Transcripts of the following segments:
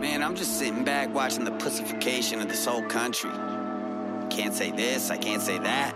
Man, I'm just sitting back watching the pussification of this whole country. Can't say this, I can't say that.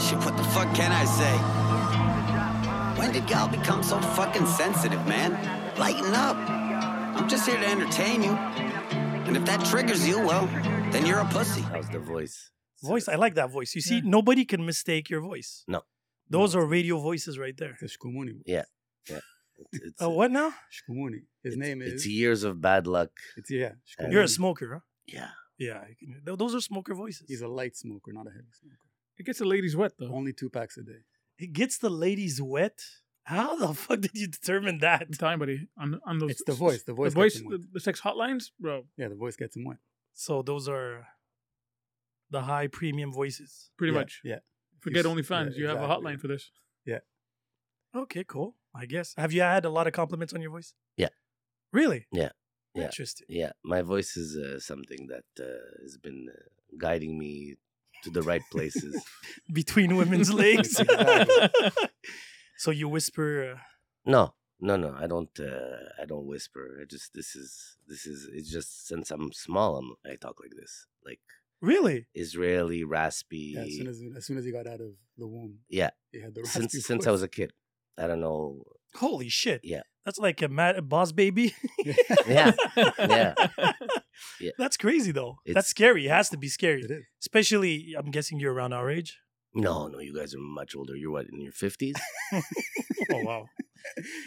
Shit, what the fuck can I say? When did y'all become so fucking sensitive, man? Lighten up. I'm just here to entertain you. And if that triggers you, well, then you're a pussy. That was the voice. Voice, I like that voice. You see, Yeah. nobody can mistake your voice. No. Those are radio voices right there. It's Shkumuni. It's, it's, Uh, what now? Shkumuni. His it's- name is. It's years of bad luck. It's yeah. Shkumuni. You're a smoker, huh? Yeah. Yeah. I can- th- Those are smoker voices. He's a light smoker, not a heavy smoker. It gets the ladies wet Oh. though. Only two packs a day. it gets the ladies wet. How the fuck did you determine that? I'm telling you, buddy. On on those. It's the voice. The voice. The voice. Gets him wet. The, the sex hotlines, bro. yeah, the voice gets him wet. So those are the high premium voices. Pretty Yeah, much. Yeah. Forget He's- OnlyFans. yeah, you have a exactly. hotline for this. Okay, cool. I guess. Have you had a lot of compliments on your voice? Yeah. Really? Yeah. Yeah. Interesting. Yeah, my voice is uh, something that uh, has been uh, guiding me to the right places. Between women's legs. Exactly. so you whisper. Uh, no, no, no. I don't. Uh, I don't whisper. I just this is this is. It's just since I'm small, I'm, I talk like this, like really? Israeli raspy. Yeah, as soon as as soon as he got out of the womb, Yeah. he had the since raspy since I was voice. a kid, I don't know. Holy shit. Yeah. That's like a, mad, a boss baby. Yeah, yeah. Yeah. That's crazy though. That's It's- scary. It has to be scary. It is. Especially, I'm guessing you're around our age. No, no. You guys are much older. You're what in your fifties? Oh, wow.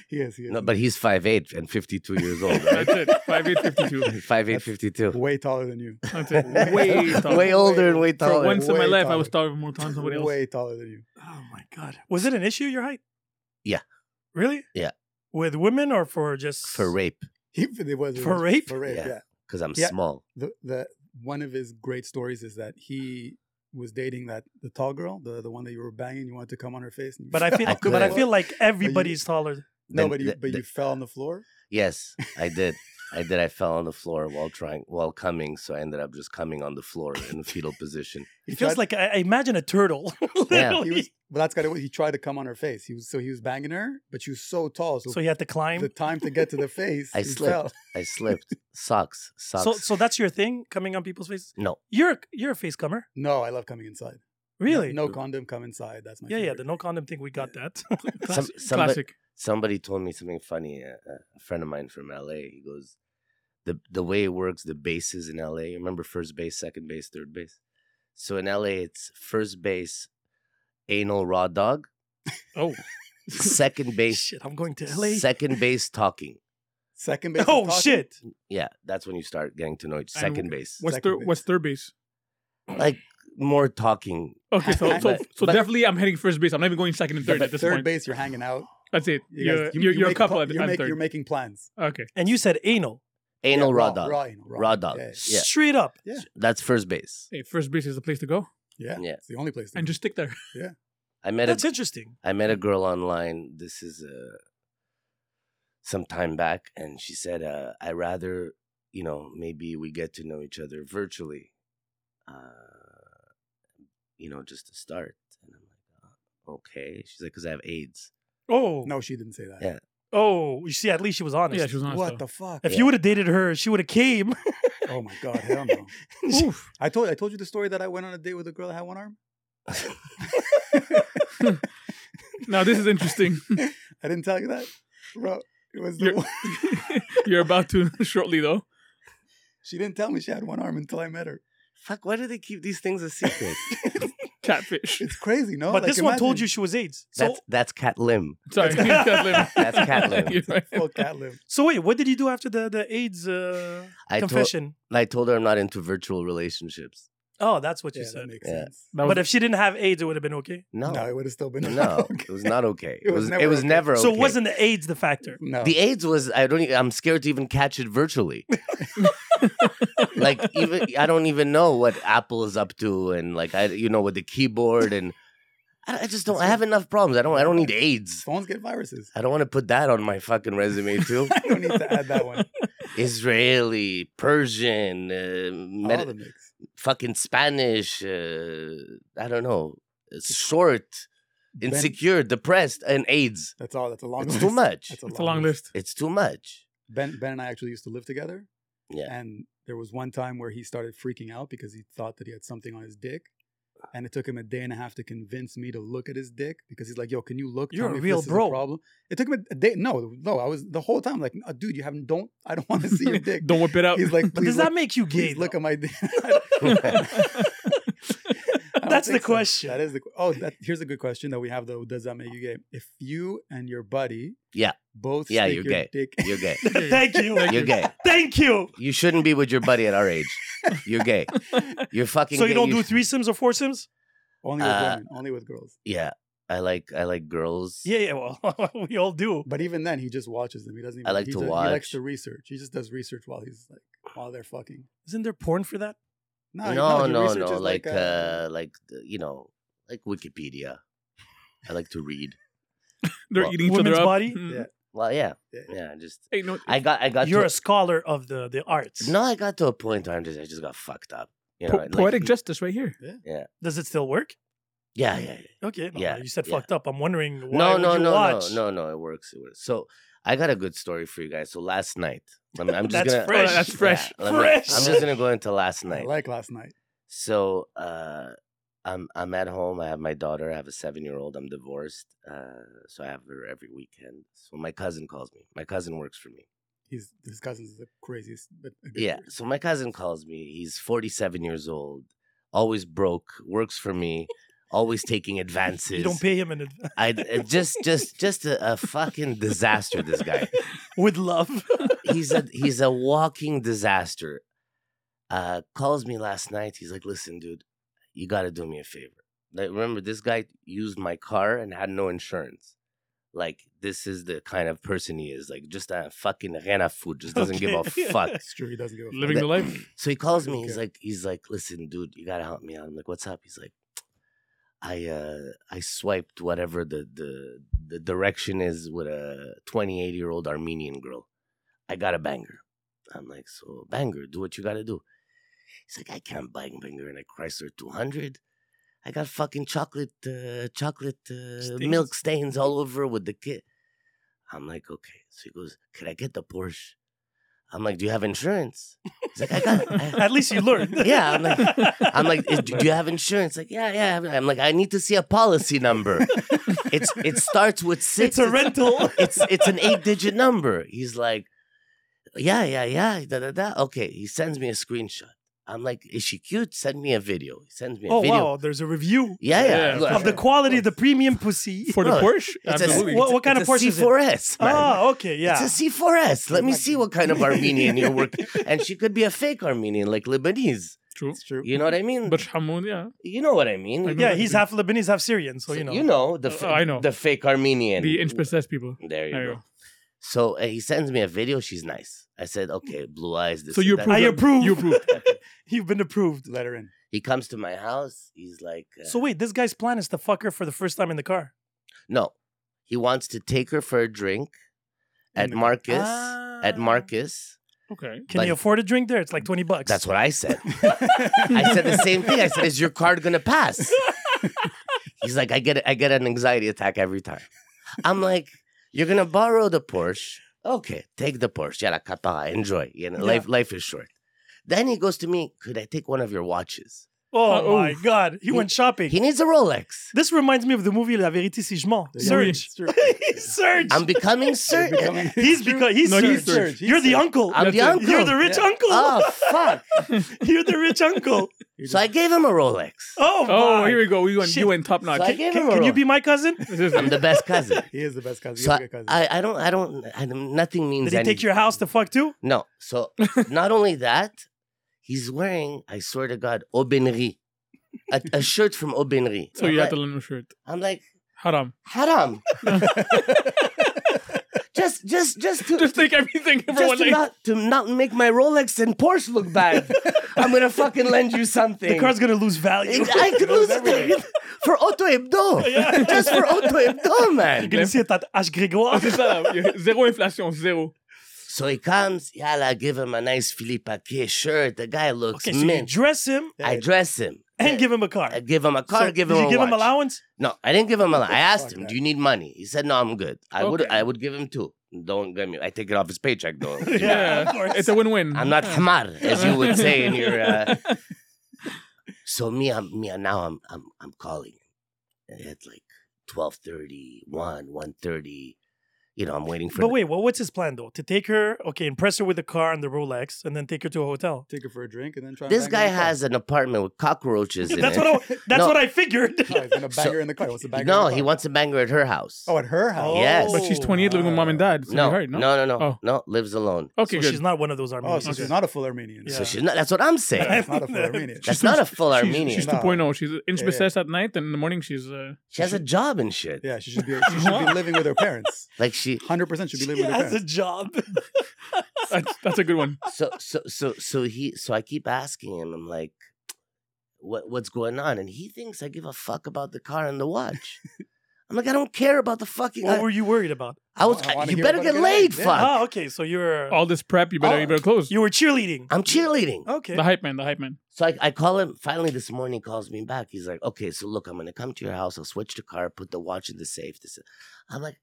He is. He is. no, but he's five eight and fifty two years old. That's Right? it. Five eight fifty two. five eight fifty two. way taller than you. That's it. Way taller. Way older and way For taller. once in my Way life, I taller. was taller more times than somebody else. Way taller than you. Oh, my God. Was it an issue, your height? Yeah. Really? Yeah. With women or for just. for rape He, it was, it For was- rape? For rape. Yeah. yeah. because I'm Yeah. small. the, the one of his great stories is that he was dating that the tall girl, the the one that you were banging. You wanted to come on her face, and you But I feel, I but I couldn't. feel like everybody's taller. no, Then but you the- but the- you fell on the floor. Yes, I did. I did. I fell on the floor while trying while coming, so I ended up just coming on the floor in a fetal position. He It feels tried- like oh, I, I imagine a turtle. Yeah. he literally. was. But that's got it. He tried to come on her face. He was so he was banging her, but she was so tall, so, so you had to climb. the time to get to the face, I he fell. slipped. I slipped. Socks. Socks. So, so that's your thing, coming on people's faces. no. You're you're a face comer, No, I love coming inside. really? No, condom, come inside. That's my yeah, yeah. favorite. The no condom thing, we got that. Some, Classic. somebody, classic. somebody told me something funny. A, a friend of mine from LA. He goes, the the way it works, the bases in LA. Remember first base, second base, third base. So in LA, it's first base, anal raw dog. Oh, Second base, Shit, I'm going to LA. second base talking. second base. is oh talking. shit! Yeah, that's when you start getting to know each second base. what's Second third? base. What's third base? like more talking. Okay, so so, But- so but- definitely I'm hitting first base. I'm not even going second and Yeah, third but at this third point. base, you're hanging out. That's it. You you're, guys- you- you're, you you're a make couple pla- at, you're, at make- third. you're making plans. okay. And you said anal, Anal Yeah, raw, dog. Raw, anal, raw, Raw dog. Yeah, yeah. Yeah. straight up. That's first base. Hey, first base is the place to go, Yeah, Yeah. It's the only place. to and go. just stick there. I met That's a interesting. I met a girl online. This is uh, some time back, and she said, uh, "I rather, you know, maybe we get to know each other virtually, uh, you know, just to start." And I'm like, "Oh, "Okay." She's like, "Cause I have AIDS." Oh no, she didn't say that. Yeah. Oh, you see, at least she was honest. Yeah, she was honest. What though. the fuck? if Yeah. you would have dated her, she would have came. Oh my god, hell no. Oof. I told I told you the story that I went on a date with a girl that had one arm. Now this is interesting. I didn't tell you that, bro. It was the You're- one. You're about to shortly though. she didn't tell me she had one arm until I met her. Fuck! Why do they keep these things a secret? Catfish. It's crazy, no? but Like, this one told you imagine- she was AIDS. So, that's that's cat limb. Sorry, cat limb. That's cat limb. You're right. Full cat lip. so wait, what did you do after the the AIDS uh, I told confession? I told her I'm not into virtual relationships. oh, that's what you Yeah, that said. makes Yeah. sense. That was- But if she didn't have AIDS, it would have been okay. No, it would have still been No, okay. it was not okay. It was. It was okay. never. So okay. it wasn't the AIDS the factor. No, The AIDS was. I don't. e- I'm scared to even catch it virtually. like even I don't even know what Apple is up to, and like I, you know, with the keyboard, and I, I just don't. I have enough problems. I don't. I don't need AIDS. phones get viruses. I don't want to put that on my fucking resume too. I don't need to add that one. Israeli, Persian, uh, All Med- the mix. fucking Spanish. Uh, I don't know. Short, Ben- insecure, depressed, and AIDS. That's all. That's a long. It's list. too much. That's a it's long, a long list. list. It's too much. Ben, Ben and I actually used to live together, Yeah. And there was one time where he started freaking out because he thought that he had something on his dick. And it took him a day and a half to convince me to look at his dick because he's like, "Yo, can you look? Tell You're a me if real this is bro. problem." It took him a day. No, no, I was the whole time like, "Uh, "Dude, you haven't. Don't. I don't want to see your dick." Don't whip it out. He's like, But does "Please look- that make you gay? please look though? at my dick. I don't That's the think so. question. That is the qu- oh. That, here's a good question that we have though. Does that make you gay? If you and your buddy, Yeah. both Yeah, stick you're your gay. dick. You're gay. Thank you. Thank You're gay. Thank you. You shouldn't be with your buddy at our age. You're gay. You're fucking. So you gay. don't do threesomes or foursomes? only with Uh, women, only with girls. Yeah, I like I like girls. Yeah, yeah. Well, we all do. But even then, he just watches them. He doesn't. Even, I like he to ju- He likes watch. to research. He just does research while he's like while they're fucking. Isn't there porn for that? he- no, he no, no. researches, Like, uh, uh, like the- you know, like Wikipedia. I like to read. They're Well, eating each women's other up. body? Mm. Yeah. Well, yeah, Yeah. yeah. Just Hey, no, I got, I got. You're to, a scholar of the the arts. no, I got to a point where I'm just, I just got fucked up. You know, po- like- poetic justice right here. Does it still work? Yeah, yeah. yeah. Okay. no, Yeah, You said yeah. fucked up. I'm wondering why No, would no, you no, watch? no, no, no. It works. It works. So I got a good story for you guys. So last night, I'm, I'm just That's gonna. fresh. Oh, that's fresh. Yeah, let me- Fresh. I'm just gonna go into last I night. like last night. So uh, I'm I'm at home. I have my daughter. I have a seven year old. I'm divorced, uh, so I have her every weekend. So my cousin calls me. My cousin works for me. He's his cousin's the craziest. But a good Yeah. dude. So my cousin calls me. He's 47 years old. Always broke. Works for me. Always taking advances. You don't pay him in advance. I uh, just just just a, a fucking disaster. This guy. with love. he's a he's a walking disaster. Uh, calls me last night. He's like, "Listen, dude, you got to do me a favor. Like, remember this guy used my car and had no insurance. Like, this is the kind of person he is. Like, just a fucking rena food. Just doesn't give a Okay. fuck." It's true. He doesn't give a fuck. Living the life. So he calls me. Okay. He's like, he's like, listen, dude, you gotta help me out. I'm like, what's up? He's like, I uh, I swiped whatever the the the direction is with a 28 year old Armenian girl. I got a banger. I'm like, so banger, do what you gotta do. He's like, I can't bang banger in a Chrysler 200. I got fucking chocolate uh, chocolate uh, milk stains all over with the kid. I'm like, okay. So he goes, can I get the Porsche? I'm like, do you have insurance? He's like, I got. I, At least you learned. Yeah, I'm like- I'm like, "Is- do you have insurance? Like, yeah, yeah. I have it." I'm like, I need to see a policy number. It's it starts with six. it's a rental. It's it's an eight digit number. He's like, yeah, yeah, yeah. Da da da. Okay, he sends me a screenshot. I'm like, is she cute? Send me a video. He sends me a oh video. wow, there's a review Yeah, yeah. Yeah, Look, of the quality of the premium pussy. For the No, Porsche? it's a- Absolutely. What- what kind it's of a Porsche is it? C4S. man. Ah, okay, yeah. Oh It's a C4S. Let me see what kind of Armenian you're working. And she could be a fake Armenian, like Lebanese. True. It's true. You know what I mean? But Hamoud, yeah. you know what I mean. I know yeah, that he's you- half Lebanese, half Syrian, so you know. the f- Oh, I know. the fake Armenian. The inch possessed people. There you There you go. So uh, he sends me a video. She's nice. I said, okay, blue eyes. This So and you that." approve. I approve. You approve. You've been approved. Let her in. He comes to my house. He's like, uh, So wait, this guy's plan is to fuck her for the first time in the car. no, he wants to take her for a drink at the- Marcus. At Ah. Marcus. Okay. Can But- you afford a drink there? It's like 20 bucks. That's what I said. I said the same thing. I said, "Is your card gonna pass?" He's like, "I get, I get an anxiety attack every time." I'm like, "You're gonna borrow the Porsche? Okay, take the Porsche. Yeah, kapara, enjoy. You know, life, life is short." Then he goes to me, "Could I take one of your watches?" Oh Uh, my oof. god, he, Ah, He- went shopping. He needs a Rolex. this reminds me of the movie La Vérité si je mens. Yeah, Serge. it's true. Serge. I'm becoming They're certain. becoming- he's because he's No, Serge. he's Serge. You're the uncle. I'm That's the it. uncle. You're the rich Yeah. uncle. Oh fuck! You're the rich uncle. He So I just- gave him a Rolex. Oh, Oh, my. here we go. We went, Shit. you went top So notch. I gave him Can, a can you Rolex. be my cousin? This is- I'm the best cousin. he is the best cousin. He's So a good cousin. I, I don't, I don't, I don't nothing means. Did he anything. take your house to fuck too? No. So not only that, he's wearing, I swear to God, Aubainerie. A, a shirt from Aubainerie. so I'm you like, had to learn a shirt. I'm like, Haram. haram. just, just, just to, Just take everything. Everyone just to, like, not, to not make my Rolex and Porsche look bad. I'm going to fucking lend you something. The car's gonna lose value. I could lose it for Auto Hebdo. Just for Auto Hebdo, man. You're gonna see it at Ash Grégoire. c'est ça là. Zéro inflation, zéro. So he comes, yalla, I give him a nice Philippe Paquet shirt. The guy looks Okay, so you mint. dress him I dress him. and give him a car. I uh, give him a car, So give did him you a give him watch. allowance? No, I didn't give him a lot. I asked fuck him, that. "Do you need money?" He said, "No, I'm good." I would Okay. I would give him two. Don't get me. I take it off his paycheck though. Yeah, of course. It's a win-win. I'm not Hamar, as you would say in your. Uh... So me, I'm me now. I'm I'm I'm calling him at like 12:30, 1, 1:30. You know, I'm waiting for. But the- wait, well, what's his plan though? To take her, okay, impress her with the car and the Rolex, and then take her to a hotel. Take her for a drink and then try. and this bang her guy in the car. has an apartment with cockroaches in That's it. what I, that's No. what I figured. No, he's gonna bang So- her in the car. He wants to bang her. no, in the he car. wants to bang her at her house. Oh, at her house. Yes. But she's 28, living with mom and dad. So Oh. no, you heard, no, no, no, no, Oh. no, lives alone. Okay, so good. she's not one of those Oh, Armenians. so she's Okay. not a full Armenian. Yeah. So she's not. That's what I'm Yeah, saying. it's not a full Armenian. That's not a full She's- Armenian. She's No. 2.0. She's inch Yeah, yeah. possessed at night, and in the morning she's. Uh, she has a job and shit. Yeah, she should be. She should be living with her parents. Like she. Hundred percent should be living She with her has a parents. job. that's, that's a good one. So so so so he. So I keep asking him. I'm like, what what's going on? And he thinks I give a fuck about the car and the watch. I'm like, I don't care about the fucking. what I, were you worried about? I was. I wanna you hear better about get it. laid. Yeah. Fuck. Oh, okay. So you're All this prep, you better, Oh. you better close. you were cheerleading. I'm cheerleading. Okay. The hype man, the hype man. So I, I call him finally this morning. He calls me back. He's like, "Okay, so look, I'm gonna come to your house. I'll switch the car, put the watch in the safe." This, I'm like,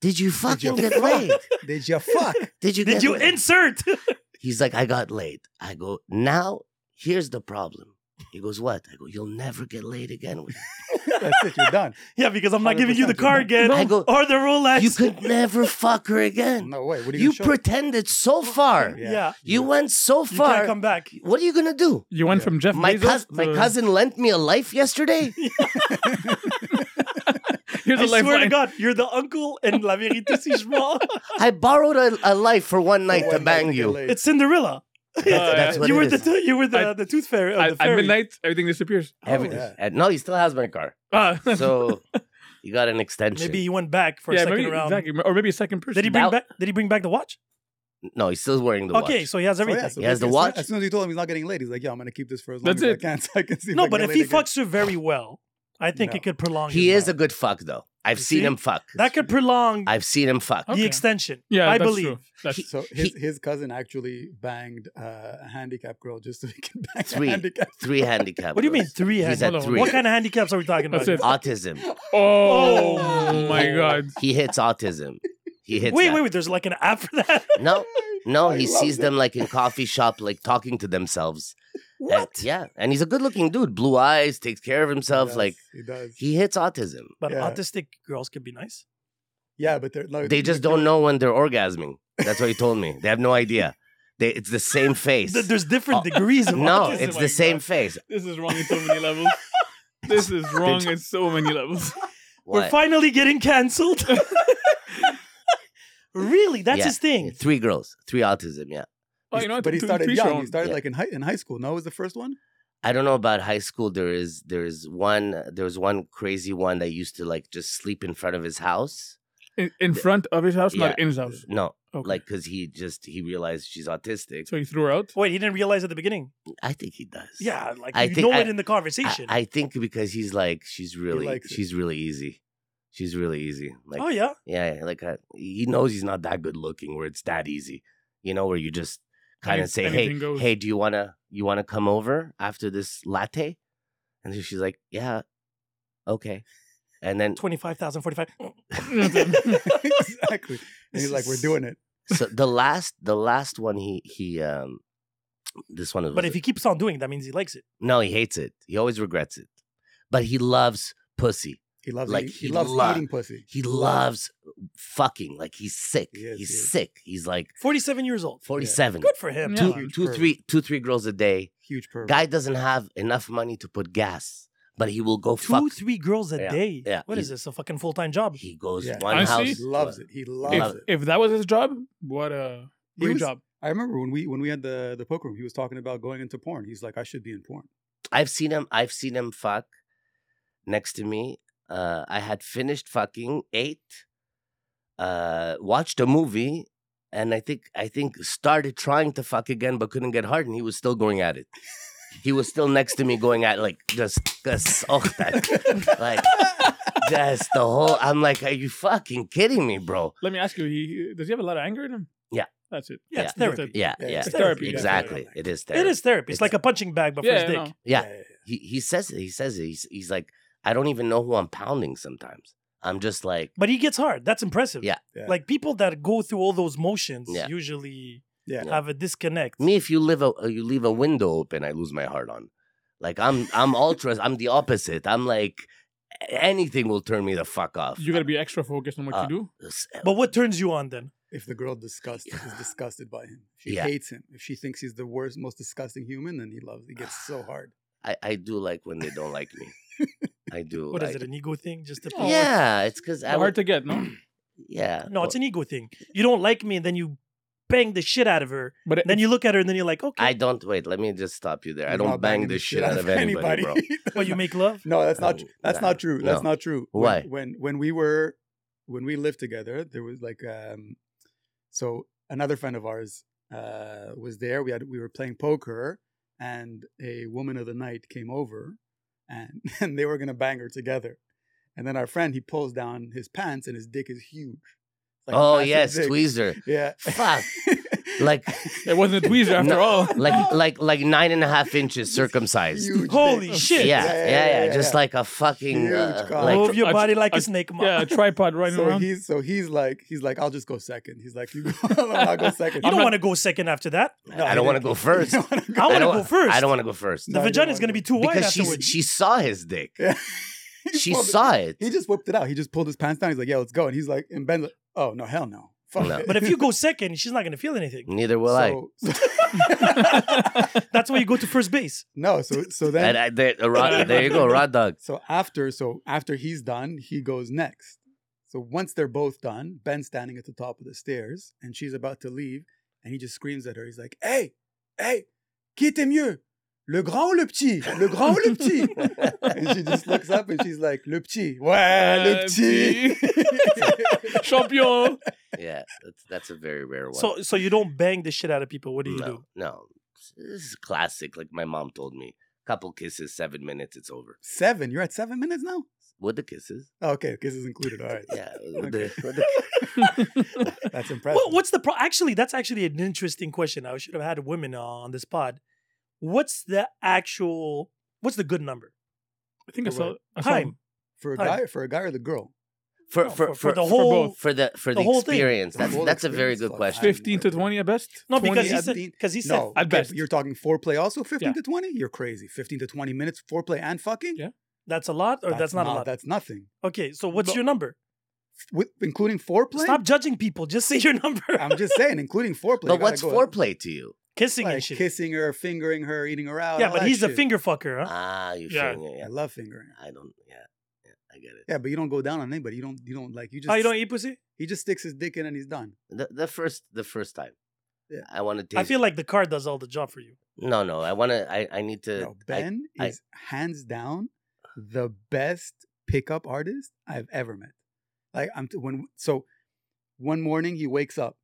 "Did you fucking you get laid? Did you fuck? Did you Did get you laid?" insert? He's like, "I got laid." I go, "Now here's the problem." He goes, "What?" I go, "You'll never get laid again. with it." That's it. You're done. yeah, because I'm not giving you the 100% car you again I go- or the Rolex. You could never fuck her again. No way. What are you? You gonna show? pretended so far. Yeah. yeah. You went so You can't far. come back. What are you gonna do?" You went Yeah. from Jeff My, Bezos cous- my to- cousin lent me a life yesterday. Here's I a swear to lifeline. God, you're the uncle and La Vérité si je mens. I borrowed a, a life for one night to One night bang get you. laid. It's Cinderella. yeah. That's what you it were is. the t- you were the, I- the tooth fairy. Uh, At, the at fairy. midnight, everything disappears. Everything. yeah. And no, he still has my car. Ah, So you got an extension. Maybe he went back for a yeah, second maybe, round. exactly, or maybe a second person. Did he bring That- back? Did he bring back the watch? No, he's still wearing the okay, watch. so he has So, Oh, yeah, everything. so He has the as soon- watch. As soon as he told him he's not getting laid, he's like, "Yeah, I'm gonna keep this for as long That's as it. I can, so I can see." no, I but get if laid he again." fucks her very well, I think it No. could prolong. he his is a life. good fuck though. I've You seen see? him fuck. that could prolong I've seen him fuck. Okay. the extension. Yeah, I that's believe. True. That's, He- So his, his cousin actually banged uh, a handicapped girl just so he could bang Three. a handicapped. Three handicaps. What do you mean three He's handicaps? at Hold on, three. What kind of handicaps are we talking about? That's it. Autism. oh, Oh. my God. He hits autism. He hits. Wait, that. wait, wait. There's like an app for that. No, no. I He love sees that. them like in coffee shop, like talking to themselves. And- What? yeah, and he's a good looking dude. Blue eyes, takes care of He himself. does, Like he does. he hits autism. But Yeah. autistic girls could be nice. Yeah, but they're no, They just don't know when they're orgasming. That's what he told me. They have no idea. They, it's the same face. Uh, Th- There's Oh, different degrees of No, autism. it's my the same God. face. This is wrong at so many levels. This is wrong at so many levels. We're What? finally getting canceled. really? That's Yeah. his thing. Three girls, three autism. Yeah, Oh, you know, But he two- started three young. He strong. started Yeah. like in high in high school. No, was the first one. I don't know about high school. There is there is one uh, there was one crazy one that used to like just sleep in front of his house. in, in front of his house, not Yeah. in his house. No, Okay. like because he just he realized she's autistic. so he threw her out. Wait, he didn't realize at the beginning. I think he does. Yeah, like I you think know I- it in the I, conversation. I think because he's like she's really likes it. she's really easy. She's really easy. Like oh yeah. yeah, yeah, like uh, he knows he's not that good looking. Where it's that easy, you know, where you just kind Any- of say, "Hey, anything goes." hey, do you wanna you wanna come over after this latte?" And she's like, "Yeah, okay." And then 25,000, 45. exactly. And he's like, "We're doing it." so the last the last one he he um this one was But if he keeps on doing, it, that means he likes it. no he hates it he always regrets it, but he loves pussy. He loves Like, like he, he loves lo- eating pussy. He loves fucking like he's sick. He is, he's he is. sick. He's like 47 years old. forty seven. Good for him. Yeah. Two, Huge two, perv. three, two, three girls a day. Huge perv. Guy doesn't have enough money to put gas, but he will go Two, Oh, fuck. three girls a Yeah, day. yeah, What is this? A fucking full time job? He goes Yeah. one Honestly, house. He loves it. He loves if, it. if that was his job, what a He great was- job. I remember when we when we had the the poker room, he was talking about going into porn. He's like, "I should be in porn." I've seen him. I've seen him fuck next to me. Uh, I had finished fucking eight, uh, watched a movie, and I think I think started trying to fuck again, but couldn't get hard, and he was still going at it. He was still next to me going at like just, just oh that like just the whole. I'm like, are you fucking kidding me, bro? Let me ask you, he, does he have a lot of anger in him? Yeah. That's it. Yeah, it's Yeah. therapy. Yeah, Yeah, Uh, yeah, it's therapy, yeah. exactly. It is therapy. It is therapy. It's, It's- like a punching bag, but for yeah, his dick. no. Yeah. he he says it. He says it. He's, he's like, I don't even know who I'm pounding sometimes. I'm just like, But he gets hard. That's impressive. Yeah. Yeah. Like people that go through all those motions Yeah. usually Yeah. have a disconnect. me if you leave a uh, you leave a window open i lose my heart on like i'm i'm ultra i'm the opposite i'm like anything will turn me the fuck off You gotta be extra focused on what Uh, you do. S- But what turns you on then? If the girl disgust is disgusted by him, if she Yeah. hates him. If she thinks he's the worst, most disgusting human, then he loves. He gets so hard. I, I do like when they don't like me i do What is I- it? An ego thing? Just a Oh, it's yeah it's because i Hard would, to get, no? yeah No, it's an ego thing. You don't like me, and then you bang the shit out of her. But it, Then you look at her, and then you're like, okay. i don't wait let me just stop you there i You're don't not bang banging the shit out of anybody, bro Well, you make love. No, that's not. Um, tr- That's nah, not true. That's no. not true. When- Why? When when we were when we lived together, there was like um, so another friend of ours uh was there. We had we were playing poker, and a woman of the night came over, and and they were gonna bang her together, and then our friend he pulls down his pants and his dick is huge. Like a oh massive yes dick. tweezer Yeah. Fuck. Like- it wasn't a tweezer after No. all. like like like nine and a half inches circumcised Huge dick. Holy yeah shit! yeah yeah, Yeah, yeah, yeah, just yeah. like a fucking Huge uh, cock. like Move your a- body like a, a- snake, mom. yeah, a tripod running So around. he's so he's like he's like I'll just go second. He's like you go, I'll go second. you I'm don't not- want to go second after that. No, i he don't want to didn't. go first You wanna go- I want to don't- go first. I don't want to go first. The No, I don't vagina's wanna gonna go. be too wide because she's, afterwards. she saw his dick. Yeah. He She pulled it- saw it. He just whipped it out. He just pulled his pants down. He's like, "Yeah, let's go." And he's like, and Ben's like, "Oh no, hell no, fuck No. it." but if you go second, she's not gonna feel anything. Neither will I. So- That's why you go to first base. no, so so And then I- there, a rod- there you go, Rod Dog. so after so after he's done, he goes next. So once they're both done, Ben's standing at the top of the stairs, and she's about to leave, and he just screams at her. He's like, "Hey, hey, qui était mieux, le grand ou le petit, le grand ou le petit?" and she just looks up and she's like, "Le petit, ouais, le Ouais, petit." Champion. Yeah, that's, that's a very rare one. So, so you don't bang the shit out of people. What do you no, do? no, this is classic. Like my mom told me, couple kisses, seven minutes, it's over. Seven. You're at seven minutes now. With the kisses, Oh, okay, kisses included. All right, yeah. With the, Okay. with the, that's impressive. What, what's the pro- actually? That's actually an interesting question. I should have had women uh, on this pod. What's the actual? What's the good number? I think I saw, I saw Time for a Hi. guy? For a guy or the girl? for, No, for, for, the whole. both. for the for the, the whole thing. experience. The That's whole that's a very experience, good like, question. 15 to 20 at best. No, because 20 he at- said the- because he said No, at okay, best. but You're talking foreplay also, fifteen Yeah. to twenty. You're crazy. Fifteen to twenty minutes foreplay and fucking. Yeah. that's a lot or Oh, that's, not, a lot. That's nothing, okay, so what's But- your number? With, including foreplay. Stop judging people. Just say your number. I'm just saying, including foreplay. you But gotta what's go- foreplay to you? Kissing Like and shit. kissing her, fingering her, eating her out. yeah, all but that he's a shit. finger fucker, huh? Ah, you Yeah. feeling it? Yeah. I love fingering. her. I don't. Yeah, yeah, I get it. Yeah, but you don't go down on anybody. You don't. You don't like. You just. oh, you don't eat pussy? He just sticks his dick in and he's done. The, the first the first time. Yeah. I want to taste. I feel like the car does all the job for you. No, no. I want to. I, I need to. No, Uh, I- Ben I- is hands down the best pickup artist I've ever met. Like I'm t- when so one morning he wakes up.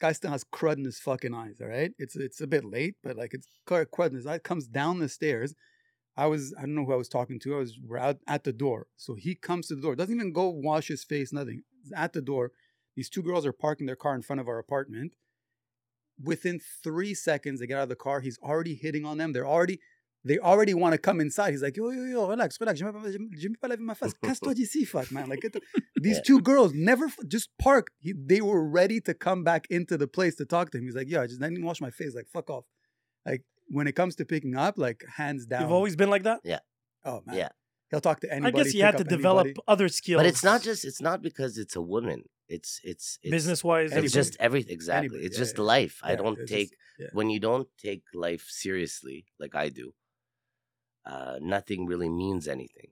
Guy still has crud in his fucking eyes. All right, it's it's a bit late, but like it's cr- crud in his eyes. Comes down the stairs. I was I don't know who I was talking to. I was we're out at the door. So he comes to the door. Doesn't even go wash his face. Nothing. He's at the door. These two girls are parking their car in front of our apartment. Within three seconds, they get out of the car. He's already hitting on them. They're already they already want to come inside. He's like, yo, yo, yo, relax, relax. Je me pas- je me- je me pas laver ma face. Casse-toi d'ici, fuck, man. Like, get the- these Yeah. two girls never f- just parked. He, they were ready to come back into the place to talk to him. He's like, yo, I just I didn't wash my face. Like, fuck off. Like, when it comes to picking up, like, hands down. You've always been like that? oh, man. Yeah. He'll talk to anybody. I guess you pick had to up develop anybody. other skills. But it's not just. It's not because it's a woman. It's it's, it's business wise. It's just everything. Exactly. Anybody, It's yeah, just yeah. life. I Yeah, don't it's take just- yeah. when you don't take life seriously, like I do. Uh, nothing really means anything.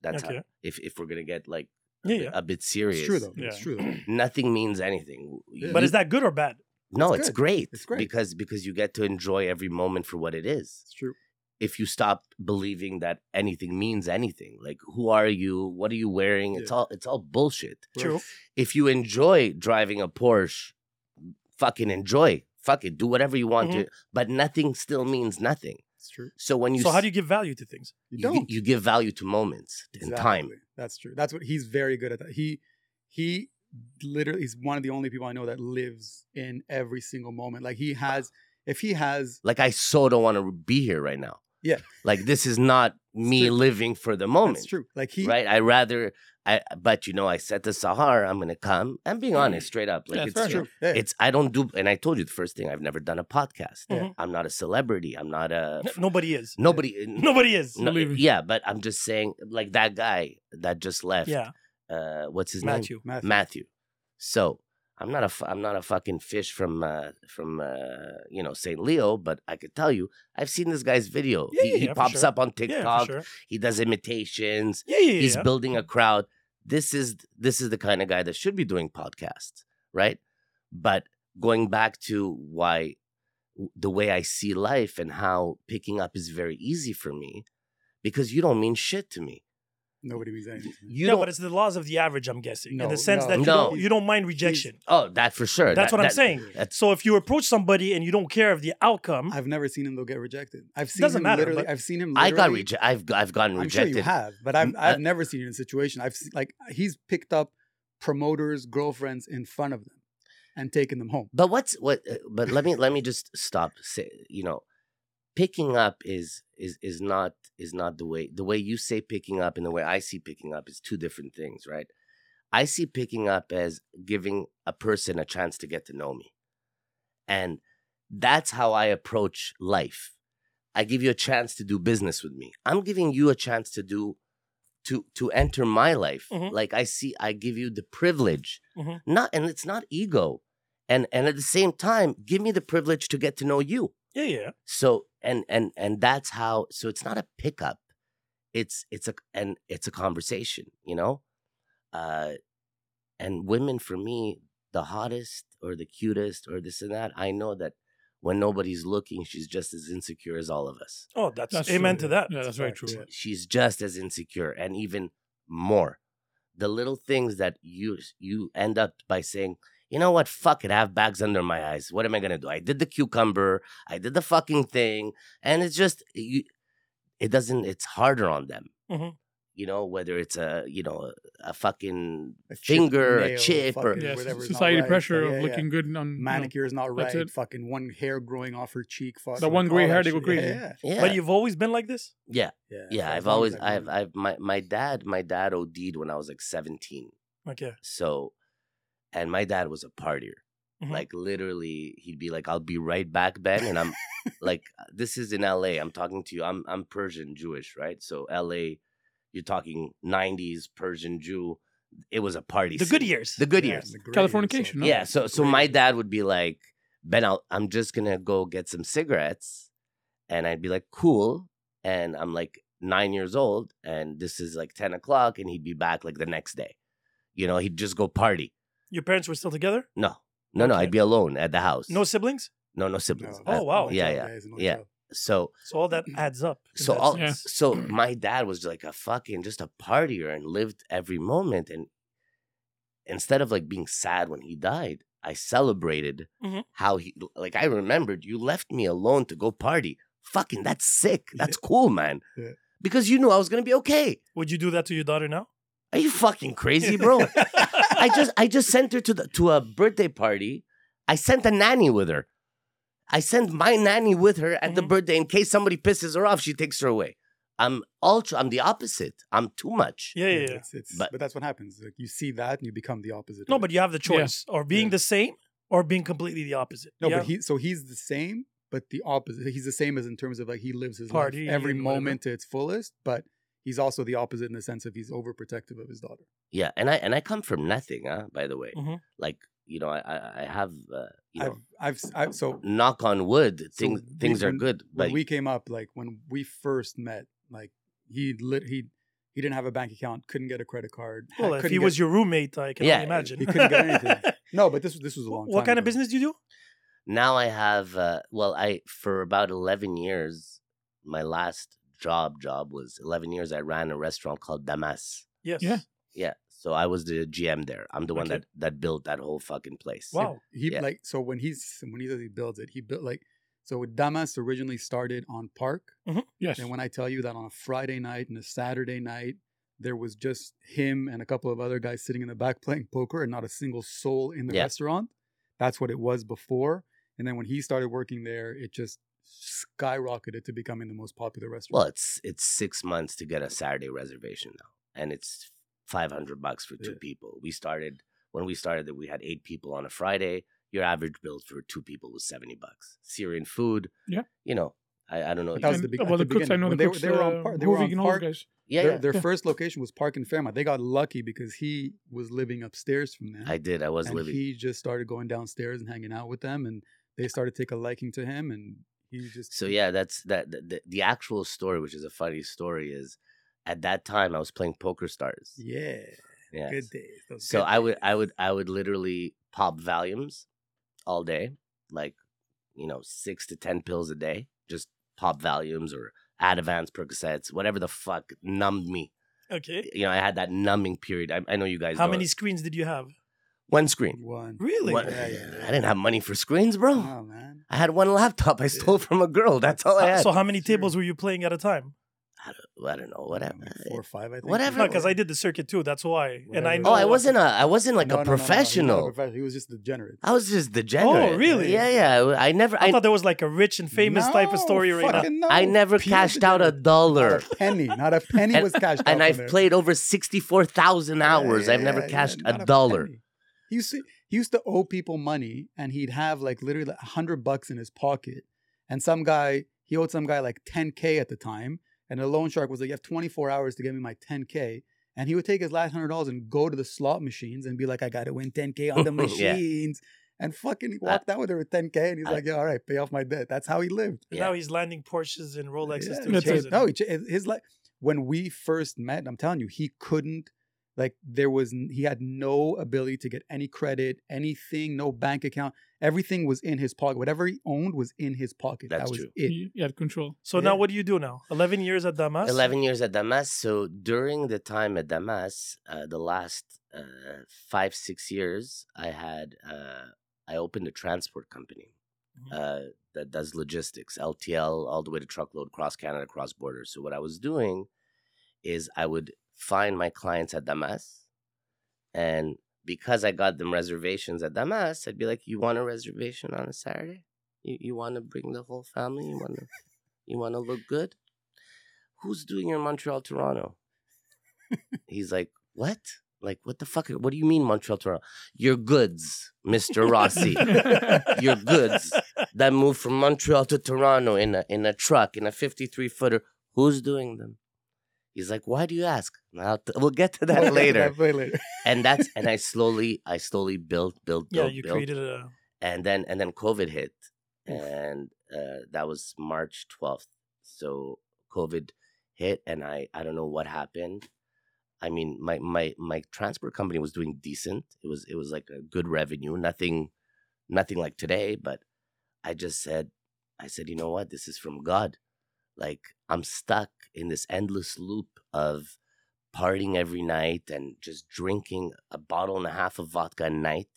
That's Okay. how, if if we're gonna get like a Yeah, bit- yeah. a bit serious. It's true, though. It's Yeah. true, though. Nothing means anything. Yeah. But You- is that good or bad? no? it's It's good. great. It's great. because because you get to enjoy every moment for what it is. It's true. if you stop believing that anything means anything like who are you what are you wearing it's Yeah. all it's all bullshit True. if you enjoy driving a porsche fucking enjoy fuck it do whatever you want Mm-hmm. to but nothing still means nothing It's true. so when you So how s- do you give value to things? You you, don't. you give value to moments in time Exactly. That's true. That's what he's very good at. That he he literally is one of the only people I know that lives in every single moment. Like he has, if he has, like i so don't want to be here right now Yeah. Like this is not me true. living for the moment. That's true. Like he, Right? I rather I but you know, I said to Sahar, I'm gonna come. I'm being honest, straight up. Like Yeah, it's fair. That's true. true. Yeah. It's I don't do and I told you the first thing, I've never done a podcast. Mhm. I'm not a celebrity. I'm not a N- Nobody is. nobody uh, Nobody is. no- Believe me. yeah, but I'm just saying like that guy that just left. Yeah, Uh what's his name? Matthew. Matthew. Matthew. So I'm not a fu- I'm not a fucking fish from uh, from uh, you know St. Leo, but I could tell you I've seen this guy's video. Yeah, he, yeah, he yeah, for pops sure. up on Yeah, for TikTok. sure. He does imitations. Yeah, yeah, yeah. He's yeah. building a crowd. This is this is the kind of guy that should be doing podcasts, right? But going back to why the way I see life and how picking up is very easy for me, because you don't mean shit to me. Nobody means anything. You no, don't. but it's the laws of the average. I'm guessing, in No, the sense no. that you, No. don't, you don't mind rejection. oh, that for sure. That's That- what I'm that- saying. that's- So if you approach somebody and you don't care of the outcome, I've never seen him though get rejected. I've seen Doesn't him matter, literally. but- I've seen him. I Literally, got rejected. I've I've gotten I'm rejected. sure you have, but I've Mm, I've uh, never seen you in a situation. I've seen, like he's picked up promoters, girlfriends in front of them, and taken them home. But what's what? uh, But let me let me just stop. Say, you know, picking up is is is not is not the way the way you say picking up and the way I see picking up is two different things, right? I see picking up as giving a person a chance to get to know me, and that's how I approach life. I give you a chance to do business with me. I'm giving you a chance to do to to enter my life. Mhm. Like I see, I give you the privilege, Mhm. not and it's not ego and and at the same time give me the privilege to get to know you yeah, yeah, so and and and that's how so it's not a pickup it's it's a and it's a conversation you know uh and women for me the hottest or the cutest or this and that i know that when nobody's looking she's just as insecure as all of us oh, that's, That's amen true, to that. Yeah, that's very Fact, true. yeah. she's just as insecure and even more the little things that you you end up by saying you know what fuck it i have bags under my eyes what am i gonna do i did the cucumber i did the fucking thing and it's just you, it doesn't it's harder on them Mm-hmm. Mhm. you know whether it's a you know a fucking A chip, finger a nail, chip or fucking- Yeah, Whatever is not society right, pressure but yeah, of yeah. looking good on you know, Manicure is not that's right. it. Fucking one hair growing off her cheek. Fucking one gray all that hair they go shit. crazy. Yeah, yeah But you've always been like this. yeah yeah. yeah for as i've long always as i've known. i've my, my dad my dad od'd when i was like 17 Okay. So, and my dad was a partier. Mhm. Like literally, he'd be like, "I'll be right back, Ben," and I'm like, "This is in L.A. I'm talking to you. I'm I'm Persian Jewish, right? So L.A. You're talking '90s Persian Jew. It was a party. The scene. good years. The good Yeah, years. the gray hair, Californication, no? Yeah. So so Gray my hair. dad would be like, Ben, I'll, I'm just gonna go get some cigarettes, and I'd be like, cool. And I'm like nine years old, and this is like ten o'clock, and he'd be back like the next day. You know, he'd just go party. Your parents were still together. No, no, no. Okay. I'd be alone at the house. No siblings. no, no No, siblings. that's Oh, wow. no Yeah, job, yeah, guys, no yeah. job. So So all that adds up. in so that all sense. so my dad was like a fucking just a partier and lived every moment and instead of like being sad when he died i celebrated Mhm. how he like i remembered you left me alone to go party fucking that's sick that's cool man Yeah. because you knew i was gonna be okay Would you do that to your daughter now? are you fucking crazy bro i just i just sent her to the to a birthday party i sent a nanny with her i sent my nanny with her at the Mm-hmm. Mhm. birthday in case somebody pisses her off she takes her away i'm ultra i'm the opposite i'm too much Yeah, yeah, yeah. It's, it's, But- but, that's what happens. Like you see that and you become the opposite. No, of it. but you have the choice or being Yeah. the same or being completely the opposite. No, yeah. but he so he's the same, but the opposite. He's the same as in terms of like he lives his Party life every and whatever. moment to its fullest, but he's also the opposite in the sense of he's overprotective of his daughter. yeah and i and i come from nothing huh by the way Mhm. like you know i i, I have uh, you know Mm-hmm. I've, I've, s- I've so knock on wood things we- things are when- good but when we came up, like when we first met, like he lit he he didn't have a bank account, couldn't get a credit card. ha- well, if couldn't he get- was your roommate, I can Yeah, only imagine. he couldn't get anything. no, but this this was a long. what time kind of ago. business do you do? now I have uh, well I for about 11 years my last job job was 11 years I ran a restaurant called Damas. Yes. Yeah. Yeah, so I was the GM there. I'm the one Okay. that that built that whole fucking place. Wow. He Yeah. like so when he's when he says he builds it, he built like so. Damas originally started on Park, Yes. And when I tell you that on a Friday night and a Saturday night, there was just him and a couple of other guys sitting in the back playing poker and not a single soul in the Yeah. restaurant, that's what it was before. And then when he started working there, it just skyrocketed to becoming the most popular Well, restaurant. it's it's six months to get a Saturday reservation now, and it's five hundred bucks for two Yeah. people. We started when we started that we had eight people on a Friday. Your average bill for two people was seventy bucks. Syrian food, Yeah. you know, I, I don't know. That was And- the be- well, at the, the cooks. I beginning, know the when they were- cooks. they were on uh, par- they were Hoovig on and all par- guys. yeah, their yeah. their Yeah. first location was Park and Fairmont. They got lucky because he was living upstairs from them. I did. I was and living. he just started going downstairs and hanging out with them and they started taking a liking to him and he just So yeah, that's that. The, the- the actual story, which is a funny story, is at that time I was playing Poker Stars. yeah Yeah. good days those So good I would, I days. would, I would literally pop Valiums all day, like you know, six to ten pills a day. Just pop Valiums or Advance, Percocets, whatever the fuck numbed me. Okay. You know, I had that numbing period. I, I know you guys. How know many it. screens did you have? One screen. one Really? One- Yeah, yeah, yeah. I didn't have money for screens, bro. oh man I had one laptop I stole from a girl. That's all I How- had. so how many Sure. tables were you playing at a Oh, time? I don't know. Whatever. Like four or five I think Whatever. No, because I did the circuit too. That's why. And I Whatever. know. Oh, I wasn't a. I wasn't like No, a no, no, no, he's not professional. professional. he was just degenerate I was just Oh, degenerate. really? Yeah, yeah. I never. I I, thought there was like a rich and famous type of story right now. I never cashed out a dollar. penny not a penny was cashed out and from I've there. played over 64,000 Yeah, hours. I've yeah, never yeah, cashed not a dollar. penny. He used, to, he used to owe people money and he'd have like literally like 100 bucks in his pocket. And some guy, he owed some guy like 10K at the time. And the loan shark was like, You have 24 hours to give me my 10K. And he would take his last $100 and go to the slot machines and be like, I got to win 10K on the Yeah. Uh machines. And fucking walked out with her with 10K. And he's I- like, Yeah, all right, pay off my debt. That's how he lived. And Yeah. Now he's landing Porsches and Rolexes Yeah, to he his that's changed- it. cousin. No, he, cha- his life. When we first met, I'm telling you, he couldn't. Like there was, n- he had no ability to get any credit, anything, no bank account. Everything was in his pocket. Whatever he owned was in his pocket. That's that was true. it. You, you had control. So Yeah. now what do you do now? 11 years at Damas? 11 years at Damas. So during the time at Damas, uh, the last uh, five, six years, I had, uh, I opened a transport company uh, that does logistics, LTL, all the way to truckload, cross Canada, cross border. So what I was doing is I would find my clients at Damas. And because I got them reservations at Damas, I'd be like, you want a reservation on a Saturday? You, you want to bring the whole family? You want to, you want to look good? who's doing your Montreal Toronto? He's like, what? Like, what the fuck? What do you mean Montreal Toronto? Your goods, Mr. Rossi. your goods that moved from Montreal to Toronto in a in a truck in a 53 footer. Who's doing them? He's like, why do you ask? And I'll t- we'll get to that later. Way later. And that's and I slowly I slowly built built Yeah, built you built created a. and then and then COVID hit, and uh, that was March twelfth. So COVID hit, and I I don't know what happened. I mean, my my my transport company was doing decent. It was it was like a good revenue, nothing nothing like today. But I just said, I said, you know what? This is from God. Like I'm stuck in this endless loop of partying every night and just drinking a bottle and a half of vodka a night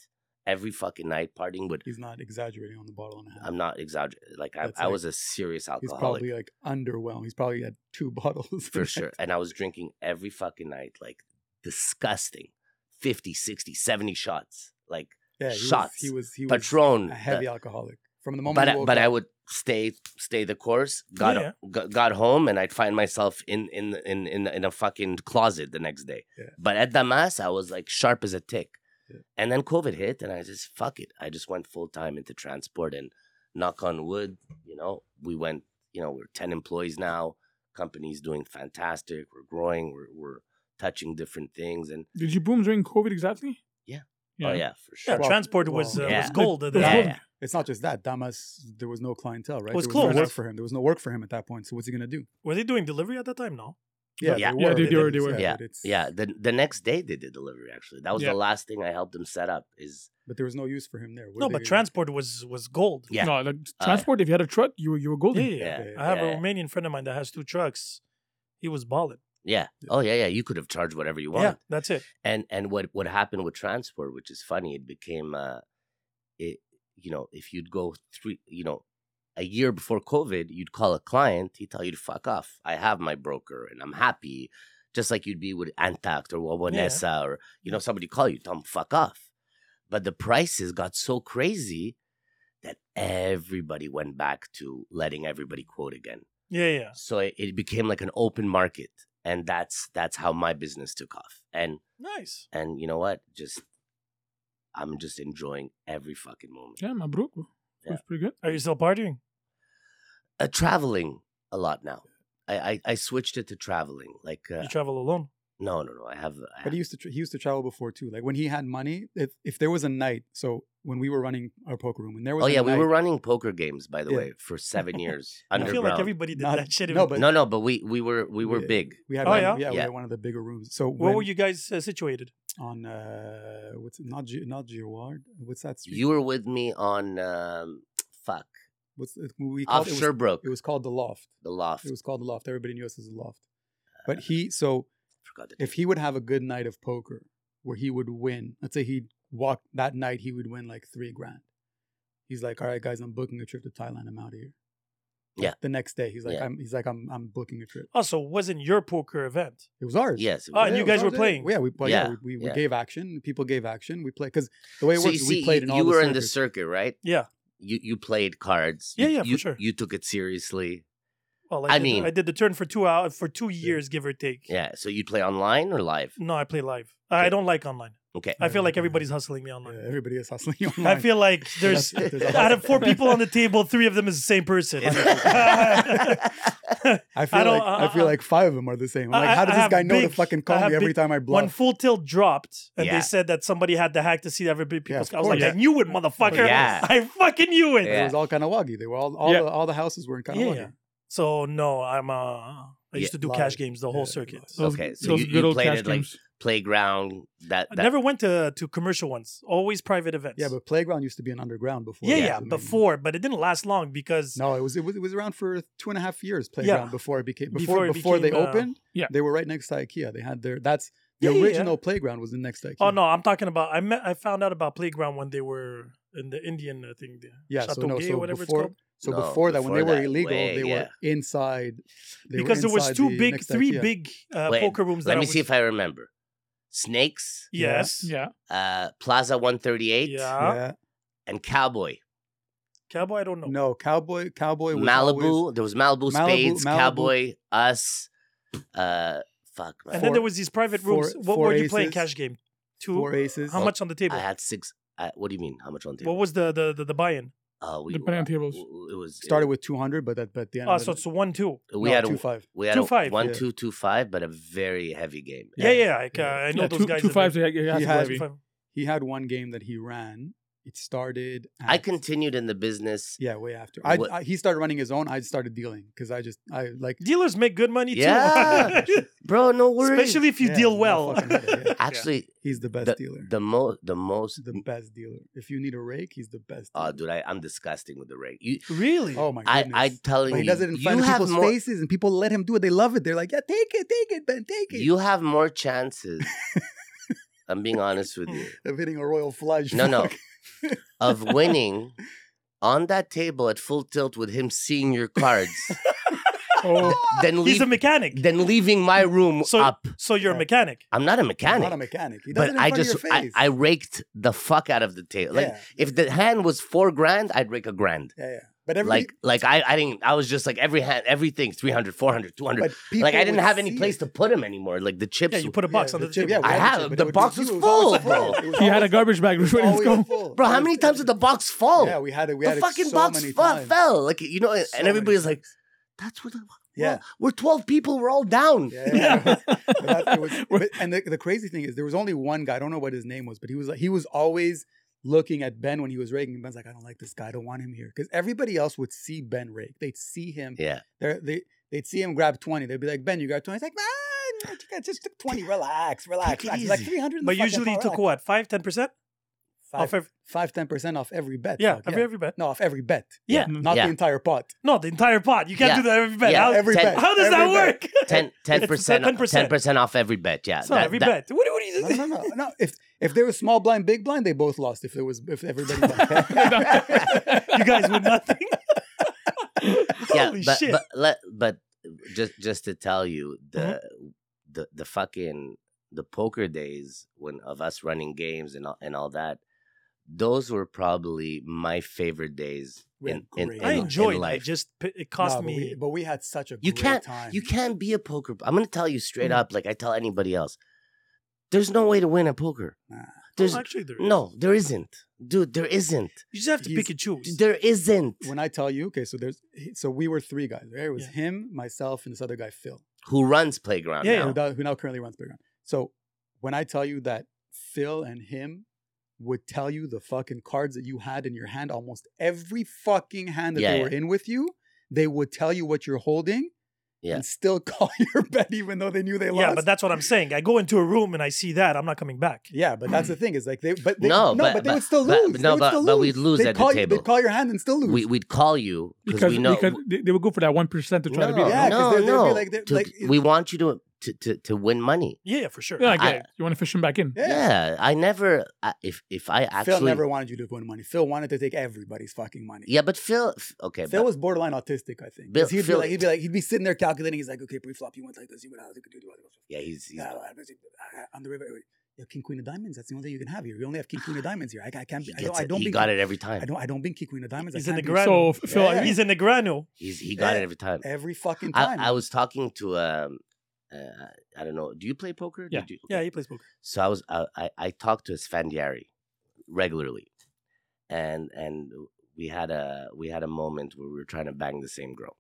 every fucking night partying with He's not exaggerating on the bottle and a half. I'm not exaggerating. Like I, That's I like- was a serious He's alcoholic probably like underwhelmed. He's probably had two bottles for sure. And I was drinking every fucking night, like disgusting 50, 60, 70 shots, like Yeah, he Shots. Was, he was he was Patron. a heavy the- alcoholic from the moment. but he I, woke but I up. would stay stay the course. Got, Yeah. got got home and I'd find myself in in in in, in a fucking closet the next day. Yeah. But at Damas, I was like sharp as a tick. Yeah. And then COVID hit, and I just fuck it. I just went full time into transport, and knock on wood, you know, we went. You know, we're ten employees now. Company's doing fantastic. We're growing. We're we're touching different things, and Did you boom during COVID exactly? Yeah. oh yeah, for sure. Yeah, Well, transport was, well, uh, yeah. was gold. at Yeah, that yeah, time. yeah. It's not just that. Damas, there was no clientele, right? It was there was no work closed. for him. There was no work for him at that point. So what's he gonna do? Were they doing delivery at that time? No. Yeah. Yeah, they do, it they is, do. but Yeah, it's- Yeah, the the next day they did delivery. Actually, that was Yeah. the last thing I helped them set up. Is But there was no use for him there. What No, are they but gonna transport was was gold. Yeah. No, like Uh, transport. if you had a truck, you were you were Yeah, golden. yeah, yeah. Yeah, I have yeah, a yeah. Romanian friend of mine that has two trucks. He was balling. yeah. Oh yeah, yeah. You could have charged whatever you want. Yeah, that's it. And and what what happened with transport, which is funny, it became uh, it you know if you'd go three you know a year before COVID, you'd call a client, he'd tell you to fuck off. I have my broker and I'm happy, just like you'd be with Antact or Wawanesa or you know somebody call you, tell them fuck off. But the prices got so crazy that everybody went back to letting everybody quote again. Yeah, yeah. So it, it became like an open market, and that's that's how my business took off. And Nice. and you know what? Just I'm just enjoying every fucking moment. Yeah, Mabruk. bro. Yeah. That's pretty good. Are you still partying? Uh, traveling a lot now. I, I I switched it to traveling. Like uh, You travel alone. no no no. I have. I But he used to tra- he used to travel before too. Like when he had money, if if there was a night, so when we were running our poker room, when there was oh a yeah, we night- were running poker games by the Yeah. way for seven years I feel underground. like everybody did Not- that shit. in- no, but- no no, but we we were we were Yeah. big. we had Oh, one- yeah? we Yeah. had one of the bigger rooms. So where were you guys uh, situated? on? Uh, what's it- not G- not Girard? What's that street? You were with me on um, fuck what's it, we off called, it, was, Sherbrooke, it was called the loft. the loft. It was called the loft. Everybody knew us as the loft. But he so Forgot the if he would have a good night of poker where he would win, let's say he'd walk that night, he would win like three grand. He's like, all right, guys, I'm booking a trip to Thailand. I'm out of here. Yeah. The next day, he's like, Yeah. I'm he's like, I'm I'm booking a trip. Also, wasn't your poker event? It was ours. Yes. it Oh, was. and it you was guys were ours, yeah. playing. Yeah, we played. Yeah, Yeah, we, we, we yeah. gave action. People gave action. We played because the way it so works, you is see, we played in you, all you the were in the circuits. circuit, right? Yeah. You you played cards. You- Yeah, yeah, for you- sure. You took it seriously. Well, I did the- mean- I did the turn for two hours for two years, give or take. Yeah. So you play online or live? No, I play live. I Okay. don't like online. Okay. I feel like Yeah. everybody's hustling me online. Yeah, everybody is hustling. I online. feel like there's That's- there's a out of hustle. four people on the table, three of them is the same person. I feel don't- like I feel uh, like five of them are the same. I'm I- like, how I- does I this have guy know to big- fucking I call have me every big- time I when bluff? Full Tilt dropped and Yeah. they said that somebody had the hack to see every Yeah, people's, of I was like, course. I knew it, motherfucker. Yeah. I fucking knew it. It was all Kanawagi. They were all all, Yeah. the, all the houses were in Yeah. Kanawagi. So no, I'm uh, I used to do Live. cash games the whole Yeah, circuit. live. Those- Okay, so those you- good you old played cash it, like- games. Playground. That, I that never went to to commercial ones. Always private events. Yeah, but playground used to be an underground before. yeah, yeah, it was the main- before, but it didn't last long because No, it was it was it was around for two and a half years playground before it became Before before it before, they became, uh, opened. Yeah. they were right next to IKEA. They had their that's the Yeah, yeah, yeah. original playground was the next to IKEA. Oh no, I'm talking about. I met. I found out about playground when they were in the Indian uh, thing there. Yeah, so Chateau no, Gay, so whatever before- it's called. So No, before that, when they before were that, illegal, way, they were inside. They were because there was inside two the big, next three IKEA. big uh, Wait, poker rooms. Let that me I see was- if I remember. Snakes, Yes. Yeah. uh, Plaza 138, Yeah. Yeah. and Cowboy. Cowboy, I don't know. No, cowboy, cowboy was Malibu. always- there was Malibu, Malibu- Spades, Malibu- Cowboy, us. Uh, fuck. And man. then there was these private four- rooms. what four were you playing aces, cash game? Two. four aces. How much on the table? I had six. I, what do you mean? How much on the What table? was the the the, the buy-in? Uh, we, Depending on tables. w- It was started with two hundred, but at but at the end. Oh, of so it- it's one two. We no, had a two five. we had Two a five, one yeah. two two five, but a very heavy game. Yeah, Yeah. yeah. Like, uh, I know yeah, those two, guys. Two that fives. make- Yeah, yeah, He yeah, had- heavy. five- He had one game that he ran. It started. I at- continued in the business. Yeah, way after. I, What- I he started running his own. I started dealing because I just I like. Dealers make good money Yeah. too. Bro, no worries. Especially if you Yeah, deal no well. fucking matter, yeah. Actually, He's the best dealer. the most the most. the best dealer. If you need a rake, he's the best. Oh, dealer. dude, I, I'm disgusting with the rake. You, really? Oh my I, goodness. I'm telling But you, he does it in you front of have people's more. faces, and people let him do it. They love it. They're like, "Yeah, take it, take it, Ben, take it." You have more chances. I'm being honest with you. of hitting a royal flush. No, no. Fuck. Of winning on that table at full tilt with him seeing your cards, Oh, then He's leave, a mechanic. then leaving my room So- up. So you're a Yeah. mechanic. I'm not a He's mechanic. not a mechanic. He does it but in I front just of your I, face. I raked the fuck out of the table. Like yeah, if the hand was four grand, I'd rake a grand. yeah, yeah. But everybody, like like I, I didn't I was just like every hand everything 300 400 200 but people like I didn't would have any see place it. to put them anymore like the chips Yeah, you were- put a box Yeah, on the, the chip- table. yeah, I we had the have chip, but the it would box be- was it was always full, bro. full. It was he had a always- garbage bag. Which way always Oh, to go? full. bro how Always many full. times did the box fall Yeah, we had it. We had the it fucking so box many fu- times. fell like you know and, So and many everybody's like times. that's what the well, Yeah. we're 12 people we're all down Yeah, yeah, yeah. But that's- it was- We're- but- and the, the crazy thing is, there was only one guy. I don't know what his name was, but he was like, he was always looking at Ben when he was raking. Ben's like, I don't like this guy. I don't want him here because everybody else would see Ben rake. They'd see him. yeah They're, they they'd see him grab twenty. They'd be like, Ben, you got twenty. He's like, Man, you got- just took twenty. Relax, relax, it relax. He's like easy. three hundred. But usually he took what? 5 10%? five Off every, five ten percent off every bet. yeah, fuck, every, every bet. no, off every bet, Yeah. Mm. not Yeah. the entire pot. No, the entire pot. You can't Yeah. do that every bet. Yeah. How, Every ten- bet. how does every that bet. work? 10 10 percent 10%. 10 percent off every bet yeah It's not that- every that- bet. What, what are you No, no, no, no. If if there was small blind, big blind, they both lost. If there was, if everybody, You guys with nothing. yeah, Holy but, shit. But, let, but just just to tell you the the the fucking the poker days when of us running games and all, and all that, those were probably my favorite days We had in, in, great in, I li- in enjoyed it. life. It just p- it cost Nah, but me. We, but we had such a You great can't- time. you can't be a poker. I'm gonna tell you straight Mm. up, like I tell anybody else. There's no way to win at poker. Nah. There's oh, actually there is. no, there isn't, dude. There isn't. You just have to He's- pick and choose. There isn't. When I tell you, okay, so there's he- so we were three guys. Right? It was Yeah. him, myself, and this other guy, Phil, Who runs playground? Yeah, now? who, now, who now currently runs Playground. So when I tell you that Phil and him would tell you the fucking cards that you had in your hand, almost every fucking hand that Yeah, they yeah. were in with you, they would tell you what you're holding. Yeah. And still call your bet even though they knew they lost. Yeah, but that's what I'm saying. I go into a room and I see that I'm not coming back. Yeah, but that's the thing is like they, but they, No, no, but- but, they but- would still but- lose. They no, would but- still but lose. we'd lose They'd at the call You, table. they'd call your hand and still lose. We we'd call you because because we know. because they, they would go for that one percent to "Oh, try to beat. No, it. Yeah, 'cause no, they'll- they'll be no. like- they're- To- like, we want you to to to, to win money. Yeah, for sure. Yeah, I get I- it. You want to fish him back in. yeah. Yeah, I never. I, if if I actually. Phil never wanted you to win money. Phil wanted to take everybody's fucking money. yeah, but Phil. f- Okay, Phil but, was borderline autistic, I think. Bill- 'Cause he'd Phil- be like, he'd be like, he'd be sitting there calculating. He's like, okay, pre-flop, you went like this, you went out, you could do it. yeah, he's, he's Yeah, on the river, you have king queen of diamonds. That's the only thing you can have here. You only have king queen of diamonds here. I, I can't. he Be, I gets don't. I it. don't he be- got it every time. I don't. I don't bring king queen of diamonds. I He's in can't the be- grand- So Phil, Yeah. I, He's in the grano. He's he got Yeah. it every time. every fucking I, time. I was talking to um, uh, I don't know. Do you play poker? Yeah. Did you- Yeah, he plays poker. So I was I I, I talked to Sfandiari regularly, and and we had a we had a moment where we were trying to bang the same girl.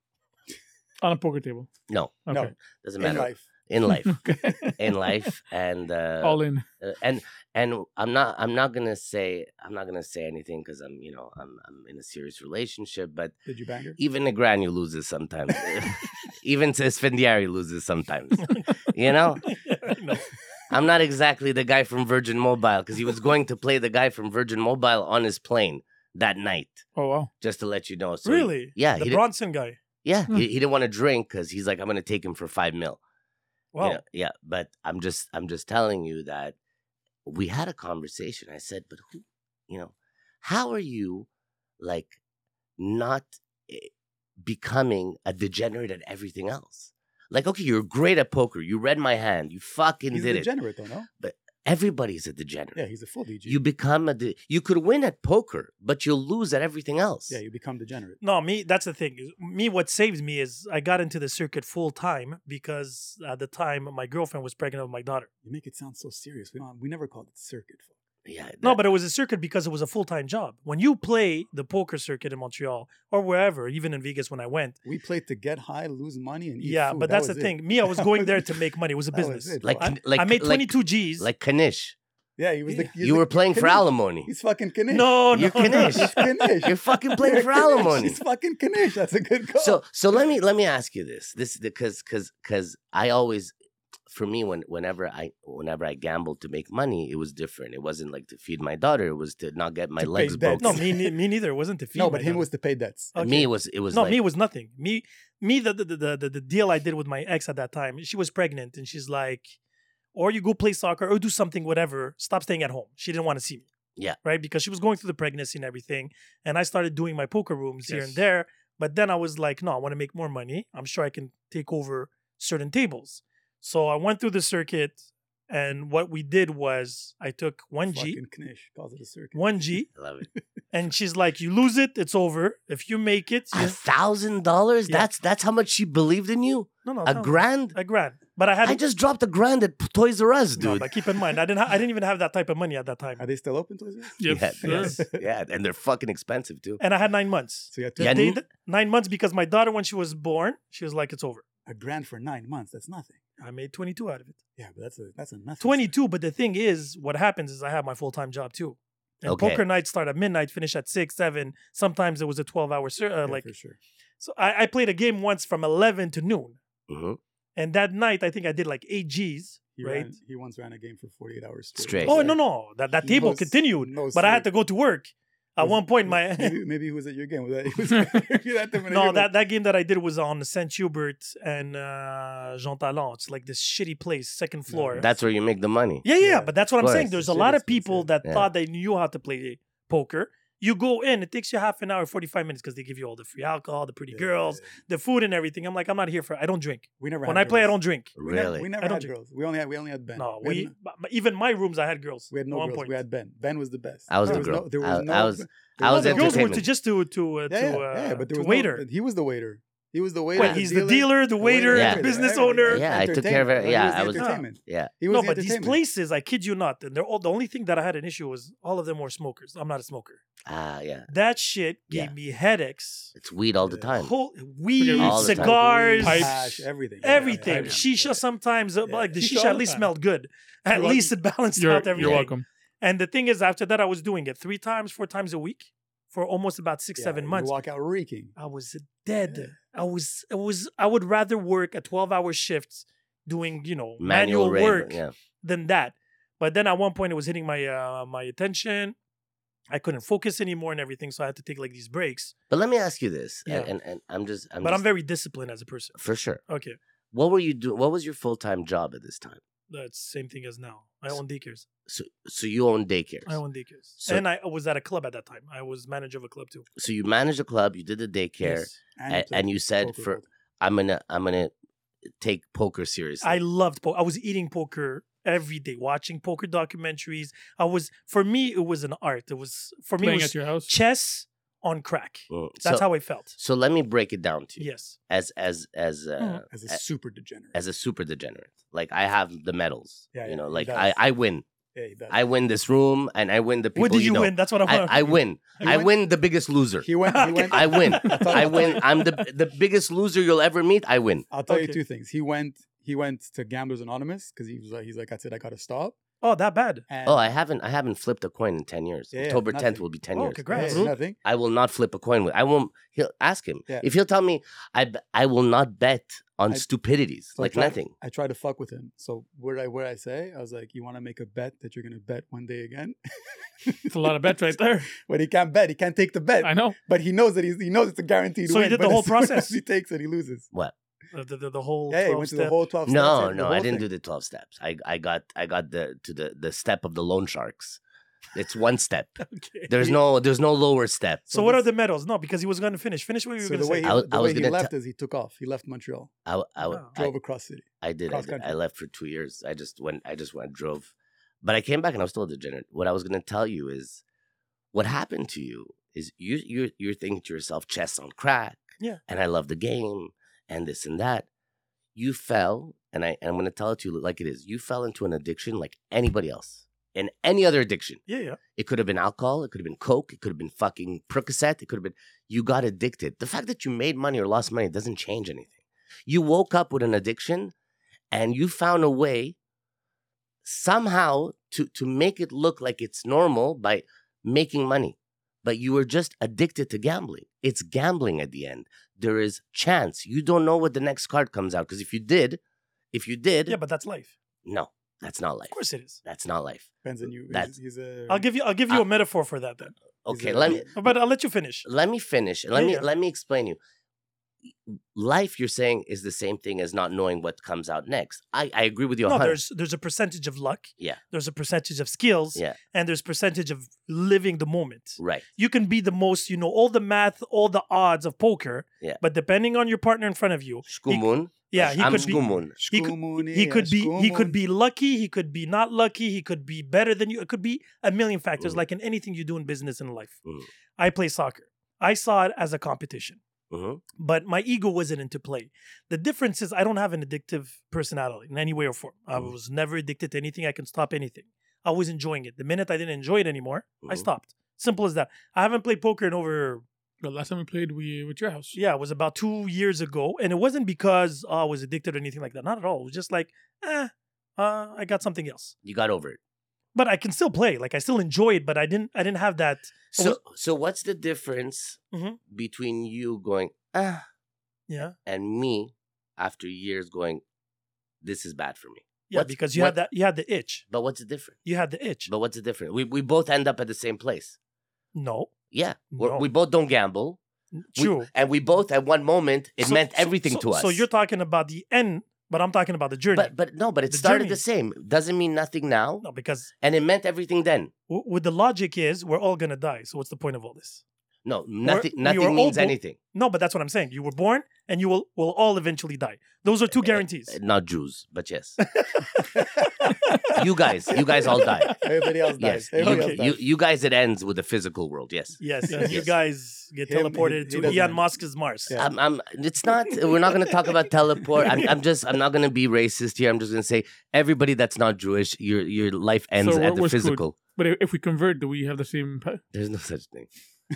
on a poker table. No, No. Okay. doesn't in matter. life. In life, okay. in life, and uh, all in. uh, and and I'm not I'm not gonna say I'm not gonna say anything because I'm you know I'm I'm in a serious relationship, but Did you bang her? even a granny loses sometimes. eh, even Sfandiari loses sometimes. you know, no. I'm not exactly the guy from Virgin Mobile because he was going to play the guy from Virgin Mobile on his plane that night, Oh wow. just to let you know. So he- Really? yeah, he The didn't, Bronson guy. yeah, Hmm. he, he didn't want to drink because he's like, I'm gonna take him for five mil. you Wow. know? yeah, but I'm just I'm just telling you that we had a conversation. I said, but who, you know, how are you, like, not eh, becoming a degenerate at everything else? Like, okay, you're great at poker. You read my hand. You fucking He's a did it. degenerate, though. No. Everybody's a degenerate. Yeah, he's a full DG. You become a de- you could win at poker, but you'll lose at everything else. yeah, you become degenerate. No, me. That's the thing. is- Me, what saves me is I got into the circuit full time because at the time my girlfriend was pregnant with my daughter. You make it sound so serious. We don't. We never called it circuit. yeah No, that- but it was a circuit because it was a full time job. When you play the poker circuit in Montreal or wherever, even in Vegas when I went, We played to get high, lose money, and eat yeah. food. But That that's the was it. thing. Me, I was That going was there it. to make money. It was a That was business. it, like bro. I, like I made like, 22 G's. like Kanish. Yeah, he was. The, he was You the were playing for Kanish. alimony. He's fucking Kanish. no, no, You're no. Kanish. he's Kanish. You're fucking playing You're for Kanish. alimony. He's fucking Kanish. That's a good call. So so let me let me ask you this. This because because because I always for me when whenever I whenever I gambled to make money, it was different. It wasn't like to feed my daughter. It was to not get my To pay legs debts. broken. No, me, ne- me neither. It wasn't to feed no, my but him daughter. was to pay debts. Okay. me it was it was no, like, me was nothing. Me, me, the the, the the the deal I did with my ex at that time. She was pregnant, and she's like, "Or you go play soccer, or do something, whatever. Stop staying at home." She didn't want to see me. Yeah. right. Because she was going through the pregnancy and everything, and I started doing my poker rooms here and Yes. there. But then I was like, "No, I want to make more money. I'm sure I can take over certain tables." So I went through the circuit, and what we did was I took one G, Fucking Kanish calls it a circuit. one G, I love it. and she's like, "You lose it, it's over. If you make it, A you- thousand dollars? Yeah. That's that's how much she believed in you? no, no, A no. grand? A grand. But I had I just dropped a grand at P- Toys R Us, No, dude. but keep in mind, I didn't. Ha- I didn't even have that type of money at that time, Are they still open to us? Yes, yeah, sir. yes, yeah, and they're fucking expensive too. and I had nine months. So you have to The Yeah, day n- th- nine months because my daughter, when she was born, she was like, "It's over." a grand for nine months. That's nothing. I made twenty two out of it. Yeah, but that's a that's a nothing. Twenty two, but the thing is, what happens is I have my full time job too. And Okay. poker nights start at midnight, finish at six, seven. Sometimes it was a twelve hour ser- uh, Yeah, like. for sure. So I-, I played a game once from eleven to noon, hmm and that night I think I did like eight Gs. He right. ran- he once ran a game for forty eight hours Straight. Oh no no, that that No table s- continued, no but I had sleep. to go to work. At Was- one point, my maybe, maybe he was at your game. Was that, he was he was at the No, that, that game that I did was on Saint Hubert and uh, Jean Talon. It's like this shitty place, second floor. That's where you make the money. yeah, yeah, yeah, but that's what of I'm saying. course. There's a Shitty lot of space, people yeah. that Yeah. thought they knew how to play poker, You go in, it takes you half an hour, 45 minutes because they give you all the free alcohol, the pretty Yeah, girls, yeah, yeah. the food and everything. I'm like, I'm not here for I don't drink. We never. When had I play, I girls. don't drink. We never, Really? we never I don't had drink. girls. We only had we only had Ben. No, we we had, but- but even my rooms I had girls. we had no at one girls. Point. We had Ben. Ben was the best. I was There the girl. no- there I- no- I was- there I was the no- girls were to entertainment. just to to uh, to uh, to no- waiter. he was the waiter. He was the waiter. Wait, he's the dealer, the waiter, Yeah. the business everything. owner. Yeah, I took care of Entertainment. it. Yeah, he was the I was- entertainment. Yeah. He was no, the but these entertainment. places, I kid you not, and they're all the only thing that I had an issue was all of them were smokers. I'm not a smoker. Ah, yeah. That shit gave Yeah. me headaches. It's weed all the time. Whole, weed, All the time. cigars, Pipes. hash, everything, everything. Yeah. Shisha sometimes, uh, Yeah. like the Shisha shisha, all at the least time. smelled good. At You're- least it balanced You're, out everything. you're welcome. And the thing is, after that, I was doing it three times, four times a week for almost about six, Yeah, seven you months. Walk out reeking. I was dead. I was, I was, I would rather work a 12 hour shift doing, you know, manual, rave, work Yeah. than that. But then at one point, it was hitting my, uh, my attention. I couldn't focus anymore and everything. So I had to take like these breaks. But let me ask you this, Yeah. and, and and I'm just, I'm but just, I'm very disciplined as a person. for sure. Okay. What were you doing? What was your full time job at this time? That's same thing as now. I own daycares. So, so you own daycares. I own daycares. So- and I was at a club at that time. I was manager of a club too. so you managed a club. You did the daycare, Yes. a- and, you said, poker "For world. I'm gonna, I'm gonna take poker seriously." I loved poker. I was eating poker every day, watching poker documentaries. I was for me it was an art. It was for me it Playing was at your house. chess on crack. Mm. That's so, how I felt. So let me break it down to you. Yes. As as as uh, Mhm. as a a- super degenerate. as a super degenerate, like I have the medals. Yeah, you yeah, know, he like does. I I win. yeah, he does. I win this room, and I win the people. what did you, you, know. win? That's what I I, want. I win. He I went- win the biggest loser. He went. He went I win. I'll tell you- I I'll tell you- win. I'm the the biggest loser you'll ever meet. I win. I'll tell you Okay. two things. He went. He went to Gamblers Anonymous because he was like, he's like, I said, I gotta stop. oh, that bad. And Oh, I haven't I haven't flipped a coin in ten years. Yeah, yeah, October tenth nothing. will be ten Oh, years. yeah, congrats. it's nothing. I will not flip a coin with. I won't. He'll ask him Yeah. if he'll tell me. I b- I will not bet on I- stupidities So I like tried- nothing. I tried to fuck with him. So what did I what did I say? I was like, you want to make a bet that you're gonna bet one day again? It's a lot of bets right there. but he can't bet. He can't take the bet. I know. But he knows that he's, he knows it's a guaranteed So he win, did the but whole as soon as process? He takes it. He loses. What? The, the, the, the whole Yeah, he 12 went to step. the whole twelve. No, no, I didn't do the twelve steps. I I got I got the to the the step of the loan sharks. It's one step. Okay. There's no there's no lower step. so what are the medals? No, because he was going to finish. Finish what you were So going to the way say. he, I was- the I was way he gonna left is he took off. He left Montreal, I I, Wow. I, drove across city. I did. I, Cross did. I country. left for two years. I just went. I just went. Drove, but I came back and I was still a degenerate. What I was going to tell you is, what happened to you is you you you're thinking to yourself, chess on crack. Yeah. And I love the game and this and that. You fell, and I and I'm going to tell it to you like it is. You fell into an addiction like anybody else in any other addiction. yeah, yeah. It could have been alcohol. It could have been coke. It could have been fucking Percocet. It could have been you got addicted. The fact that you made money or lost money doesn't change anything. You woke up with an addiction, and you found a way somehow to to make it look like it's normal by making money, but you were just addicted to gambling. It's gambling at the end. There is chance. You don't know what the next card comes out because if you did, if you did, Yeah, but that's life. no, that's not Of life. course it is. That's not life. Depends on you. That's- He's, he's a. I'll give you I'll give you I- a metaphor for that then. he's Okay, a- let me But I'll let you finish. let me finish. Let Yeah, me yeah. let me explain you. Life, you're saying, is the same thing as not knowing what comes out next. I, I agree with you. No, 100. there's there's a percentage of luck. Yeah. There's a percentage of skills. Yeah. And there's percentage of living the moment. right. You can be the most, you know, all the math, all the odds of poker. Yeah. But depending on your partner in frfront of you, Skumun. yeah, he I'm could be. Skumun. He could- Shkumuni, He could be he could Shkumun. be lucky, he could be not lucky, he could be better than you. It could be a million factors, Mhm. like in anything you do in business and life. Mhm. I play soccer. I saw it as a competition, Mhm. but my ego wasn't into play. The difference is I don't have an addictive personality in any way or form. I Mhm. was never addicted to anything. I can stop anything. I was enjoying it. The minute I didn't enjoy it anymore, I Mhm. stopped. Simple as that. I haven't played poker in over The last time we played, we were at your house. yeah, it was about two years ago, and it wasn't because uh, I was addicted or anything like that. Not at all. It was just like, eh, uh, I got something else. You got over it. But I can still play. Like I still enjoy it, but I didn't. I didn't have that. So so what's the difference Mhm. between you going ah Yeah, and me after years going, this is bad for me. yeah, What's- because you what- had that. You had the itch. But what's the difference? You had the itch. But what's the difference? We we both end up at the same place. No, Yeah, We're- No. we both don't gamble. We- true. and we both at one moment it So- meant so- everything so- to us. So you're talking about the end But I'm talking about the journey. But but no, but it The started journey. the same. Doesn't mean nothing now, no, because and it meant everything then. w- with the logic is we're all gonna die. So what's the point of all this? No, nothing. we were all nothing means bo- anything. No, but that's what I'm saying. You were born and you will will all eventually die. Those are two guarantees. Uh, Not Jews, but yes. you guys, you guys all die. Everybody else dies. Yes, Everybody you, else dies. you, you guys. It ends with the physical world. Yes. Yes, Yes. you eh, Yes. guys get Him, he- teleported he to doesn't Elon know. Musk's Mars. Yeah. I'm, I'm, it's not. We're not going to talk about teleport. I'm, I'm just. I'm not going to be racist here. I'm just going to say everybody that's not Jewish, your your life ends we're- at the we're screwed. physical. But if, if we convert, do we have the same impact? There's no such thing.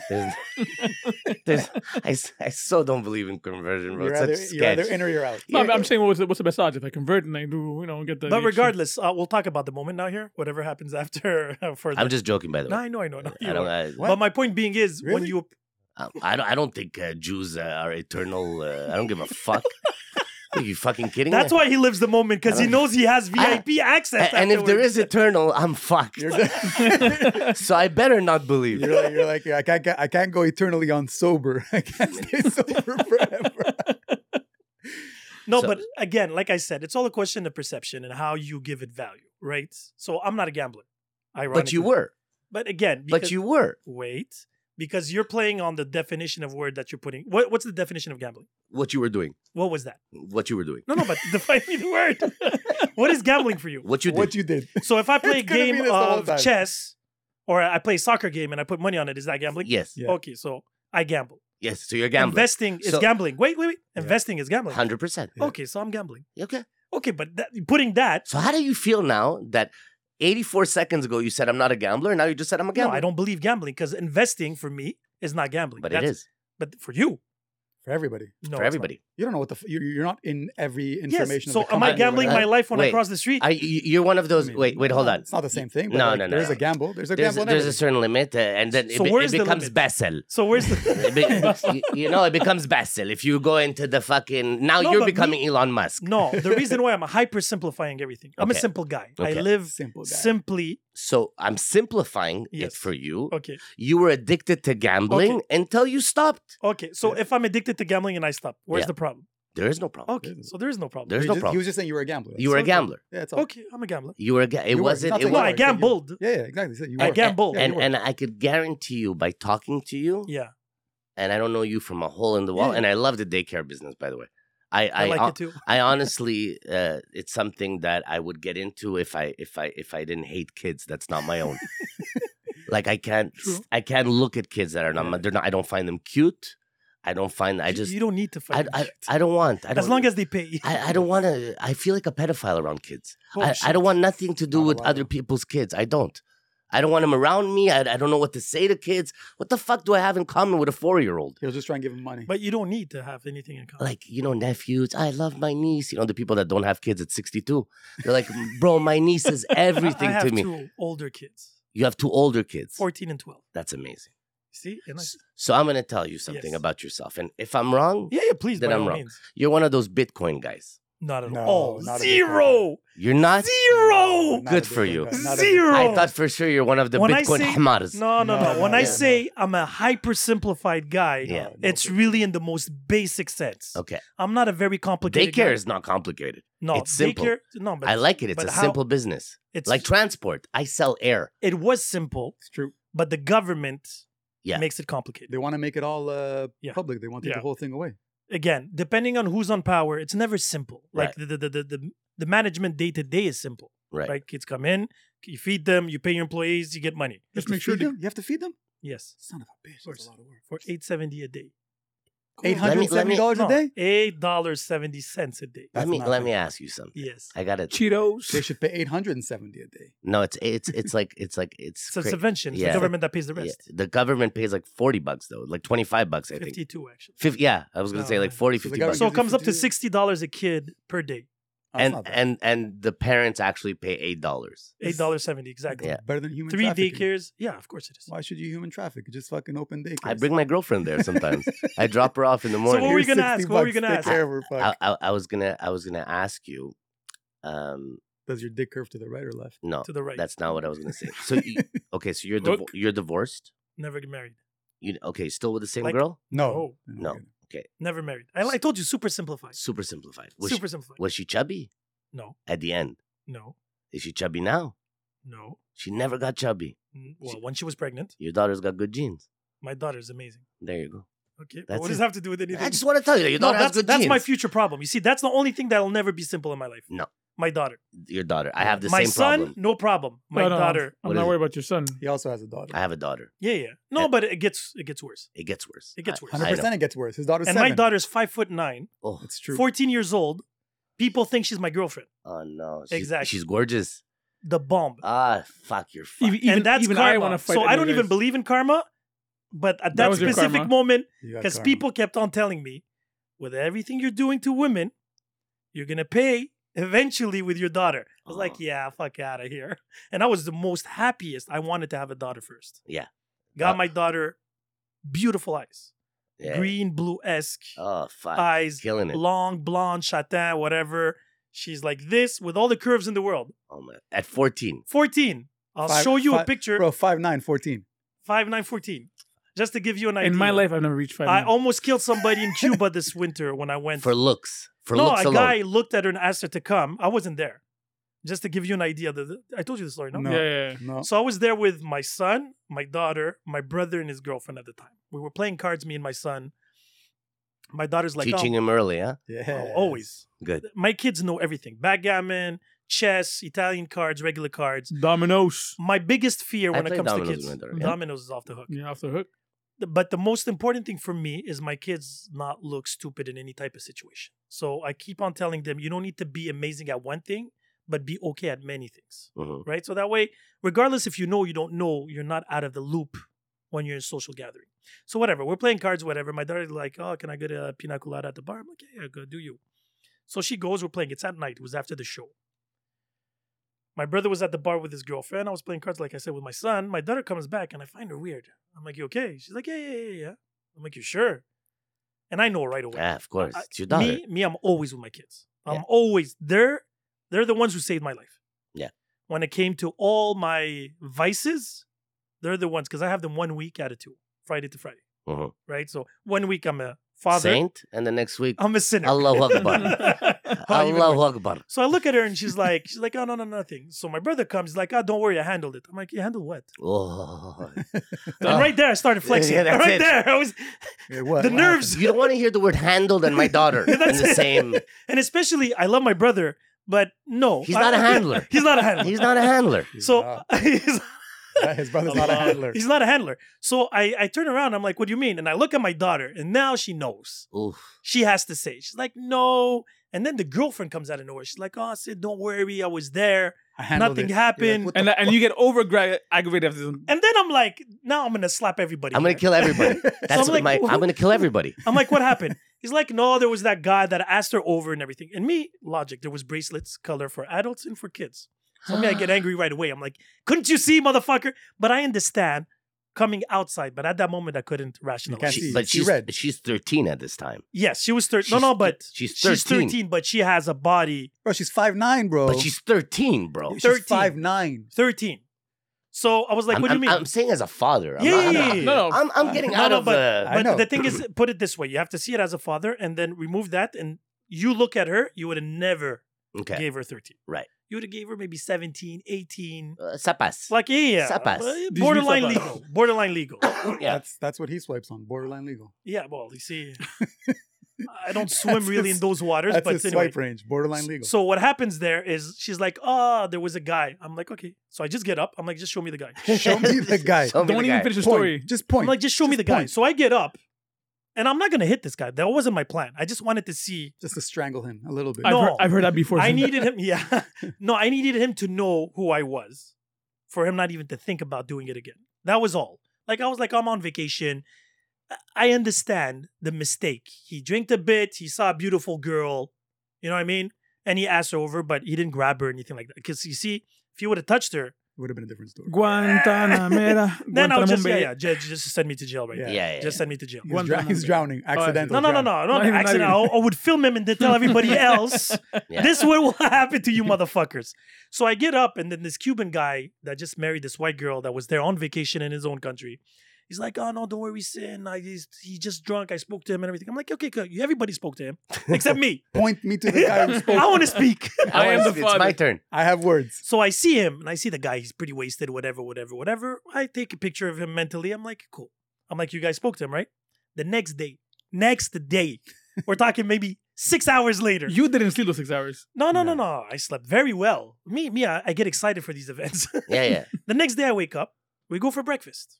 There's, there's, I, s- I so don't believe in conversion, bro. You're It's such either, you're sketch. either in or you're out. No, but I'm saying what's the, what's the best odds if I convert and I do, you know, get the. But extra- regardless, uh, we'll talk about the moment now here. Whatever happens after for I'm just joking, by the No, way. I know, I know. No, you I don't. are. I, What? But my point being is when Really? you I, I don't. I don't think uh, Jews uh, are eternal. Uh, I don't give a fuck. are you fucking kidding That's me? why he lives the moment because he knows he has I- VIP access. A- and if there is afterwards. eternal, I'm fucked. You're, good. so I better not believe. you're like, you're like I, can't, I can't go eternally on sober. I can't stay sober forever. no, So- but again, like I said, it's all a question of perception and how you give it value, right? So I'm not a gambler, ironically. But you were. But again, But because, you were. wait because you're playing on the definition of word that you're putting. What, what's the definition of gambling? What you were doing. What was that? What you were doing. No, no, but define me the word. what is gambling for you? What you did. What you did. So if I play a It's gonna be game this the whole of time. chess or I play a soccer game and I put money on it, is that gambling? yes. Yeah. Okay, so I gamble. Yes. So you're gambling. Investing is So- gambling. Wait, wait, wait. Yeah. Investing is gambling. Hundred percent. Yeah. Okay, so I'm gambling. Okay. Okay, but that, putting that, So how do you feel now that 84 seconds ago you said I'm not a gambler, and now you just said I'm a no, gambler? I don't believe gambling because investing for me is not gambling. But it That's- is But for you, For everybody. no, for it's not. everybody. You don't know what the f- you're, you're not in every information. Yes. So of the am I company, gambling whatever. my life when I Wait. cross the street? I, you- you're one of those. I mean, wait, wait, hold on. It's not the same thing. But No, like, no, no, There's no. a gamble. There's a There's, gamble. in there's a everything. certain limit, uh, and then it, So be- where it is the becomes limit? Basel. so where's It the be- y- you know, it becomes Basel. If you go into the fucking now, No, you're but me- becoming Elon Musk. no? The reason why I'm hyper simplifying everything. I'm a Okay. simple guy. I Okay. live simple guy. simply. So I'm simplifying Yes. it for you. Okay. You were addicted to gambling until you stopped. Okay. So Yeah. if I'm addicted to gambling and I stop, where's Yeah. the problem? There is no problem. Okay. So there is no problem. There's He no just- He problem. was just saying you were a gambler. You were a That's all. gambler. Yeah, that's all. Okay, I'm a gambler. You were a ga- it You were. wasn't Not it that you No, were. was I gambled. Yeah, yeah, exactly. So you I were. gambled. Yeah, you and were. and I could guarantee you by talking to you, Yeah, and I don't know you from a hole in the wall. Yeah. And I love the daycare business, by the way. I I I, like hon- it too. I honestly, uh, it's something that I would get into if I if I if I didn't hate kids. That's not my own. like I can't True. I can't look at kids that are not my- Yeah. they're not. I don't find them cute. I don't find I You- just you don't need to I, fight. I I don't want. I as don't- long as they pay. you. I, I don't want to. I feel like a pedophile around kids. Oh, I, I shit. don't want nothing to do Not with allowed. other people's kids. I don't. I don't want them around me. I, I don't know what to say to kids. What the fuck do I have in common with a four year old? He was just trying to give him money. But you don't need to have anything in common. Like, you know, nephews, I love my niece. You know, the people that don't have kids at 62. They're like, bro, my niece is I- everything I have to me. two older kids, You have two older kids. 14 and 12. That's amazing. See, and I, S- So I'm going to tell you something Yes. about yourself. And if I'm wrong, yeah, yeah, please. Then by I'm all wrong. means. you're one of those Bitcoin guys. Not at No, all. not a big Zero. You're not. Zero. Not a Good big for thing, you. guys. Not a big- Zero. I thought for sure you're one of the When I Bitcoin say- Hamaras. No, no, No, no. no, When I yeah, say I'm a hyper simplified guy, Yeah. No, no. it's really in the most basic sense. Okay. I'm not a very complicated. Daycare guy. is not complicated. no it's simple. Daycare, no, but I like it. It's but a how- simple business. It's Like transport. I sell air. it was simple, It's true. but the government Yeah. makes it complicated. They want to make it all uh, Yeah. public. They want to take Yeah. the whole thing away. Again, depending on who's on power, it's never simple. Like the, the the the the management day to day is simple. Right. Right? Kids come in, you feed them, you pay your employees, you get money. You have Just to make sure feed they- them. You have to feed them. Yes, Son of a bitch. course. That's a lot of work. for eight seventy a day. Eight Let hundred me- and let me- seventy dollars a No, day. eight dollars seventy cents a day. Let That's me let nothing. me ask you something. Yes, I gotta They Cheetos. should pay eight hundred and seventy a day. no. It's it's it's like it's like it's it's a cra- subvention. It's Yeah. the government that pays the yeah, rest. the government pays like forty bucks though, like twenty five bucks I think. 52 actually. Fif- yeah, I was gonna say like Oh, 40, so the 50 government bucks. So it comes up to 52. $60 a kid per day. Oh, it's and not bad. and and the parents actually pay eight dollars. $8.70 exactly. Yeah. better than human Three trafficking. daycares. Yeah, of course it is. Why should you human traffic? Just fucking open daycare. I bring my girlfriend there sometimes. I drop her off in the morning. what were you gonna ask? What were you gonna ask? I, I, I was gonna I was gonna ask you. Um, Does your dick curve to the right or left? no, To the right. that's not what I was gonna say. So you, okay, so you're Hook. divo- you're divorced. Never get married. You okay? Still with the same Like- girl? No. No. Okay. Never married. I, I told you, super simplified. Super simplified. Was, Super she, simplified. was she chubby No, at the end? no, Is she chubby now? no. She never got chubby. Mm, Well, when she was pregnant, Your daughter's got good genes. my daughter's amazing. There you go. Okay, but That's what does it. it have to do with anything? I just want to tell you that your no, daughter has that's good that's genes. my future problem. You see, that's the only thing that'll never be simple in my life. No. my daughter. your daughter. I have the my same son, problem. no problem. My No, no, daughter, What I'm is not it? worried about your son. He also has a daughter. I have a daughter. yeah, yeah. No, Uh, but it gets it gets worse. It gets worse. It gets I- worse. I know. 100% it gets worse. His daughter's and seven. my daughter's five foot nine, Oh, It's true. 14 years old. People think she's my girlfriend. oh no. She's, Exactly. She's gorgeous. The bomb. Ah, fuck your fuck. Even, even, and that's even karma. I want to fight. so I don't Emily even Grace. believe in karma, but at That that, was your specific karma. moment, You got because karma. people kept on telling me, with everything you're doing to women, you're gonna pay eventually with your daughter. I was Oh. like, yeah, fuck out of here. And I was the most happiest. I wanted to have a daughter first. Yeah. Got Uh, my daughter beautiful eyes. Yeah. Green, blue esque Oh fuck. eyes, Killing it. long, blonde, châtain, whatever. She's like this with all the curves in the world. Oh my. At 14. 14. I'll Five- show you a five- picture. Bro, 5'9", 14. Five nine fourteen. Just to give you an idea. In my life, I've never reached five. I nine. almost killed somebody in Cuba this winter when I went. For looks. For no, looks a alone. guy looked at her and asked her to come. I wasn't there. Just to give you an idea, that I told you the story, no? No. Yeah, yeah, yeah. No. So oh, I was there with my son, my daughter, my brother, and his girlfriend at the time. We were playing cards, me and my son. My daughter's like, Teaching oh, him early, huh? Yeah. oh, always. Good. My kids know everything: backgammon, chess, Italian cards, regular cards. Dominoes. My biggest fear I when it play comes to dominoes kids, with my daughter, yeah. dominoes is off the hook. You're off the hook. the- but the most important thing for me is my kids not look stupid in any type of situation. So I keep on telling them you don't need to be amazing at one thing, but be okay at many things, Mhm. right? So that way, regardless if you know you don't know, you're not out of the loop when you're in social gathering. So whatever, we're playing cards, whatever. My daughter's like, "Oh, can I get a pina colada at the bar?" I'm like, "Yeah, yeah, go do you." So she goes. We're playing. It's at night. It was after the show. My brother was at the bar with his girlfriend. I was playing cards, like I said, with my son. My daughter comes back and I find her weird. I'm like, you okay? She's like, yeah, yeah, yeah, yeah. I'm like, you sure? And I know right away. Yeah, of course. I- It's your daughter. Me, me, I'm always with my kids. I'm Yeah. always they're they're the ones who saved my life. Yeah. When it came to all my vices, they're the ones because I have them one week attitude, Friday to Friday, Mhm. right? So one week I'm a father, Saint, and the next week, I'm a sinner. Allahu Akbar. How you gonna Allahu Akbar. so I look at her and she's like, she's like, oh no, no, nothing. So my brother comes, he's like, oh, don't worry, I handled it. I'm like, you handled what? Oh. And right there, I started flexing. Yeah, that's right it. there, I was Yeah, what? the What nerves, You don't want to hear the word handled and my daughter in That's the it. same. and especially I love my brother, but no, He's I- not a handler. he's not a handler. He's not a handler. happened? so Wow. he's, his brother's not a Allah. handler. he's not a handler. So I, I turn around. I'm like, what do you mean? And I look at my daughter, and now she knows. Oof. She has to say. She's like, no. And then the girlfriend comes out of nowhere. She's like, oh, Sid, don't worry. I was there. I handled Nothing it. happened. You're like, what And the and you get over gra- aggravated after this. And then I'm like, now I'm going to slap everybody. I'm gonna here. kill everybody. That's I'm what like, my. I'm gonna kill everybody. I'm like, what happened? He's like, no, there was that guy that asked her over and everything. And me, logic, there was bracelets, color for adults and for kids. So me, I get angry right away. I'm like, couldn't you see, motherfucker? But I understand coming outside. But at that moment, I couldn't rationalize. can't She- see. but She she's read. she's 13 at this time. Yes, she was 13. She's- No, no, but she's she's 13. 13, but she has a body Bro, she's five nine, Oh. bro. But she's 13, bro. she's 13. five nine. 13. So I was like, I'm, what do you I'm- mean? I'm saying as a father. I'm Yeah, not- yeah, yeah, yeah. No, no. I'm, I'm getting No, out no, of the. I but know. the thing is, put it this way: you have to see it as a father, and then remove that, and you look at her. You would have never Okay. gave her thirteen, Right. You would have gave her maybe 17, 18. Uh, Sapas. Like yeah, yeah, Ça passe. uh, Did you borderline ça passe? legal, borderline legal. yeah. That's that's what he swipes on. Borderline legal. Yeah, well, you see, I don't swim That's really his- in those waters, That's but his anyway. swipe range. Borderline legal. So what happens there is she's like, "Ah, there was a guy." I'm like, "Okay." So I just get up. I'm like, "Just show me the guy." Show me the guy. Show me Don't the even guy. finish the Point. story. Just point. I'm like, "Just show me Just the guy." point. So I get up, and I'm not gonna hit this guy. That wasn't my plan. I just wanted to see just to strangle him a little bit. I've, No. heard, I've heard that before. I Sid. needed him. Yeah. No, I needed him to know who I was for him not even to think about doing it again. That was all. Like, I was like, I'm on vacation. I- I understand the mistake. He drank a bit. He saw a beautiful girl. You know what I mean? And he asked her over, but he didn't grab her or anything like that. Because you see, if you would have touched her, It would have been a different story. Guantanamera. then I would just, yeah, Guantanamo yeah, just, just send me to jail right Yeah. Yeah, now. yeah. Just send me to jail. He's, dr- he's Guantanamo. drowning. Accidental. Oh, No, no, no, drowning. no, no, Not even- not accident. I, even. I would film him and then tell everybody else. Yeah. This is what will happen to you, motherfuckers. So I get up, and then this Cuban guy that just married this white girl that was there on vacation in his own country, He's like, oh no, don't worry, sin. I he's, he just drunk. I spoke to him and everything. I'm like, okay, good. Everybody spoke to him except me. Point me to the guy who I spoke. want to speak. I am the it's father. my turn. I have words. So I see him and I see the guy. He's pretty wasted, whatever, whatever, whatever. I take a picture of him mentally. I'm like, cool. I'm like, you guys spoke to him, right? The next day, next day, we're talking maybe six hours later. You didn't sleep those six hours. No, no, no, no. I slept very well. Me, me, I, I get excited for these events. Yeah, yeah. the next day I wake up, we go for breakfast.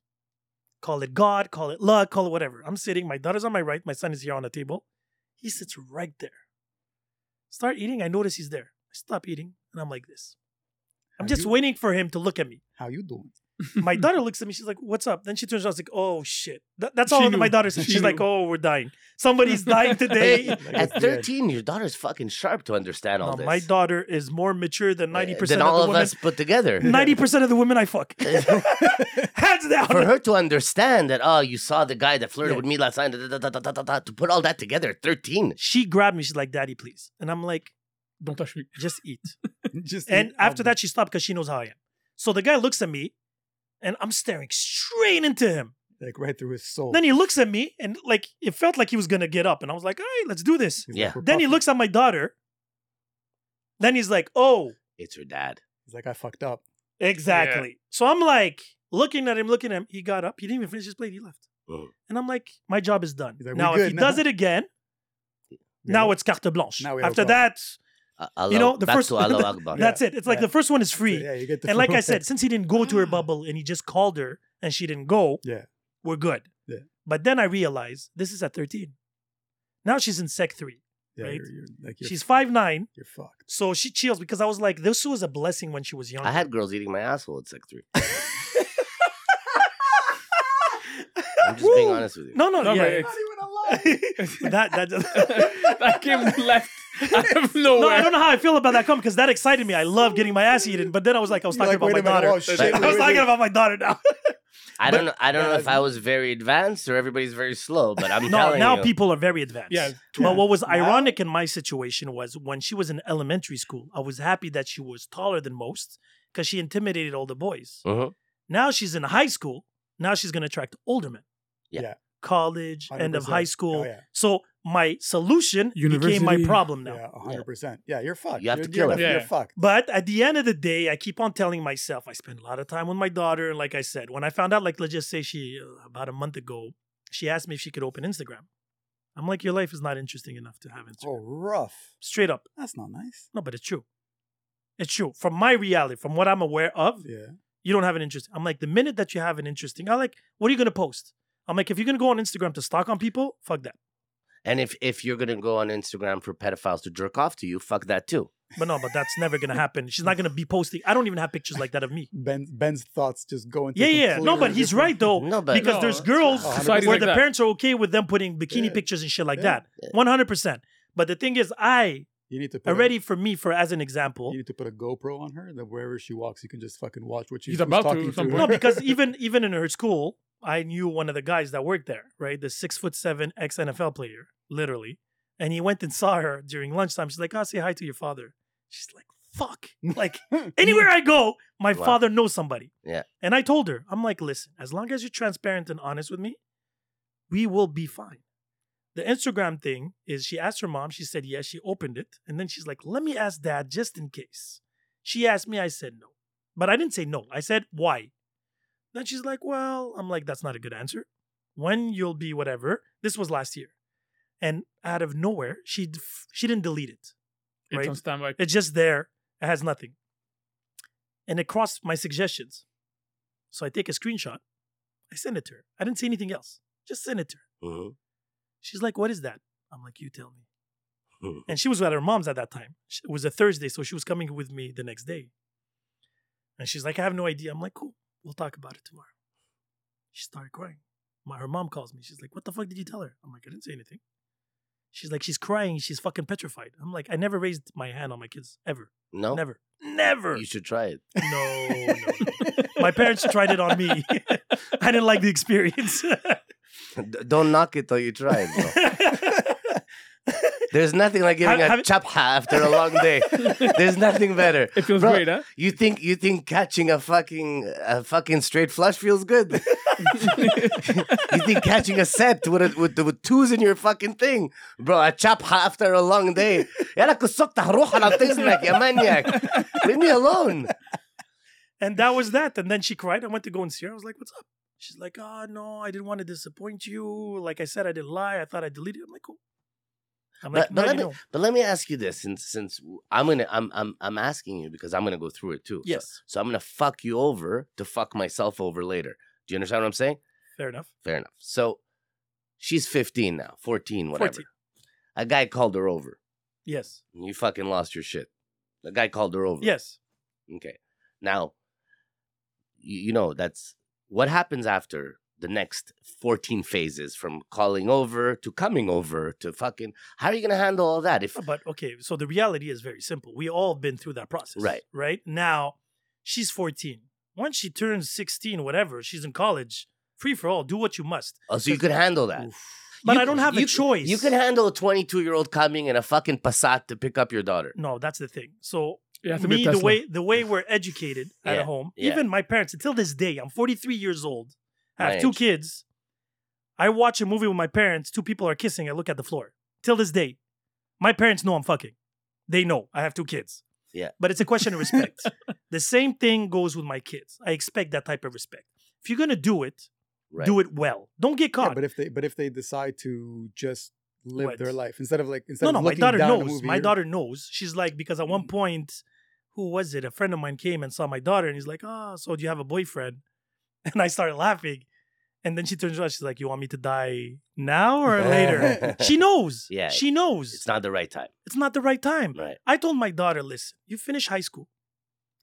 Call it God, call it luck, call it whatever. I'm sitting, my daughter's on my right, my son is here on the table. He sits right there. Start eating, I notice he's there. I stop eating, and I'm like this. I'm Are just you- waiting for him to look at me. How you doing? My daughter looks at me, she's like, What's up? Then she turns around, she's like, Oh shit. Th- that's all She that my knew. daughter says. She She's like, knew. Oh, we're dying. Somebody's dying today. But At 13, your daughter's fucking sharp to understand all No, this. my daughter is more mature than 90% Uh, of than the all of women us put together. 90% of the women I fuck. Hands down. For her to understand that, oh, you saw the guy that flirted Yeah. with me last night, da, da, da, da, da, da, da, to put all that together at 13. She grabbed me. She's like, Daddy, please. And I'm like, Don't touch me. just eat. Just and eat after album. that, she stopped because she knows how I am. So the guy looks at me and I'm staring straight into him. like right through his soul. Then he looks at me and like it felt like he was gonna get up. And I was like, all right, let's do this. He's Yeah. we're Then he puffing. looks at my daughter. Then he's like, oh, It's her dad. He's like, I fucked up. exactly. So I'm like looking at him, looking at him. He got up. He didn't even finish his plate. He left. Mm. And I'm like, my job is done. He's like, we now, if good he now. does it again, Yeah. now it's carte blanche. Now we have a After problem. that, Uh, Allah, You know, the back first- to Allah Akbar. Yeah. that's it. It's like Yeah. the first one is So, free. Yeah, you get the and like I full- said, since he didn't go to her bubble and he just called her and she didn't go, Yeah. we're good. Yeah. But then I realized this is at 13. Now she's in sec three. yeah, right? you're, you're, like, you're, she's five nine, You're fucked. so she chills because I was like, this was a blessing when she was young. I had girls eating my asshole at sec three. I'm just being Woo. honest with you. No, no, No, yeah. but it's- that that I came left out of No, nowhere. I don't know how I feel about that comment because that excited me. I love getting my ass eaten, but then I was like, I was You're talking like, about my wait daughter. a minute, oh, shit, Like, I was wait a talking minute. about my daughter now. I don't know. I don't know Yeah, if I was very advanced or everybody's very slow, but I'm No, telling now you. people are very advanced. Yeah. But what was Now- ironic in my situation was when she was in elementary school, I was happy that she was taller than most because she intimidated all the boys. Mhm. Now she's in high school. Now she's going to attract older men. Yeah. Yeah. College, end of 100%. high school. Oh, yeah. So my solution became my University. problem now. Yeah, 100%. Yeah, you're fucked. You have you're, to kill you're, it. You're Yeah. fucked. But at the end of the day, I keep on telling myself I spend a lot of time with my daughter. And like I said, when I found out, like let's just say she uh, about a month ago, she asked me if she could open Instagram. I'm like, your life is not interesting enough to have Instagram. Oh, rough. Straight up, That's not nice. no, but it's true. It's true. From my reality, from what I'm aware of, Yeah. you don't have an interest. I'm like, the minute that you have an interesting, I like, what are you gonna post? I'm like, if you're gonna go on Instagram to stalk on people, fuck that. And if if you're gonna go on Instagram for pedophiles to jerk off to you, fuck that too. But no, but that's never gonna happen. She's not gonna be posting. I don't even have pictures like that of me. Ben, Ben's thoughts just go into Yeah, yeah. No, but he's right though. No, but because No, there's that's- girls Oh, where Society's like the that. parents are okay with them putting bikini Yeah. pictures and shit like Yeah. that. One hundred percent. But the thing is, I You need to put already for me, for as an A, example, you need to put a GoPro on her. That wherever she walks, you can just fucking watch what she's He's about to talking at some to. point. no, because even even in her school, I knew one of the guys that worked there, right? The six foot seven ex NFL player, literally. And he went and saw her during lunchtime. She's like, "I'll say hi to your father." She's like, "Fuck!" Like anywhere I go, my Wow. father knows somebody. Yeah. And I told her, I'm like, "Listen, as long as you're transparent and honest with me, we will be fine." The Instagram thing is, she asked her mom. She said yes. She opened it, and then she's like, "Let me ask dad just in case." She asked me. I said no, but I didn't say no. I said why. Then she's like, Well, I'm like, That's not a good answer. When you'll be whatever. This was last year. And out of nowhere, she d- f- she didn't delete it. It's Right. on standby. It's just there. It has nothing. And it crossed my suggestions. So I take a screenshot. I send it to her. I didn't say anything else. Just send it to her. Mhm. She's like, What is that? I'm like, You tell me. Mhm. And she was at her mom's at that time. Sh- It was a Thursday, so she was coming with me the next day. And she's like, I have no idea. I'm like, cool, we'll talk about it tomorrow. She started crying. My, her mom calls me. She's like, What the fuck did you tell her? I'm like, I didn't say anything. She's like, She's crying. She's fucking petrified. I'm like, I never raised my hand on my kids, ever. No, Never. Never. Oh. you should try it. No, no, no. my parents tried it on me. I didn't like the experience. D- Don't knock it till you try it. bro. There's nothing like giving Have- a have- chapha after a long day. There's nothing better. It feels Bro, great, huh? You think you think catching a fucking a fucking straight flush feels good? you think catching a set with a, with, the, with twos in your fucking thing, bro? A chapha after a long day. يلا كسوكت هروح على تزنك يا maniac. Leave me alone. And that was that. And then she cried. I went to go and see her. I was like, what's up? She's like, oh, no, I didn't want to disappoint you. Like I said, I didn't lie. I thought I deleted it. I'm like, cool. I'm like, But, but now let you me know. but let me ask you this since since I'm gonna I'm I'm I'm asking you because I'm gonna go through it too. So- Yes. so I'm gonna fuck you over to fuck myself over later. Do you understand what I'm saying? Fair enough. Fair enough. So she's 15 now, 14, whatever. 14. A guy called her over. Yes. and You fucking lost your shit. The guy called her over. Yes. Okay. Now, you, you know, that's what happens after the next 14 phases from calling over to coming over to fucking. How are you going to handle all that? If But okay, so the reality is very simple. We all been through that process. Right. Right. Now, she's 14. Once she turns 16, whatever, she's in college. Free for all. Do what you must. oh, so you could handle that. But You I don't could- have a you- choice. You could handle a 22 year old coming in a fucking Passat to pick up your daughter. No, that's the thing. So You have to be me a the Tesla. way the way we're educated Yeah, at home yeah. even my parents until this day i'm 43 years old I My have two age. kids i watch a movie with my parents two people are kissing i look at the floor till this day my parents know i'm fucking they know i have two kids Yeah. but it's a question of respect the same thing goes with my kids i expect that type of respect if you're gonna do it Right. do it well don't get Yeah, caught but if they but if they decide to just live What? their life instead of like instead no of no my looking daughter down at a knows movie, Mm. my you're- daughter knows she's like because at one point who was it a friend of mine came and saw my daughter and he's like oh so do you have a boyfriend and i started laughing and then she turns around she's like you want me to die now or later she knows Yeah. she knows It's not the right time. it's not the right time Right. i told my daughter listen you finish high school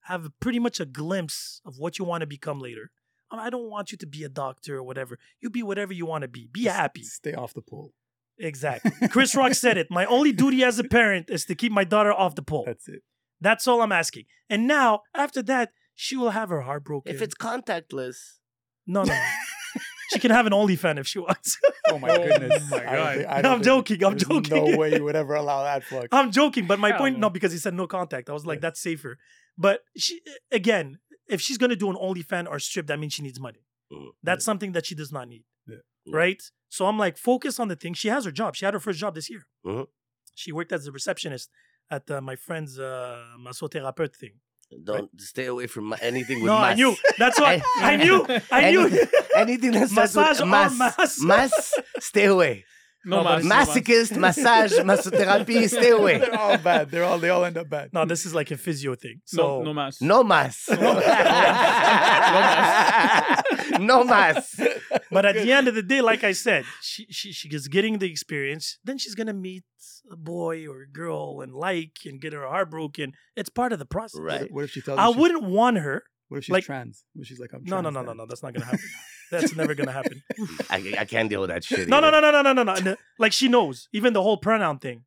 have pretty much a glimpse of what you want to become later i don't want you to be a doctor or whatever you be whatever you want to be be happy Stay off the pool. Exactly. Chris Rock said it. My only duty as a parent is to keep my daughter off the pole. That's it. That's all I'm asking. And now, after that, she will have her heart broken. If it's contactless, no, no, no. she can have an OnlyFan if she wants. Oh my Oh goodness. my I don't God. think- I don't I'm think- joking. I'm there's joking. No way you would ever allow that fuck. I'm joking. But my Hell point, no. no, because he said no contact. I was like, that's safer. But she, again, if she's gonna do an OnlyFan or strip, that means she needs money. Mhm. That's something that she does not need. Yeah. Right? So I'm like, focus on the thing. She has her job. She had her first job this year. Mhm. She worked as a receptionist at uh, my friend's uh, massothérapeute thing. Don't stay away from ma- anything with no, mass. I knew. That's why I knew. I knew. Anything, anything that starts Massage with or mass, mass. mass, stay away. No, man. Masochist, massage, eh, massotherapy, stay away. They're all bad. They're all they all end up bad. no, this is like a physio thing. So No, no mass. No mass. No mass. no mass. but at the end of the day, like I said, she she she is getting the experience. Then she's gonna meet a boy or a girl and like and get her heart broken. It's part of the process. What if- Right. What if she tells I you she's- wouldn't want her. What if she's like- trans? What if she's like I'm No, no, trans no, no, then? no. That's not gonna happen. That's never gonna happen. I, I can't deal with that shit. No, no, either. no, no, no, no, no, no. And, uh, Like she knows. Even the whole pronoun thing.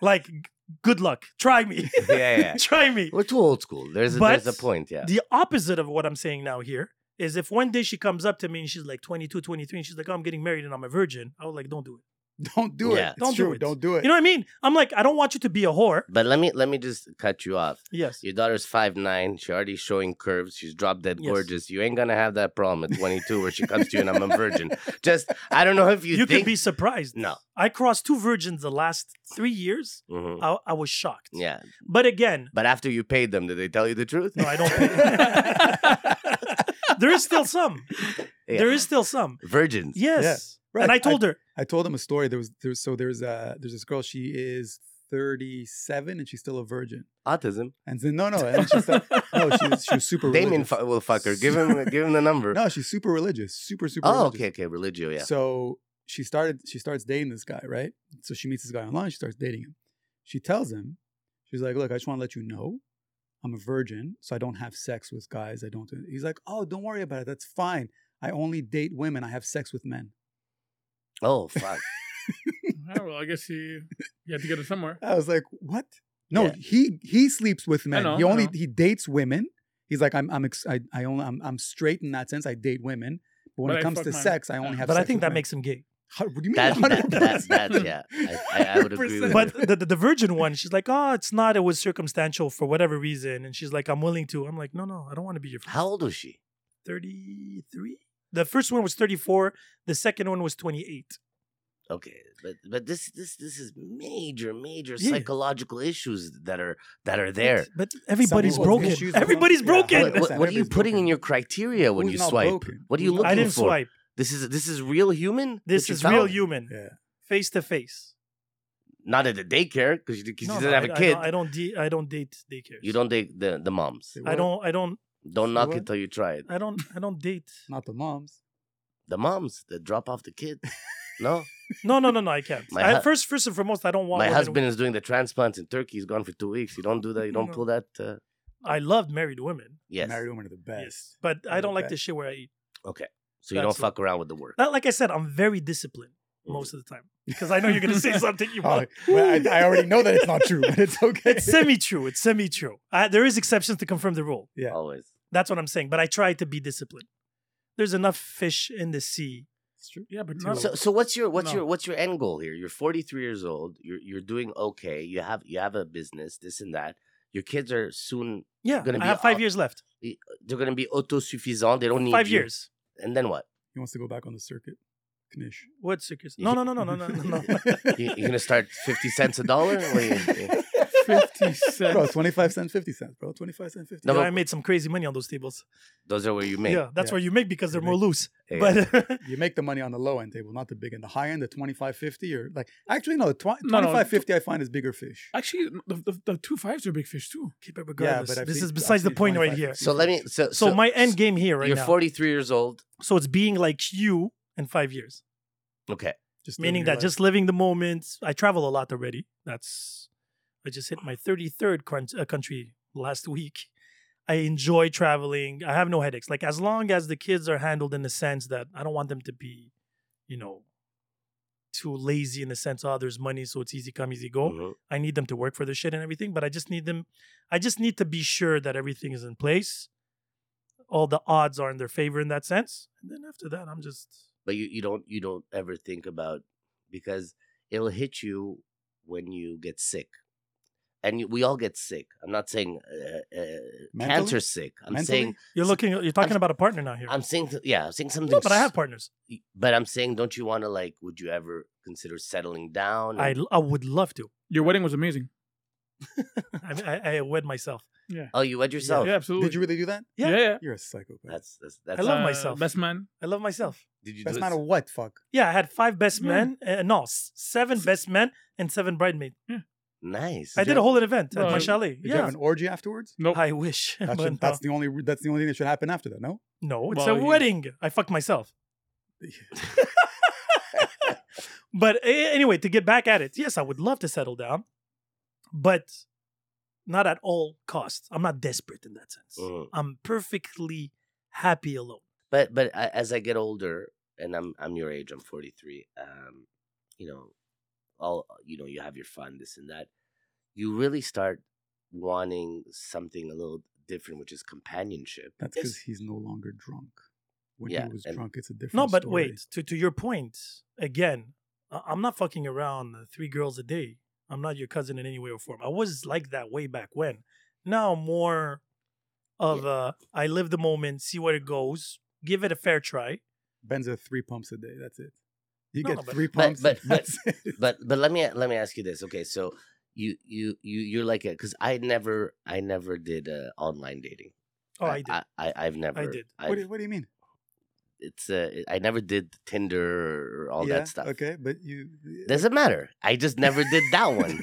Like, g- good luck. Try me. Yeah, yeah. Try me. We're too old school. There's a, But there's a point, yeah. The opposite of what I'm saying now here is if one day she comes up to me and she's like 22, 23, and she's like, oh, I'm getting married and I'm a virgin, I was like, don't do it. Don't do Yeah. it. It's Don't do true. it. Don't do it. You know what I mean? I'm like, I don't want you to be a whore. But let me let me just cut you off. Yes. Your daughter's five nine. She already showing curves. She's drop dead Yes. gorgeous. You ain't gonna have that problem at twenty two where she comes to you and I'm a virgin. Just I don't know if you, You, think. could be surprised. No. I crossed two virgins the last three years. Mhm. I, I was shocked. Yeah, But again, But after you paid them, did they tell you the truth? no, I don't. there is still some. Yeah. There is still some. Virgins. Yes. right. And I told her, I told them a story. There was there was, so there's uh there's this girl. She is 37 and she's still a virgin. Autism. And then no no and she's not, no she was, she was super Damien religious. fu- will fuck her. Give him, give him the number. no she's super religious. Super super. oh, religious. okay, okay. Religio, yeah. So she started she starts dating this guy, right? So she meets this guy online, she starts dating him. She tells him, she's like, Look, I just want to let you know I'm a virgin, so I don't have sex with guys. I don't do he's like, Oh, don't worry about it. That's fine. I only date women. I have sex with men. Oh, fuck. Yeah, well, I guess you, you had to get it somewhere. I was like, What? No, Yeah. he he sleeps with men. know, he I only know. he dates women. He's like, I'm I'm ex- I, I only I'm, I'm straight in that sense. I date women, but when But it I comes to fuck men. sex, I only Yeah. have. but I sex think with that men. makes him gay. How, what do you mean? That, that, 100%? that, that, yeah. I, I, I would agree with But you. the, the, the virgin one, she's like, oh, it's not. It was circumstantial for whatever reason. And she's like, I'm willing to. I'm like, no, no, I don't want to be your friend. How old was she? 33? The first one was 34. The second one was 28. Okay, but but this this this is major major Yeah. psychological issues that are that are there. But everybody's people's broken. issues are- Everybody's Yeah. broken. What, what, what are you Everybody's putting in broken. your criteria when Who's you not swipe? broken? What are Who's you not- looking I didn't for? swipe. This is this is real human. This that you is real found? human. Yeah. Face to face. Not at the daycare because you, 'cause No, you no, didn't have I- a I kid. don't- I don't. de- I don't date daycares. you don't date the the moms. Say I what? don't. I don't. Don't knock what? it till you try it. I don't. I don't date. Not the moms. The moms that drop off the kid. No, No, no, no, no. I can't. My I, hu- first, first and foremost, I don't want. my women- husband is doing the transplants in Turkey. He's gone for two weeks. You don't do that. You don't No. pull that. Uh, I loved married women. yes. Married women are the best. Yes, but I Yeah, don't like okay. the shit where I eat. Okay. So you don't That's- fuck around with the work. Not- like I said, I'm very disciplined most Mm. of the time because I know you're gonna say something you Oh, want. well, I, I already know that it's not true, but it's okay. It's semi true. It's semi true. There is exceptions to confirm the rule. yeah. Always. That's what I'm saying. But I try to be disciplined. There's enough fish in the sea. It's true. Yeah, but Too not old. So so what's your what's No. your what's your end goal here? You're 43 years old. You're you're doing okay. You have you have a business, this and that. Your kids are soon Yeah, Gonna I be have five up- years left. they're going to be autosuffisant. They don't need Five you. years. And then what? He wants to go back on the circuit. Knish. What circus? No, no, no, no, no, no, no. no. You, you're going to start 50 cents a dollar? What do you- fifty Bro, cents. 25 cents, 50 cents, bro. 25 cents, 50 No, Yo, but- I made some crazy money on those tables. Those are where you make. Yeah, that's Yeah. where you make because they're You more loose. Yeah. But You make the money on the low end table, not the big end. The high end, the 25, 50, or like, actually, no, the tw- No, no, 25, 50, I find is bigger fish. Actually, the, the, the two fives are big fish too. keep it regardless. I've this seen- is I've besides the seen point right 25. here. So let me so So, my end game here right You're now. 43 years old. so it's being like you in five years, Okay. Just living meaning your that life. just living the moment. I travel a lot already. That's I just hit my 33rd crunch, uh, country last week. I enjoy traveling. I have no headaches. Like as long as the kids are handled in the sense that I don't want them to be, you know, too lazy in the sense oh there's money so it's easy come easy go. Mhm. I need them to work for their shit and everything, but I just need them. I just need to be sure that everything is in place. All the odds are in their favor in that sense. And then after that, I'm just. but you, you don't you don't ever think about because it'll hit you when you get sick and you, we all get sick i'm not saying uh, uh, Mentally? cancer sick i'm Mentally? saying You're looking. You're talking I'm- about a partner now here. i'm saying th- yeah i'm saying something no, but I s- have partners. but i'm saying don't you want to like would you ever consider settling down I, and- I would love to. Your wedding was amazing. I, I, I wed myself. oh you wed Yeah, yourself absolutely. Did you really do that? Yeah. Yeah, yeah. You're a psychopath. that's that's that's I love Uh, myself. Best man. I love myself. did you That's do not it? a what, fuck. Yeah, I had five best Yeah. men. Uh, no, s- seven best men and seven bridesmaids. nice I did a whole event at Well, my chalet. Did you Yeah. have an orgy afterwards? Nope. I wish. That but should, no. uh, That's the only. That's the only thing that should happen after that. No. No, it's Well, a you- wedding. I fucked myself. but a- anyway, to get back at it, yes, I would love to settle down, but not at all costs. I'm not desperate in that sense. Uh. Mhm. I'm perfectly happy alone. but but I, as I get older, and I'm I'm your age, I'm 43. Um, you know, all you know, you have your fun, this and that. You really start wanting something a little different, which is companionship. That's because he's no longer drunk. When Yeah, he was and- drunk, it's a different. No, but story. wait, to, to your point, again, I- I'm not fucking around uh, three girls a day. I'm not your cousin in any way or form. I was like that way back when. Now I'm more of a I live the moment, see where it goes, give it a fair try. Ben's at three pumps a day. That's it. You No, get no, but- three But- pumps. but- and but- that's it. But but let me let me ask you this. Okay, so you you you you're like a because I never I never did uh, online dating. Oh, I did. I, I, I have never. did. I've, what, do, you- what do you mean? it's uh, I never did Tinder or all Yeah, that stuff. Okay, but you. Doesn't matter. I just never did that one.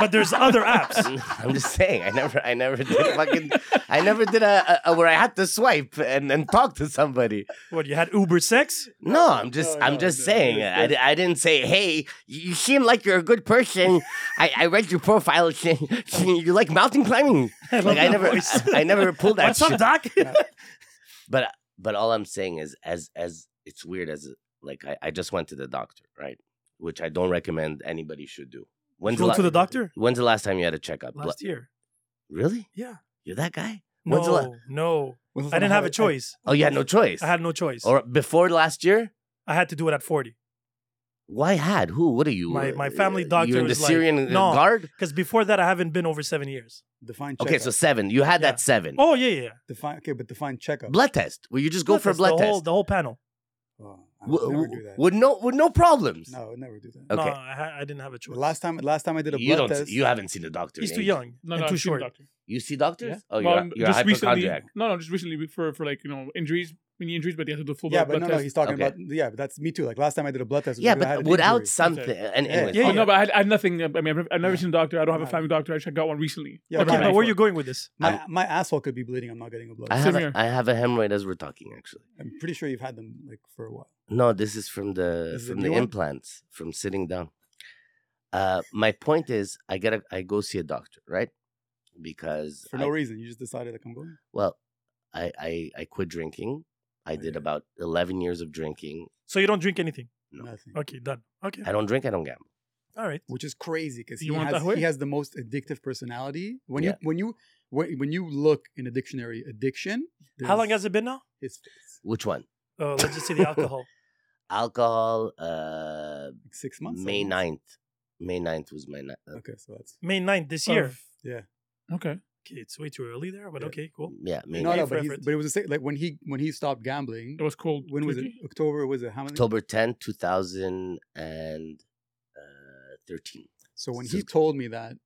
but there's other apps. I'm just saying, I never, I never did fucking, I never did a, a, a where I had to swipe and, and talk to somebody. What you had Uber sex? No, I'm just, no, I'm just no, saying, it's I, di- I didn't say, hey, you seem like you're a good person. I, I read your profile. You like mountain climbing. love Like I that never, voice. I never pulled that What's up, shit. Doc? But, but all I'm saying is, as, as it's weird as like I, I just went to the doctor, right? Which I don't recommend anybody should do. When's Go la- to the doctor When's the last time you had a checkup? last year. really? Yeah. You're that guy? No, When's the la- no, I didn't have a choice. Oh, you had no choice. I had no choice. or before last year. I had to do it at 40. Why had? Who? What are you? My- my uh, family You're doctor in the was like, Syrian uh, "No." guard. Because before that, I haven't been over seven years. Define checkup. Okay, so seven. You had Yeah. that seven. Oh yeah, yeah. yeah. define okay, but define checkup. Blood test. Well, you just go Blood for a test, blood the Whole, test. the whole panel. Oh, I would W- never w- do that. With no, with no problems. no, I would never do that. Okay. No, I, ha- I didn't have a The choice. last time, last time I did a you blood don't. test. You haven't seen a doctor. He's in too ages. young No, and no, too I've seen short. doctor. You see doctors? Yeah. Oh, Well, you're, you're a just recently. hypochondriac. No, no, just recently for for like you know injuries, knee injuries, but they have to do full yeah, blood but no, no, test. he's talking Okay. about yeah, but that's me too. Like last time I did a blood test. was Yeah, because I had but an without injury. something. And Yeah. anyways, Yeah, Oh, yeah. no, but I had, I had nothing. I mean, I've, I've never Yeah. seen a doctor. I don't have No. a family doctor. I just got one recently. Yeah, Or the Okay, but night but where are before. you going with this? My, my asshole could be bleeding. I'm not getting a blood. I test. have Same here. a, I have a hemorrhoid as we're talking. Actually, I'm pretty sure you've had them like for a while. no, this is from the This is a from new the one? implants from sitting down. Uh, my point is, I gotta I go see a doctor, right? Because For I- no reason, you just decided like I'm going. well, I I I quit drinking. I did Okay. about eleven years of drinking. So you don't drink anything. No. Nothing. Okay, done. Okay, I don't drink. I don't gamble. all right. Which is crazy because he You want has that way? he has the most addictive personality. When Yeah. you when you when, when you look in a dictionary, addiction. How there's long has it been now? his face? Which one? Uh, let's just say the alcohol. Alcohol. Uh, Like six months. May seven months? 9th. May 9th was my uh, night. Okay, so that's May 9th this year. Of- yeah. Okay. Okay, it's way too early there, but Yeah. okay, cool. Yeah, May No, 9th. no, for but, he's, effort. but it was the same. Like when he when he stopped gambling, It was cold. when was it? turkey. October was it? How many? October 10th, uh, 2013. So when So- he told me that,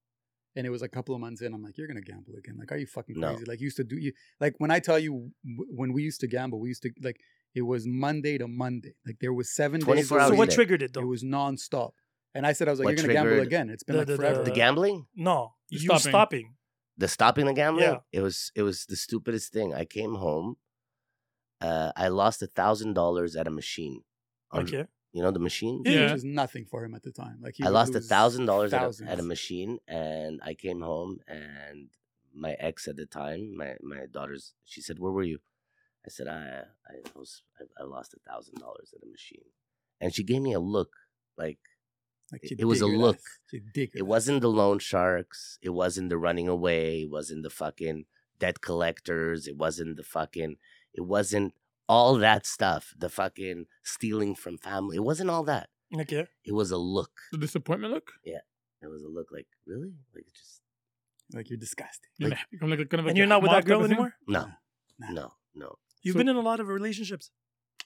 and it was a couple of months in, I'm like, "You're gonna gamble again? Like, are you fucking No. crazy? Like, you used to do you like when I tell you w- when we used to gamble, we used to like it was Monday to Monday. Like there was seven 24 days. a So hours week. what day. triggered it It though? was nonstop. And I said, I was like, What "You're gonna gamble triggered again? It's been the- like the- forever." the Uh, gambling, No, The you stopping. stopping. the stopping the gambling, Yeah. it was it was the stupidest thing. I came home, uh, I lost a thousand dollars at a machine. On, Okay. You know the machine. Yeah. Which is nothing for him at the time. Like he I would lost a lose thousand dollars at a- thousands. at a machine, and I came home, and my ex at the time, my my daughter's, she said, "Where were you?" I said, "I I was I, I lost a thousand dollars at a machine," and she gave me a look like Like, it was a ridiculous. look. Ridiculous. it wasn't the loan sharks, it wasn't the running away, it wasn't the fucking debt collectors, it wasn't the fucking, it wasn't all that stuff, the fucking stealing from family, it wasn't all that. Okay. It was a look. The disappointment look. It was a look like really, like it just like you're disgusting. You're like, I'm like a kind of like And you're a not with mob that type girl of thing. anymore. no, Nah. no, no. You've So- been in a lot of relationships.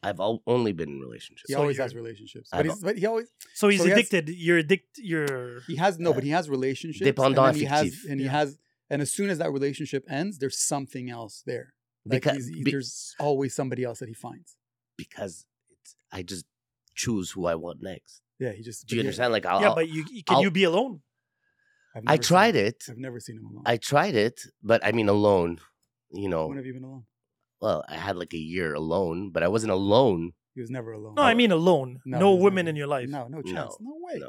I've al- only been in relationships. He So always you're- has relationships, I but, don't- he's, but he always So he's So yes. addicted. You're addicted. You're. He has no, but he has relationships. and Dépendant then he has, affectif. and he Yeah. has, and as soon as that relationship ends, there's something else there. Like because he's, he- be- there's always somebody else that he finds. because it's, I just choose who I want next. Yeah, he Do just. you but yeah, understand? Like I'll, yeah, I'll- but you can I'll- you be alone? I've I never seen tried him- it. I've never seen him alone. I tried it, but I mean alone. You know, When have you been alone? well, I had like a year alone, but I wasn't alone. He was never alone. Oh. No, I mean alone. No, No, he's not women alone. in your life. no, no chance, no, way, no,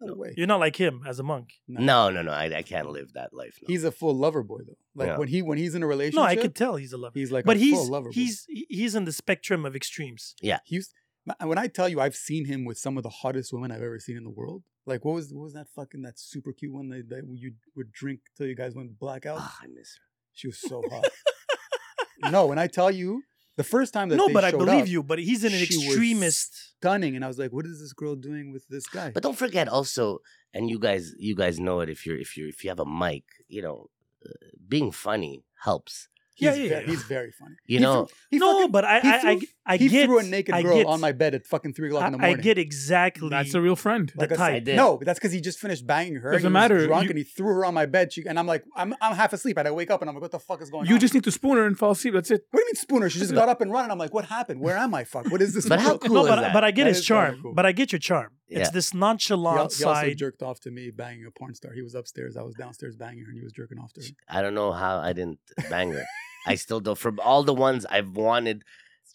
no, no. way. You're not like him as a monk. No. No, no, no. I, I can't live that life. No. He's a full lover boy though. Like Yeah. when he when he's in a relationship, No, I could tell he's a lover. he's like, but a he's full lover boy. he's he- he's in the spectrum of extremes. He's when I tell you I've seen him with some of the hottest women I've ever seen in the world. Like what was what was that fucking that super cute one that, that you would drink till you guys went blackout? Ah, I miss her. She was so hot. no, when I tell you the first time that No, they but I showed believe up, you. But he's in an she was- extremist. stunning, and I was like, "What is this girl doing with this guy?" But don't forget also, and you guys, you guys know it. If you're, if you're, if you have a mic, you know, uh, being funny helps. he's Yeah, yeah, very, yeah. he's very funny. You He know, threw- he no, fucking- but I he I, I threw- I he get threw a naked I girl get, on my bed at fucking three o'clock I, in the I morning. get exactly. That's a real friend. the like I type. I did. No, but that's because he just finished banging her. and Doesn't he was matter, Drunk, you- and he threw her on my bed. She, and I'm like, I'm, I'm half asleep, and I wake up, and I'm like, what the fuck is going on? You just need to spoon her and fall asleep. That's it. What do you mean spooner? She just got up and run, and I'm like, what happened? Where am I? Fuck. What is this? But how world?" cool no, is but that? but I get That his is kinda charm. cool. But I get your charm. It's Yeah. this He, al- nonchalant he also side. jerked off to me banging a porn star. He was upstairs. I was downstairs banging her, and he was jerking off to her. I don't know how I didn't bang her. I still don't. From all the ones I've wanted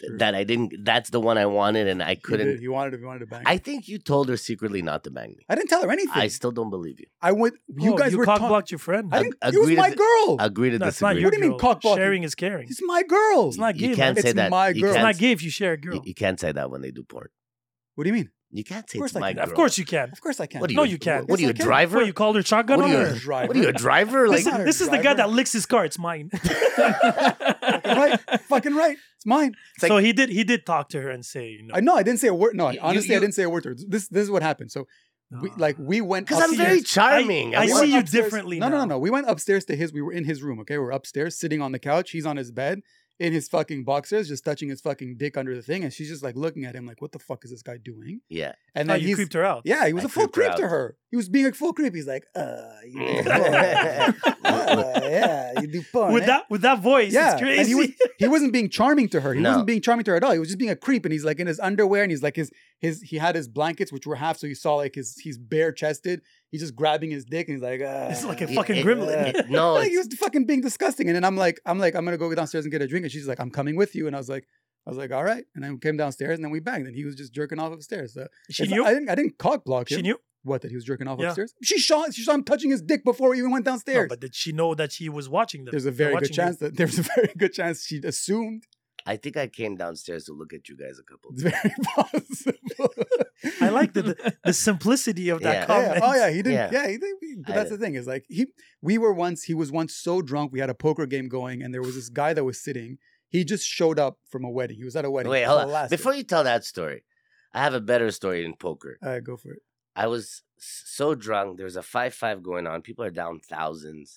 true. that I didn't, that's the one I wanted, and I He, did. couldn't. he wanted to. He wanted to bang. I her. think you told her secretly not to bang me. I didn't tell her anything. I I, still don't believe you. went. You Oh, guys you were cock talking. blocked your friend. I Ag- didn't. It was agree to my th- girl. Agree to No, it's not disagree. your What do you mean girl. cock blocking? Sharing is caring. It's my girl. It's not gay. you man. can't say It's that. my you girl. It's can't- not gay if you share a girl. You, you can't say that when they do porn. What do you mean? You can't say course it's I my can. girl. Of course you can. Of course I can. What do No, you- you can't. What are you, a Yes, I can. driver? What you called her shotgun what, on are you, owner? a her? driver? Driver. What are you, a driver? Like, Listen, Listen, this is the guy driver? that licks his car. It's mine. Fucking right. Fucking right. It's mine. like- so he did. He did talk to her and say, you know, I know I didn't say a word. No, You- honestly, you- I didn't say a word to her. This this is what happened. So we "Nah." like we went because I'm upstairs- very charming. I We want- went see you upstairs- differently No, no, now. no, no. We went upstairs to his. We were in his room. Okay, we're upstairs, sitting on the couch. He's on his bed in his fucking boxers, just touching his fucking dick under the thing, and she's just like looking at him, like, "What the fuck is this guy doing?" Yeah. And Oh, then you he's creeped her out. yeah, he was I a full creeped her creep to out. her. He was being a full creep. He's like, "Uh, you do porn. Uh, yeah, you do porn." With eh?" that, with that voice, Yeah, it's and crazy. he was- he wasn't being charming to her. He No. wasn't being charming to her at all. He was just being a creep, and he's like in his underwear, and he's like his his he had his blankets which were half, so you saw like his he's bare chested. He's just grabbing his dick, and he's like, uh, it's like a It- fucking it- gremlin. it- no, like, he it's, was fucking being disgusting. And then I'm like, I'm like, I'm gonna go downstairs and get a drink, and she's like, I'm coming with you, and I was like. I was like, all right, and I came downstairs, and then we banged, and he was just jerking off upstairs. So she it's- knew. I didn't, I didn't cock block him. she knew. what that he was jerking off Yeah. upstairs. She saw, she saw him touching his dick before he even went No, downstairs. but did she know that she was watching them? there's a They're very good watching chance that there's a very good chance she assumed I think I came downstairs to look at you guys a couple. It's very possible. you. I like the, the, the simplicity of that Yeah. Yeah. comment. Oh yeah, he didn't. Yeah. Yeah, he didn't. But I that's the thing is like he. We were once. He was once so drunk. We had a poker game going, and there was this guy that was sitting. He just showed up from a wedding. He was at a wedding. Wait, hold on. Palacio. Before you tell that story, I have a better story in poker. All right, go for it. I was s- so drunk. There's a five five going on. People are down thousands.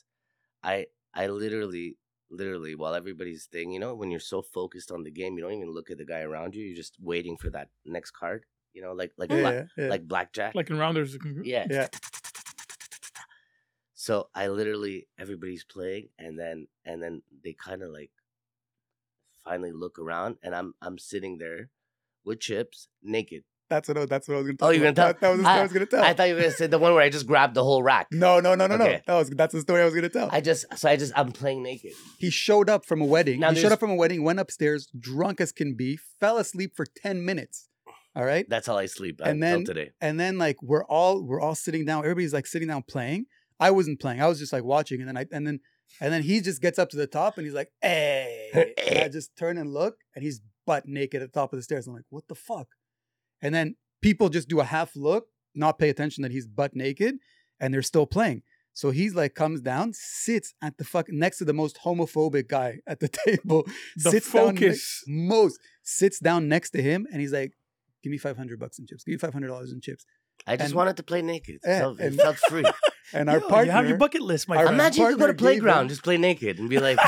I I literally literally while everybody's thing, you know, when you're so focused on the game, you don't even look at the guy around you. You're just waiting for that next card. You know, like like Yeah, black, yeah, yeah. like blackjack. Like in rounders. it can- yeah. Yeah. So I literally everybody's playing, and then and then they kind of like finally look around, and I'm I'm sitting there with chips naked. that's what. I, that's what I was gonna. Oh, Talk you're gonna about. That, that was the story I, I- was gonna tell. I thought you were gonna say the one where I just grabbed the whole rack. no, no, no, no, Okay. no. That was that's the story I was gonna tell. I just so I just I'm playing naked. he showed up from a wedding. Now he there's- showed up from a wedding, went upstairs, drunk as can be, fell asleep for ten minutes. All right. That's how I sleep And until then- today. and then like we're all we're all sitting down everybody's like sitting down playing i wasn't playing i was just like watching and then i and then and then he just gets up to the top and he's like hey and i just turn and look and he's butt naked at the top of the stairs i'm like what the fuck and then people just do a half look not pay attention that he's butt naked and they're still playing so he's like comes down sits at the fuck next to the most homophobic guy at the table The sits down ne- focus. most sits down next to him and he's like give me 500 bucks in chips give me 500 dollars in chips I just and- wanted to play naked. It Yeah, felt- it and- felt free. and our Yo, partner you have your bucket list, my our friend. Imagine you could go partner to gave playground, him- just play naked, and be like,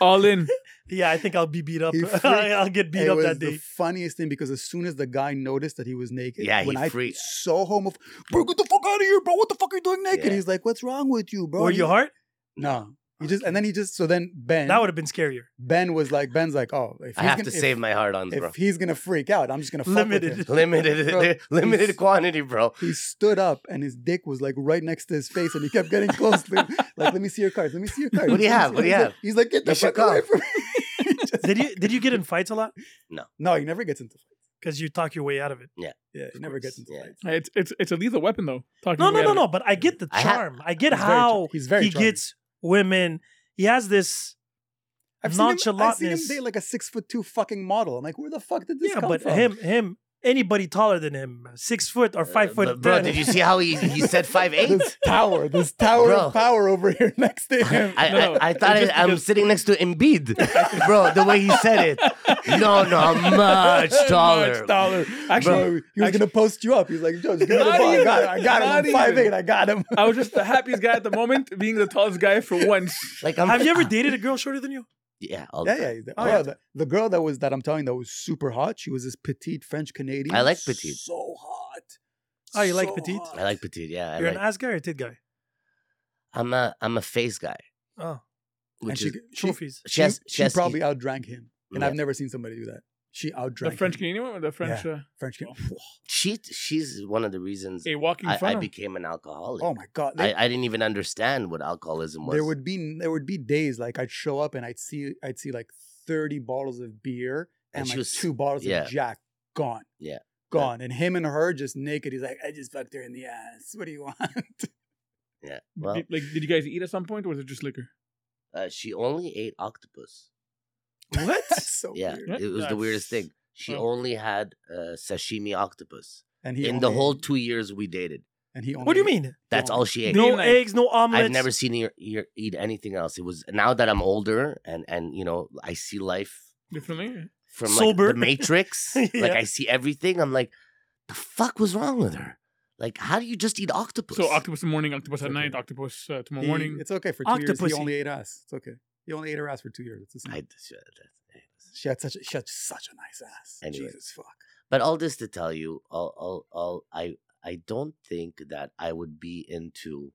All in. yeah, I think I'll be beat up. He freaked- I'll get beat it up was that the day. funniest thing because as soon as the guy noticed that he was naked, Yeah, he when I freaked. so homophobic, bro, get the fuck out of here, bro. What the fuck are you doing naked? Yeah. He's like, what's wrong with you, bro? Were He- you hard? No. He just and then he just so then Ben That would have been scarier. Ben was like Ben's like, oh, if he's I have to gonna, save my hard ons, if, bro. if he's gonna freak out, I'm just gonna fuck With him. Limited. Limited, Bro, limited he's- quantity, bro. He stood up and his dick was like right next to his face and he kept getting close to him. Like, let me see your cards. Let me see your cards. What do you let me have? see- What do you he's have? like- He's like, get the You should fuck away come." from me. He just- Did you did you get in fights a lot? no, he never gets into Because you talk your way out of it. yeah, he never gets into Yeah. fights. It's it's it's a lethal weapon though. Talking No, no, about no, it. no. But I get the I ha- charm. I get He's very char- how he's very he charming. gets women. He has this. Seen him, I've nonchalantness. seen him date like a six foot two fucking model. I'm like, where the fuck did this Yeah, come but from? him, him, anybody taller than him, six foot or five Uh, foot. but bro. ten. Did you see how he he said five eight? this tower, this tower Bro. of power over here next to I, him. I, No, I thought just I, am because- sitting next to Embiid, bro. The way he said it. No, no, I'm much taller. Much taller. Actually, Bro, he was gonna post you up. He's like, Joe, just give me the Not ball. I got him. I even. got him. Not I'm five eight. even. I got him. I was just the happiest guy at the moment, being the tallest guy for once. Like I'm. Have you ever dated a girl shorter than you? Yeah, all the Yeah, yeah. time. he's the- Oh, oh, yeah. The, the girl that was that I'm telling you that was super hot. She was this petite French Canadian. I like petite. So hot. Oh, you like So petite? hot. I like petite. Yeah, I You're like. an ass guy or a tit guy? I'm a I'm a face guy. Oh, And Which she, is, she, she, trophies. she, has, she, she has- probably outdrank him, and Yeah. I've never seen somebody do that. She outdrank The French him. Canadian one, or the French uh, French Canadian. she she's one of the reasons a walking I, I funnel. became an alcoholic. Oh my god! They- I, I didn't even understand what alcoholism was. there would be there would be days like I'd show up and I'd see I'd see like thirty bottles of beer And and, she like was- two bottles yeah. of Jack gone. Yeah. Gone. And him and her just naked. He's like, I just fucked her in the ass. What do you want? yeah. Well, Did- like, did you guys eat at some point, or was it just liquor? uh, she only ate octopus. What? so Yeah, Oh, weird. Yeah, it was the weirdest that's- thing. She oh. only had uh, sashimi octopus. And he in only the whole ate- two years we dated. and he only What do you ate- mean? That's all she ate. No mean, like, eggs, no omelets. I've never seen her, her eat anything else. It was now that I'm older and and you know I see life Differently. from Sober. like the Matrix. Yeah. Like I see everything. I'm like, the fuck was wrong with her? Like, how do you just eat octopus? So octopus in the morning, octopus at night, octopus uh, tomorrow He- morning. It's okay for two years. Octopus. He only ate us. It's okay. He only ate her ass for two years. It's the same. I, uh, that's- that's- she had such a, she had such a nice ass. Anyway. Jesus fuck. but all this to tell you, all, all, all, I, I don't think that I would be into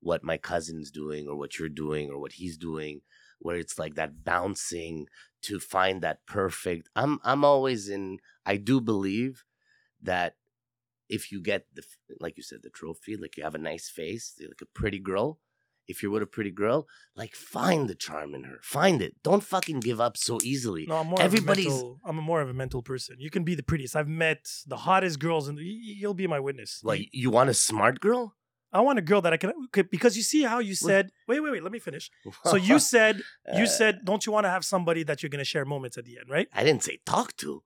what my cousin's doing or what you're doing or what he's doing, where it's like that bouncing to find that perfect. I'm, I'm always in. I do believe that if you get the, f- like you said, the trophy, like you have a nice face, you're like a pretty girl. If you're with a pretty girl, like find the charm in her. Find it. Don't fucking give up so easily. No, I'm more Everybody's- Of a mental, I'm more of a mental person. You can be the prettiest. I've met the hottest girls, and you'll be my witness. Like you want a smart girl? I want a girl that I can okay, because you see how you said. Wait, wait, wait. Let me finish. So you said Uh, you said don't you want to have somebody that you're going to share moments at the end, right? I didn't say talk to.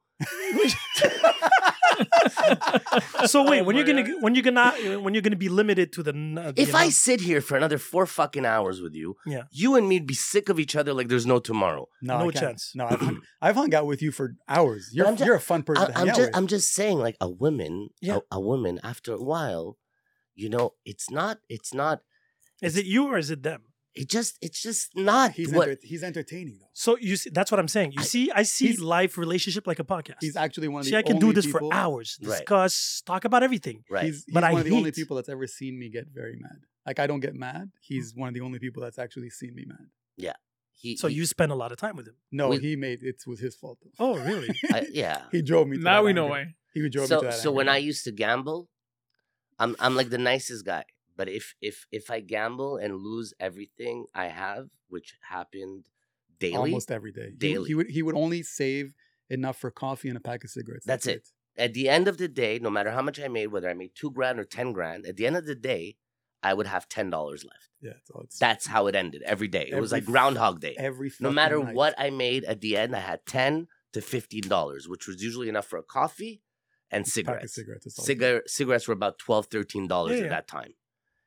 So wait, Oh when you're my gonna God. when you're gonna when you're gonna be limited to the. n- uh, the If I amount- sit here for another four fucking hours with you, Yeah. you and me'd be sick of each other like there's no tomorrow. No, I No can't. chance. No, I've hung, I've hung out with you for hours. You're I'm ju- you're a fun person I, to hang I'm out just with. I'm just saying, like a woman, Yeah. a, a woman after a while, you know, it's not it's not is it you or is it them? it just it's just not he's what enter- he's entertaining though. So you see, that's what I'm saying. You I- see, I see he's- life relationship like a podcast. He's actually one of the see, I can do only this people, for hours, Right. discuss, talk about everything. right. He's, he's But I one of the only hate- people that's ever seen me get very mad. Like I don't get mad. He's one of the only people that's actually seen me mad. He- So he- you spend a lot of time with him. No, We- he made it was his fault. though. Oh, really? I- yeah. He drove me. To now that we know anger. why. He drove me so to that so when I anger. used to gamble, I'm I'm like the nicest guy. But if if if I gamble and lose everything I have, which happened daily, almost every day. He- Daily. He would he would only save enough for coffee and a pack of cigarettes. That's it. at the end of the day, no matter how much I made, whether I made two grand or ten grand, at the end of the day, I would have ten dollars left. Yeah, that's all it's That's how it ended every day. It was Every like Groundhog Day. every No fucking matter night. what I made at the end, I had ten to fifteen dollars, which was usually enough for a coffee and pack of cigarettes. cigarettes. That's all. Cigar- cigarettes were about 12 13 dollars Yeah, at yeah. that time.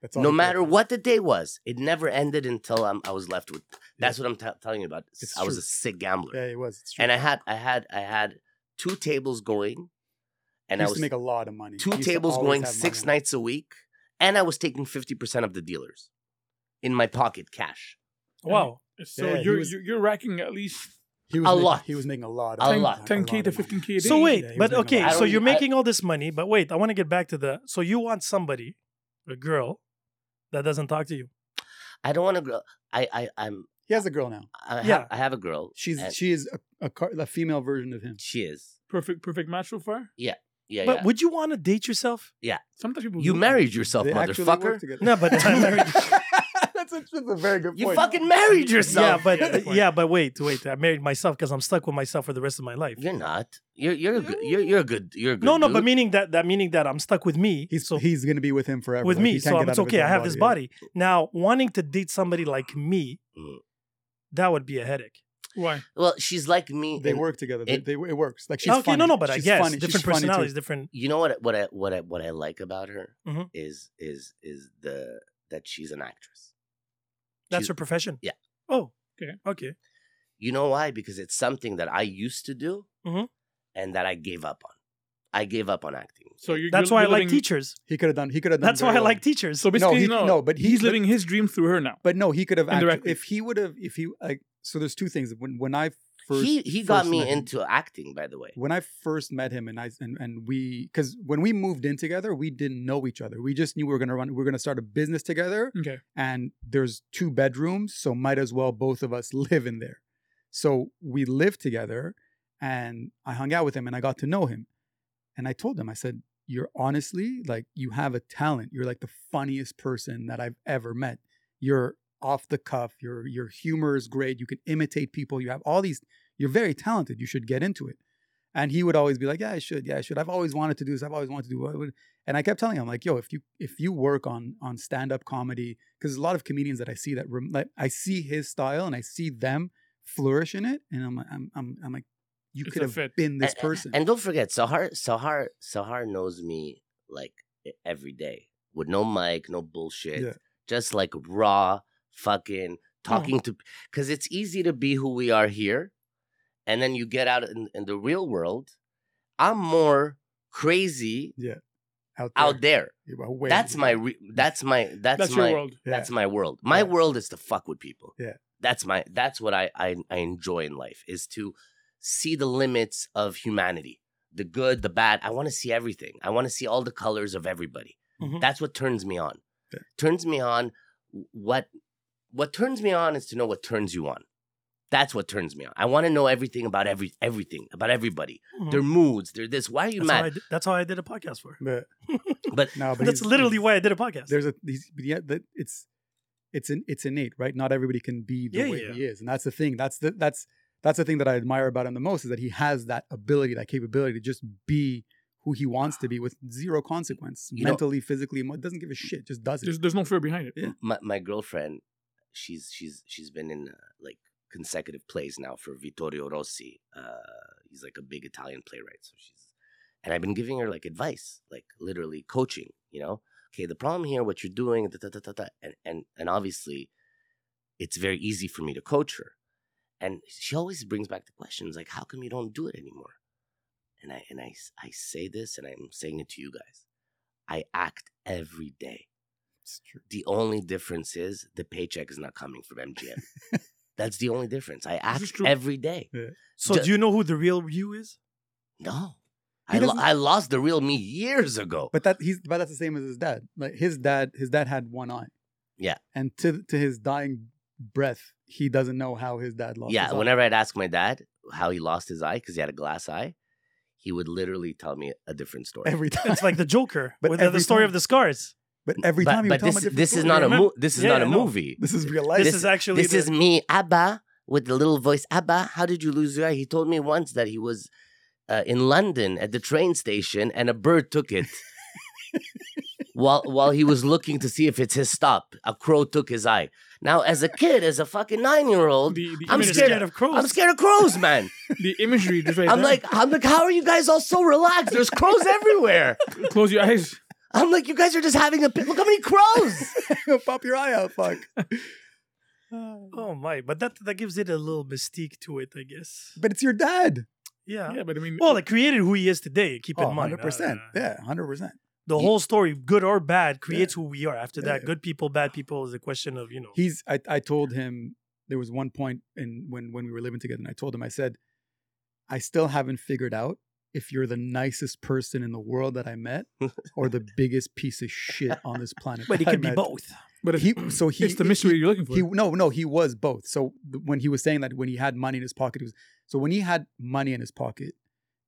That's all No he cared matter about. what the day was, it never ended until I'm, I was left with. That's what I'm t- telling you about. It's I was true. a sick gambler, Yeah, it was. It's true. and I had I had I had two tables going, and I he used was to make a lot of money. two He used to tables always going have six money. nights a week, and I was taking fifty percent of the dealers in my pocket cash. wow. So Yeah, he you're, was- you're you're racking at least He was A making, lot. He was making a lot. A Of lot. 10k to 15k a day. So wait, Yeah, he but was making a okay, lot. I so don't- you're I- making all this money, but wait, I want to get back to the. So you want somebody, a girl, that doesn't talk to you. I don't want to grow. I I I'm He has a girl now. I, Yeah. have, I have a girl. She's and she is a, a, car, a female version of him. she is perfect perfect match so far. yeah but yeah. would you want to date yourself? Sometimes people you do. married yourself, They actually work motherfucker. together. No, but I married- that's, a, that's a very good You point. fucking married yeah, yourself. but yeah, good point. yeah, but wait, wait, I married myself because I'm stuck with myself for the rest of my life. You're not. You're you're a good, you're you're a good you're a good. no, no, but dude. meaning that that meaning that I'm stuck with me. He's so he's gonna be with him forever. with Like, he me, can't so get I'm, out it's of his okay. I own have this body now. Wanting to date somebody like me, Mm. that would be a headache. Why? Well, she's like me. They in- work together. They, it- they, it works. Like she's Ah, okay, funny. no, no, but I She's guess funny. She's different funny too. personalities, different. You know what? What I what I what I like about her Mm-hmm. Mhm. is is is the that she's an actress. That's She's- her profession. yeah. Oh. Okay. Okay. You know why? Because it's something that I used to do Mm-hmm. Mhm. and that I gave up on. I gave up on acting. So you're That's you're, why I you're like living- teachers. He could have done. He could have done. That's why very I like well. teachers. So basically, he- no, no, but he's, he's living his dream through her now. But no, he could have. Actu- Indirectly. if he would have, if he like, so there's two things. When when I first he he got first me met him- into acting, by the way. when I first met him and I and, and we because when we moved in together, we didn't know each other. We just knew we were gonna run, we were gonna start a business together, Okay. and there's two bedrooms, so might as well both of us live in there. So we lived together, and I hung out with him and I got to know him, and I told him I said, "You're honestly like you have a talent. You're like the funniest person that I've ever met. You're off the cuff. Your your humor is great. You can imitate people. You have all these. You're very talented. You should get into it." And he would always be like, "Yeah, I should. Yeah, I should. I've always wanted to do this. I've always wanted to do." What would-" And I kept telling him, like, "Yo, if you if you work on on stand up comedy, because a lot of comedians that I see that rem- like I see his style and I see them flourish in it, and I'm like, I'm I'm, I'm like, you It's could a have fit. been this And- person. And don't forget, Sahar, Sahar, Sahar knows me like e- every day with no mic, no bullshit, Yeah. Mm-hmm. just like raw fucking talking to. Because it's easy to be who we are here, and then you get out in, in the real world. I'm more crazy out there. out there. You are way- That's my. Re- that's my. That's, That's my. your world. Yeah. That's my world. My Yeah. world is to fuck with people. Yeah. That's my that's what I, I I enjoy in life is to see the limits of humanity. The good, the bad. I want to see everything. I want to see all the colors of everybody. Mhm. That's what turns me on. Yeah. Turns me on what what turns me on is to know what turns you on. That's what turns me on. I want to know everything about every everything, about everybody. Mhm. Their moods, their this. Why are you That's, how I mad? did, that's how I did a podcast for. But, But no, but That's he's- literally why I did a podcast. there's a these, but yeah that it's it's in it's innate right not everybody can be the Yeah, way yeah. he is and that's the thing that's the that's that's the thing that i admire about him the most is that he has that ability that capability to just be who he wants to be with zero consequence You know- mentally physically emo- doesn't give a shit just does There's, it there's no fear behind it. Yeah. my my girlfriend, she's she's she's been in uh, like consecutive plays now for Vittorio Rossi. Uh, he's like a big Italian playwright. So she's and I've been giving her like advice, like literally coaching. You know, okay, the problem here, what you're doing, da, da, da, da, da. and and and obviously, it's very easy for me to coach her. And she always brings back the questions like, how come you don't do it anymore? And I and I s- I say this, and I'm saying it to you guys. I act every day. it's true The only difference is the paycheck is not coming from MGM. That's the only difference. I is act true. every day. so ju- do you know who the real you is? No. He I, lo- doesn't- I lost the real me years ago. but that he's but that's the same as his dad like his dad his dad had one eye Yeah. and to to his dying breath he doesn't know how his dad lost yeah, his eye. whenever I'd ask my dad how he lost his eye because he had a glass eye, he would literally tell me a different story. every time It's like the Joker But with the- the every story time- of the scars. but every but, time he but would tell him this, a different this is story. not a Remember- mo- this is Yeah, not a I know. movie. this is real life This, This- is actually This the- is me, Abba, with the little voice. Abba, how did you lose your eye? He told me once that he was uh, in London at the train station and a bird took it. while while he was looking to see if it's his stop, a crow took his eye. Now, as a kid, as a fucking nine year old, The, the, I'm I'm imagery, scared of crows. I'm scared of crows, man. the imagery just right I'm there. like, I'm like, how are you guys all so relaxed? There's crows everywhere. close your eyes. I'm like, you guys are just having a pit. Look how many crows. pop your eye out fuck Oh my! But that that gives it a little mystique to it, I guess. But it's your dad. Yeah. Yeah, but I mean, Well, it created who he is today. Keep Oh, in mind, 100%. Uh, yeah, 100%. The He- whole story, good or bad, creates who we are. After that, Yeah. good people, bad people is a question of you know. He's I, I told him there was one point in when when we were living together and I told him I said I still haven't figured out if you're the nicest person in the world that I met or the biggest piece of shit on this planet. but it that I could be met. both. but it's, He so he it's the he- mystery you're looking for. He no no he was both. So th- when he was saying that when he had money in his pocket, he was so when he had money in his pocket,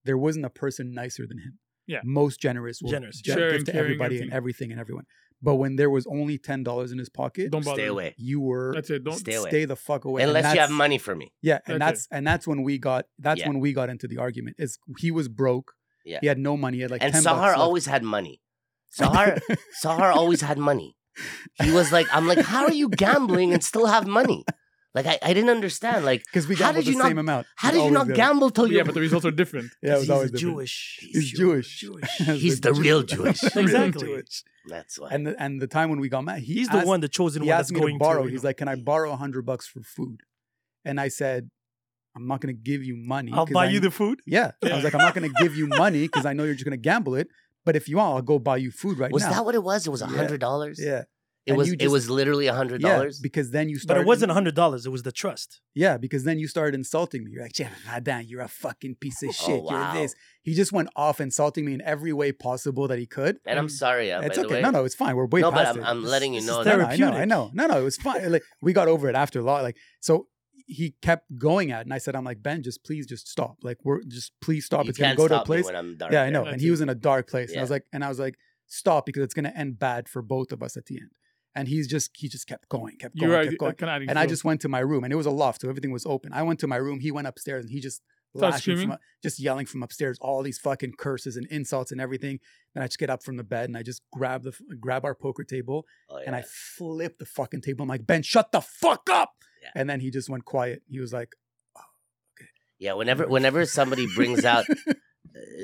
there wasn't a person nicer than him. Yeah. most generous, will Generous. gen- Sharing, give to caring, everybody and everything and everyone. But when there was only ten dollars in his pocket, don't bother. Stay me. away, you were That's it. Don't. Stay away. stay the fuck away. And unless you have that's- money for me. Yeah, and That's that's and that's when we got that's Yeah. when we got into the argument. Is he was broke. Yeah. He had no money. He had like and 10 bucks Sahar left. always had money. Sahar Sahar always had money. He was like, I'm like, how are you gambling and still have money? Like I, I didn't understand. Like because we How did gambled the you not- same amount. how It did you always not did. gamble till you? Yeah, but the results are different. Yeah, it was he's always a different. Jewish. He's pure Jewish. Jewish. That's He's the real Jewish. Real Exactly. Jewish. That's why. And the, and the time when we got mad, he He's asked, the one, the chosen He one asked that's me going to borrow. you He's know. like, "Can I borrow a hundred bucks for food?" And I said, "I'm not going to give you money. I'll 'cause buy I- you the food. yeah." I was like, "I'm not going to give you money because I know you're just going to gamble it. But if you want, I'll go buy you food right was now." that what it was? It was Yeah. hundred dollars. yeah, It And was you it just- was literally hundred yeah. dollars. Because then you But started. it wasn't hundred dollars. It was the trust. Yeah, because then you started insulting me. You're like, "Jeff, Madan, you're a fucking piece of shit. Oh, wow. You're this." He just went off insulting me in every way possible that he could. and I'm sorry, uh, Mm. it's by okay. the way. no, no, it's fine. We're way No, but past I'm, it. I'm This- letting you this know is that No, no, I know, I therapeutic. know. No, no, it was fine. Like we got over it after a lot. Like so, he kept going at, it, and I said, "I'm like Ben, just please, just stop. Like we're just please stop. you it's gonna can't go to a stop me place. when I'm dark. Yeah, I know. I And see. he was in a dark place. And I was Yeah. like, and I was like, stop because it's gonna end bad for both of us at the end. And he's just he just kept going, kept going, You're right. kept going. Canadian And I food. just went to my room, and it was a loft, so everything was open. I went to my room. He went upstairs, and he just Started lashing screaming? from, just yelling from upstairs, all these fucking curses and insults and everything. Then I just get up from the bed, and I just grab the grab our poker table, Oh, yeah. and I flip the fucking table. I'm like, Ben, shut the fuck up. Yeah. And then he just went quiet. He was like, Yeah, whenever whenever somebody brings out uh,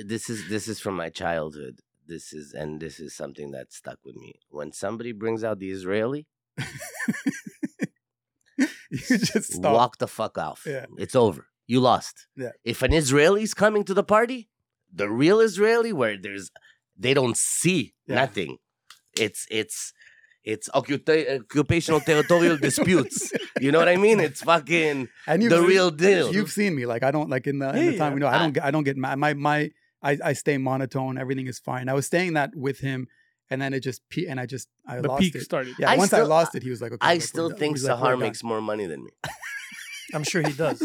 this is this is from my childhood. This is and this is something that stuck with me. When somebody brings out the Israeli, you just stop. walk the fuck off. Yeah. It's over. You lost. Yeah. If an Israeli's coming to the party, the real Israeli where there's they don't see Yeah. nothing. It's it's it's occupa- occupational territorial disputes. You know what I mean? It's fucking And you've the seen- real deal. You've seen me. Like I don't like in the, in Yeah, the time yeah. we know. I I- don't. get I don't get mad. My my. I, I stay monotone. Everything is fine. I was staying that with him, and then it just pe- and I just I the lost peak it. started. Yeah, I once I still- lost it, he was like, "Okay." I look, we're still done. think He's like, "We're Sahar done." makes more money than me. I'm sure he does.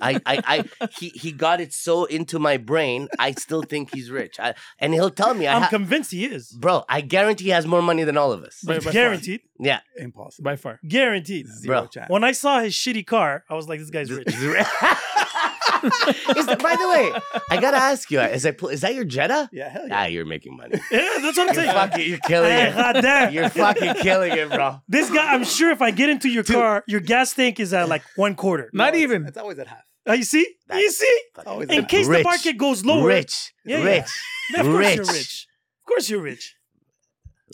I, I, I he, he got it so into my brain. I still think he's rich. I, and he'll tell me, I I'm ha- convinced he is. bro, I guarantee he has more money than all of us. By- by far. Guaranteed. Yeah. impossible. By far. Guaranteed. Zero Bro. chance. When I saw his shitty car, I was like, this guy's Th- rich. th- Is that- by the way, I gotta ask you, is that, is that your Jetta? yeah, hell yeah. Ah, you're making money. Yeah, that's what You're I'm saying. fucking, you're killing Eh, it. goddamn. You're fucking killing it, bro. This guy, I'm sure if I get into your car, your gas tank is at like one quarter. Not Always- even. It's always at half. Uh, you see? you That's- see? Always In at case the Rich. market goes lower, Rich, Yeah, yeah. rich, Yeah, of course you're Rich. rich. Of course you're rich.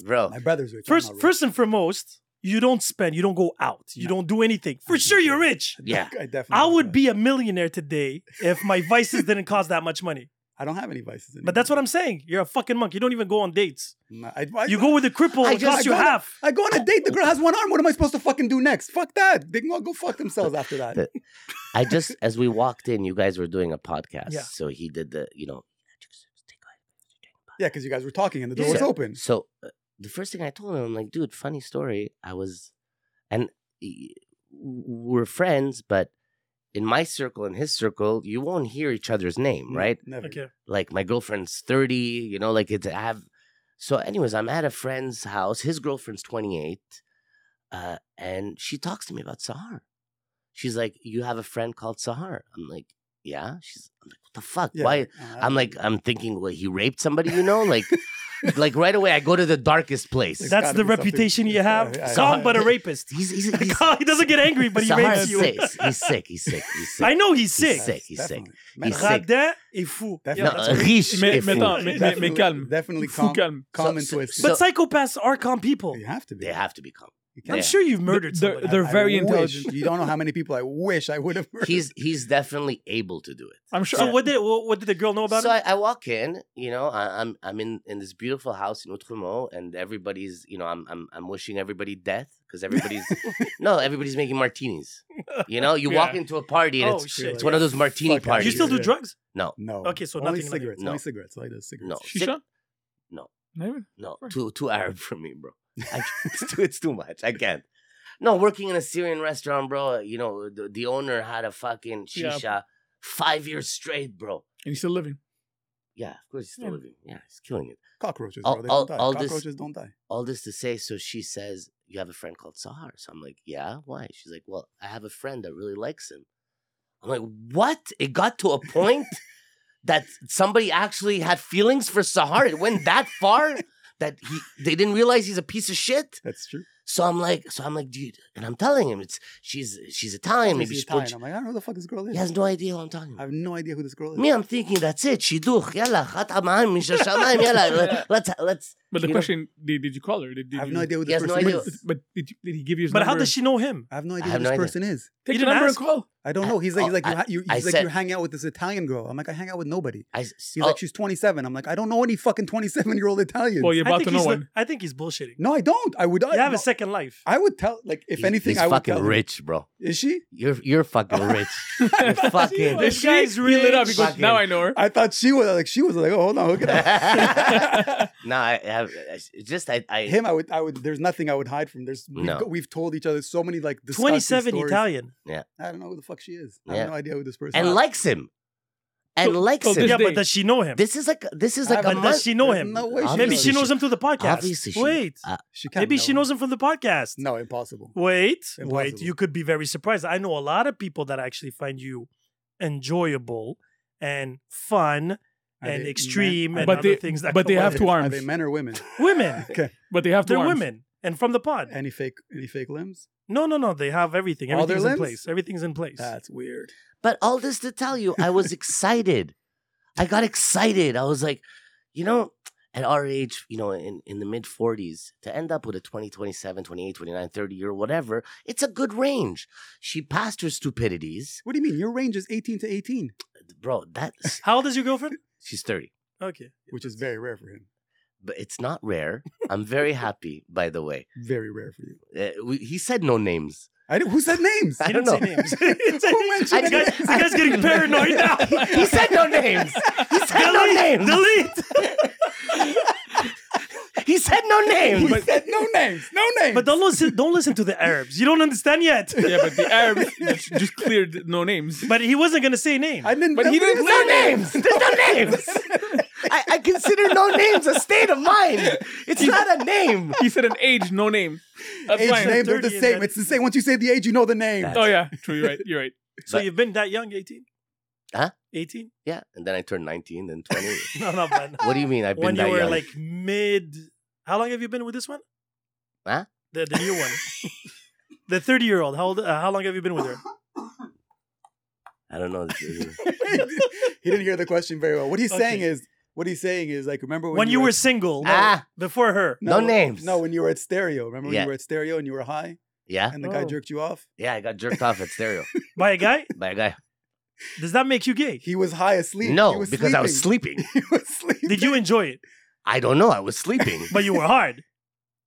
bro. half. My brother's rich. I'm First, not rich. first and foremost, you don't spend, you don't go out, you No. don't do anything. For sure, you're rich. Yeah, I definitely. I am would rich. be a millionaire today if my vices didn't cost that much money. I don't have any vices. Anymore. But that's what I'm saying. You're a fucking monk. You don't even go on dates. No, I, I, You go with a cripple, I it just- costs I you got it. half. I go on a date. The girl has one arm. What am I supposed to fucking do next? Fuck that. They can all go fuck themselves after that. The- I just as we walked in, you guys were doing a podcast, Yeah. so he did the, you know. Yeah, because you guys were talking and the door Yeah. was open. So uh, the first thing I told him, I'm like, dude, funny story. I was, and y- we're friends, but in my circle and his circle, you won't hear each other's Mm-hmm. name, Mm, right? Never. Okay. like my girlfriend's 30 you know like it's i have so anyways i'm at a friend's house his girlfriend's 28 uh, and she talks to me about sahar she's like you have a friend called sahar i'm like yeah she's I'm like what the fuck Yeah, why uh, i'm like i'm thinking well he raped somebody you know like like right away i go to the darkest place It's That's gotta the be something- reputation you have. Yeah, I- Calm, I- but a rapist. he's he's, he's he doesn't get angry, but he Sahar's rapes you. sick. He's sick. He's sick. He's sick. I know he's He's sick. sick. He's sick. definitely. He's Mad- sick. Radin et fou. That's- No, that's uh, what- riche. Mais, et mais, fou. attends, mais, mais, mais Definitely- calme. Definitely Fou calm. calme. Calm and so- twist. But So- psychopaths are calm people. you have to be. they have to be calm. You I'm Yeah. sure you've murdered They're- somebody. they're I very wish- intelligent. You don't know how many people I wish I would have murdered. He's he's definitely able to do it. I'm sure. so what did what, what did the girl know about so it? I, I walk in, you know, I, I'm I'm in, in this beautiful house in Outremont, and everybody's, you know, I'm I'm, I'm wishing everybody death because everybody's no, everybody's making martinis. You know, you walk Yeah. into a party and oh it's shit! it's one of those martini Fuck outta parties. you still do Yeah. drugs? no, no. Okay, so only nothing like- cigarettes. No. Only cigarettes. Like those cigarettes. no, Shisha? Cig- No. Not even. no, Sure. too too Arab for me, bro. I, it's too it's too much. I can't. No, working in a Syrian restaurant, bro. uh, You know, the, the owner had a fucking Yeah. shisha five years straight, bro. And he's still living. Yeah, of course he's still Yeah. living. Yeah, he's killing it. Cockroaches. All- bro, they all- don't die. all this- Cockroaches don't die. all this to say, so she says, You have a friend called Sahar. So I'm like, Yeah, why? She's like, Well, I have a friend that really likes him. I'm like, What? It got to a point that somebody actually had feelings for Sahar. It went that far that he they didn't realize he's a piece of shit. That's true. So I'm like, so I'm like, dude, and I'm telling him it's she's she's Italian, maybe She's she's Italian. Portuguese. I'm like, I don't know who the fuck this girl is. He has no idea what I'm talking I about. have no idea who this girl is. Me, I'm thinking that's it. Shidduch, yalla, chata ma'am, misha shamayim, yalla. Let's let's. But You the know- question did, did you call her? Did, did I have you, no idea who He this has no person idea. is. But, but did, you, did he give you his But how number? does she know him? I have no I idea who have this no idea. person is. Take You your didn't number and ask? call. I don't know. He's like, Oh, he's like, you, I- ha- you, he's I like said- you hang out with this Italian girl. I'm like, I hang out with nobody. I, oh, He's like, she's 27. I'm like, I don't know any fucking 27 year old Italians. Well, you're I about think, to know he's, one. I think he's bullshitting. no, I don't. I would. I, You have no, a second life. I would tell. Like, if He's- anything, he's I would fucking tell. her. rich, bro. Is she? You're you're fucking rich. you're fucking. This guy's he lit up. He rich. goes, Fucking- now I know her. I thought she was like. She was like, oh, hold on, look at no, I have just I, I him. I would. I would. There's nothing I would hide from. There's. We've, No. got- we've told each other so many like disgusting 27 stories. Italian. I don't know who the fuck she is. I Yeah. have no idea who this person. and is. likes him, and So- likes so him. this- yeah, day. but does she know him? this is like this is I like a haven't- but does month. she know There's him? no way she Maybe knows she him. knows him through the podcast. Obviously, she- Wait. uh, She can't Maybe she know. knows him from the podcast. No, impossible. Wait, wait. Impossible. You could be very surprised. I know a lot of people that actually find you enjoyable and fun Are and they extreme men? and But other they- things that but come they Are up. have they- two Are arms. they men or women? women. Okay. But they have to They're arms. women and from the pod. Any fake? Any fake limbs? No, no, no. They have everything. All their Everything's in limbs? place. Everything's in place. That's weird. But all this to tell you, I was excited. I got excited. I was like, you know, at our age, you know, in, in the mid 40s, to end up with a 20, 27, 28, 29, 30 year, whatever, it's a good range. She passed her stupidities. What do you mean? Your range is 18 to 18, Bro, that's, How old is your girlfriend? she's 30. Okay. which is very rare for him. But it's not rare. I'm very happy, by the way. Very rare for you. Uh, we, he said no names. I didn't, who said names? I He don't didn't say know. names. Who mentioned This guy- names? this guy's getting paranoid now. He said no names. He said no Delete. names. Delete. He said no He names. said no names. No names. But don't listen. Don't listen to the Arabs. You don't understand yet. Yeah, but the Arabs just- just cleared no names. But he wasn't gonna say names. I didn't. But he nobody didn't said no names. There's no names. I, I consider no names a state of mind. It's not a name. He said an age, no name. That's Age fine. names are 30 the and same. then- It's the same. Once you say the age, you know the name. That's- Oh yeah, true. You're right. You're right. so But- you've been that young, eighteen? Huh? Eighteen? Yeah, and then I turned 19, then 20. No, not bad. what do you mean? I've been when that you were young. like mid. How long have you been with this one? Huh? The the new one. the thirty year old. How old? Uh, how long have you been with her? I don't know. This is- he didn't hear the question very well. What he's Okay. saying is, what he's saying is, like, remember When, when, you were at- single. ah, Before her. no names. No, when you were at stereo. Remember when Yeah. you were at stereo and you were high, yeah, and the guy Oh. jerked you off. yeah. I got jerked off at stereo By a guy? by a guy. Does that make you gay? He was high asleep. No, He because I was sleeping. he was sleeping. Did you enjoy it? I don't know. I was sleeping. But you were hard.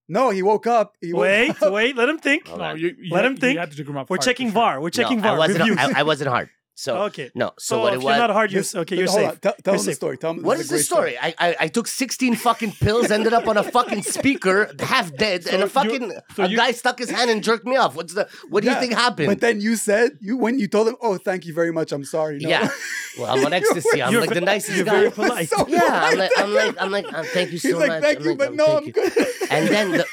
No, he woke up. He woke wait, up. wait. Let him think. Hold No, on. Oh, you, you Let had- him think. You had to check him up We're hard, checking for sure. VAR. We're checking no, VAR. I wasn't. Reviews. I, I wasn't hard. So okay. no. So, So, what if it you're not was? hard, you're This- okay. th- You're hold safe. on. Tell, You're tell him the safe. story. Tell him What is this a the great story? I, I I took sixteen fucking pills, ended up on a fucking speaker, half dead, and a you- fucking so a you- guy stuck his hand and jerked me off. What's the? What do Yeah, you think happened? But then you said you when you told him, "Oh, thank you very much. I'm sorry." No. Yeah. Well, I'm on ecstasy. I'm you're like the ve- nicest you're guy. very polite. So Yeah, I'm like, polite. I'm like, I'm like, uh, thank you so He's like, much. "Thank I'm you, like, but um, no, thank I'm you." good." And then, the,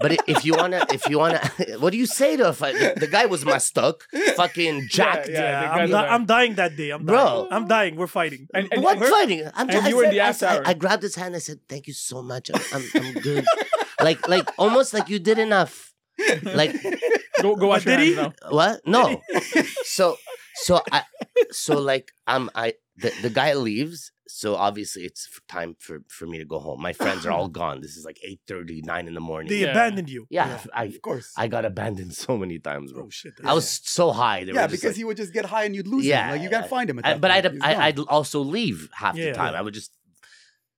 but i- if you wanna, if you wanna, what do you say to if I, the, the guy was mastock, fucking jacked? Yeah, Yeah, the I'm, guys di- are- I'm dying that day. I'm Bro. dying. I'm dying. We're fighting. And, and what her- fighting? I'm and just, I you were in said- the I- ass I, hour. I grabbed his hand. I said, "Thank you so much. I'm, I'm, I'm good. like, like almost like you did enough. Like, Go, go wash your did hands he? now. What? No. so so I so like um I the, the guy leaves. So obviously it's f- time for for me to go home. My friends are all gone. This is like 8:30, 9 in the morning. They Yeah. abandoned you. yeah, I Of course. I got abandoned so many times, bro. Oh shit. I was so high. They were yeah, just like- because he would just get high and you'd lose him. Yeah, Like you gotta find him. At I- that but point. I'd He's gone. I, I'd also leave half Yeah. the time. Yeah. I would just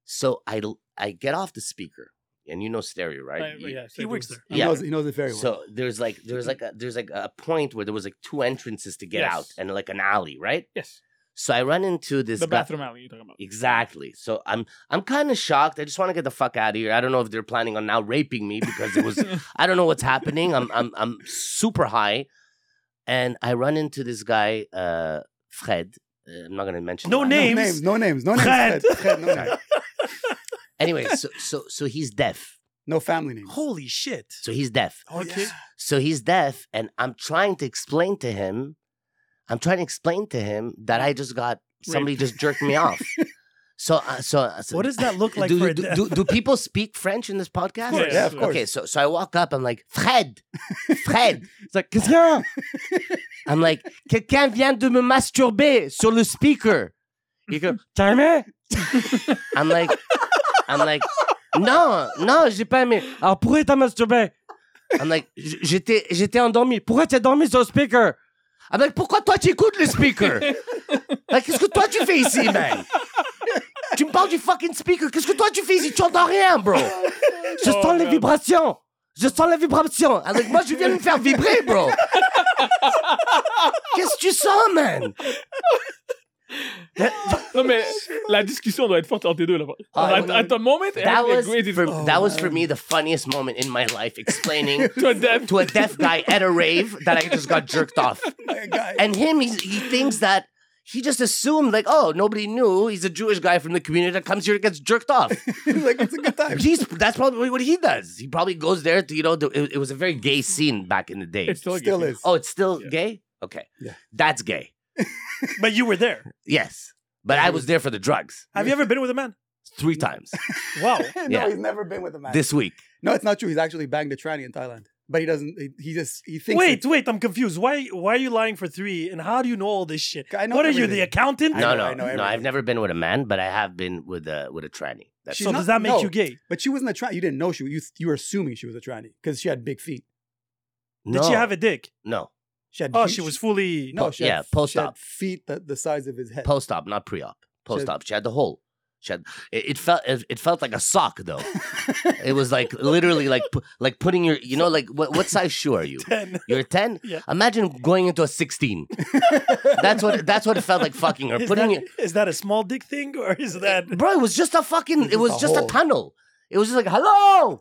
so I I get off the speaker, and you know stereo, right? Right, You- yeah, so He do works this. there. He yeah. knows, he knows it very well. So there's like there's like a there's like a point where there was like two entrances to get Yes. out and like an alley, right? Yes, So I run into this the guy- bathroom alley you're talking about. Exactly. So I'm I'm kind of shocked. I just want to get the fuck out of here. I don't know if they're planning on now raping me because it was I don't know what's happening. I'm I'm I'm super high, and I run into this guy uh, Fred. Uh, I'm not gonna mention No the last name. name. no names. names, no names, no Fred. names. Fred, Fred, no, names. Sorry. Anyway, so so so he's deaf. no family names. Holy shit. So he's deaf. Okay. So he's deaf, and I'm trying to explain to him. I'm trying to explain to him that I just got somebody just jerked me off. So, uh, so, uh, so What does that look like do, for you- a do, deaf- do, do people speak French in this podcast? course. Yeah, of course. Okay, so so I walk up, I'm like, Fred, Fred. It's like, qu'est-ce qu'il y a? I'm like, quelqu'un vient de me masturber sur le speaker. He goes, t'as aimé? I'm like, I'm like, non, non, j'ai pas aimé. Alors pourquoi t'as masturbé? I'm like, J- j'étais, j'étais endormi. Pourquoi t'as dormi sur le speaker? I'm like, pourquoi toi tu écoutes le speaker? like, qu'est-ce que toi tu fais ici, man? tu me parles du fucking speaker. Qu'est-ce que toi tu fais ici? Tu entends rien, bro. Je Oh, sens les God. vibrations. Je sens les vibrations. Avec moi, je viens de me faire vibrer, bro. Qu'est-ce que tu sens, man? Non, mais la discussion doit être forte entre les deux là-bas. Ah, at, ouais. at the moment, it That had been was, great- for, Oh, that was man. for me the funniest moment in my life, explaining to a deaf. to a deaf guy at a rave that I just got jerked off. My guy. And him, he's, he thinks that he just assumed, like, oh, nobody knew. He's a Jewish guy from the community that comes here and gets jerked off. He's like, it's a good time. He's, that's probably what he does. He probably goes there to, you know, the, it, it was a very gay scene back in the day. It's still, a Still gay is. Oh, it's still Yeah. gay? Okay. Yeah. That's gay. But you were there. Yes. But I was there for the drugs Have you ever been with a man? three times Wow. no, yeah. he's never been with a man. this week. No, it's not true. He's actually banged a tranny in Thailand. but he doesn't. He, he just he thinks. Wait, it- wait, I'm confused. Why why are you lying for three? And how do you know all this shit? I know what are you, the everything. accountant? no, I know- I no, know no. I've everything. never been with a man, but I have been with a with a tranny. That's She's so not- does that make no. you gay? but she wasn't a tranny. You didn't know she. You you were assuming she was a tranny because she had big feet. no, Did she have a dick? no She had. Oh, huge- she was fully. No, Po- she had, yeah, she had post-op. feet the, the size of his head. post op, not pre op. Post op. She had the hole. She had it, it felt it, it felt like a sock though. it was like literally like pu- like putting your you know like what what size shoe are you? Ten. You're a ten. Yeah. Imagine going into a sixteen. That's what that's what it felt like fucking her. Is putting that, it, is that a small dick thing or is that bro. It was just a fucking. It's It was just a just a hole. tunnel. It was just like hello,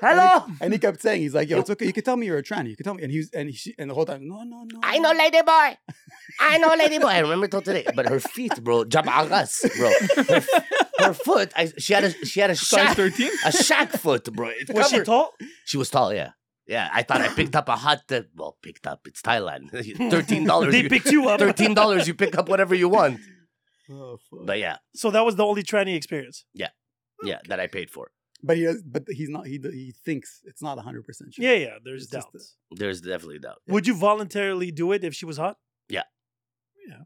hello. And he kept saying, "He's like, yo, it's okay. You can tell me you're a tranny. You can tell me." And he was, and she, and the whole time, no, no, no. I know Lady Boy. I know Lady Boy. I remember till today. But her feet, bro, jabagas, bro. Her, her foot, I, she had a she had a Size shack, thirteen. a shack foot, bro. It was she covered- tall? She was tall, yeah. Yeah, I thought I picked up a hot. uh, well, picked up. It's Thailand. Thirteen dollars. They picked you up. Thirteen dollars. You pick up whatever you want. Oh, fuck. But, But yeah, So that was the only tranny experience. yeah, that I paid for. but he does. But he's not. He he thinks it's not hundred percent sure. Yeah, yeah. There's It's just doubts. There's definitely doubt. Would you voluntarily do it if she was hot? Yeah. Yeah.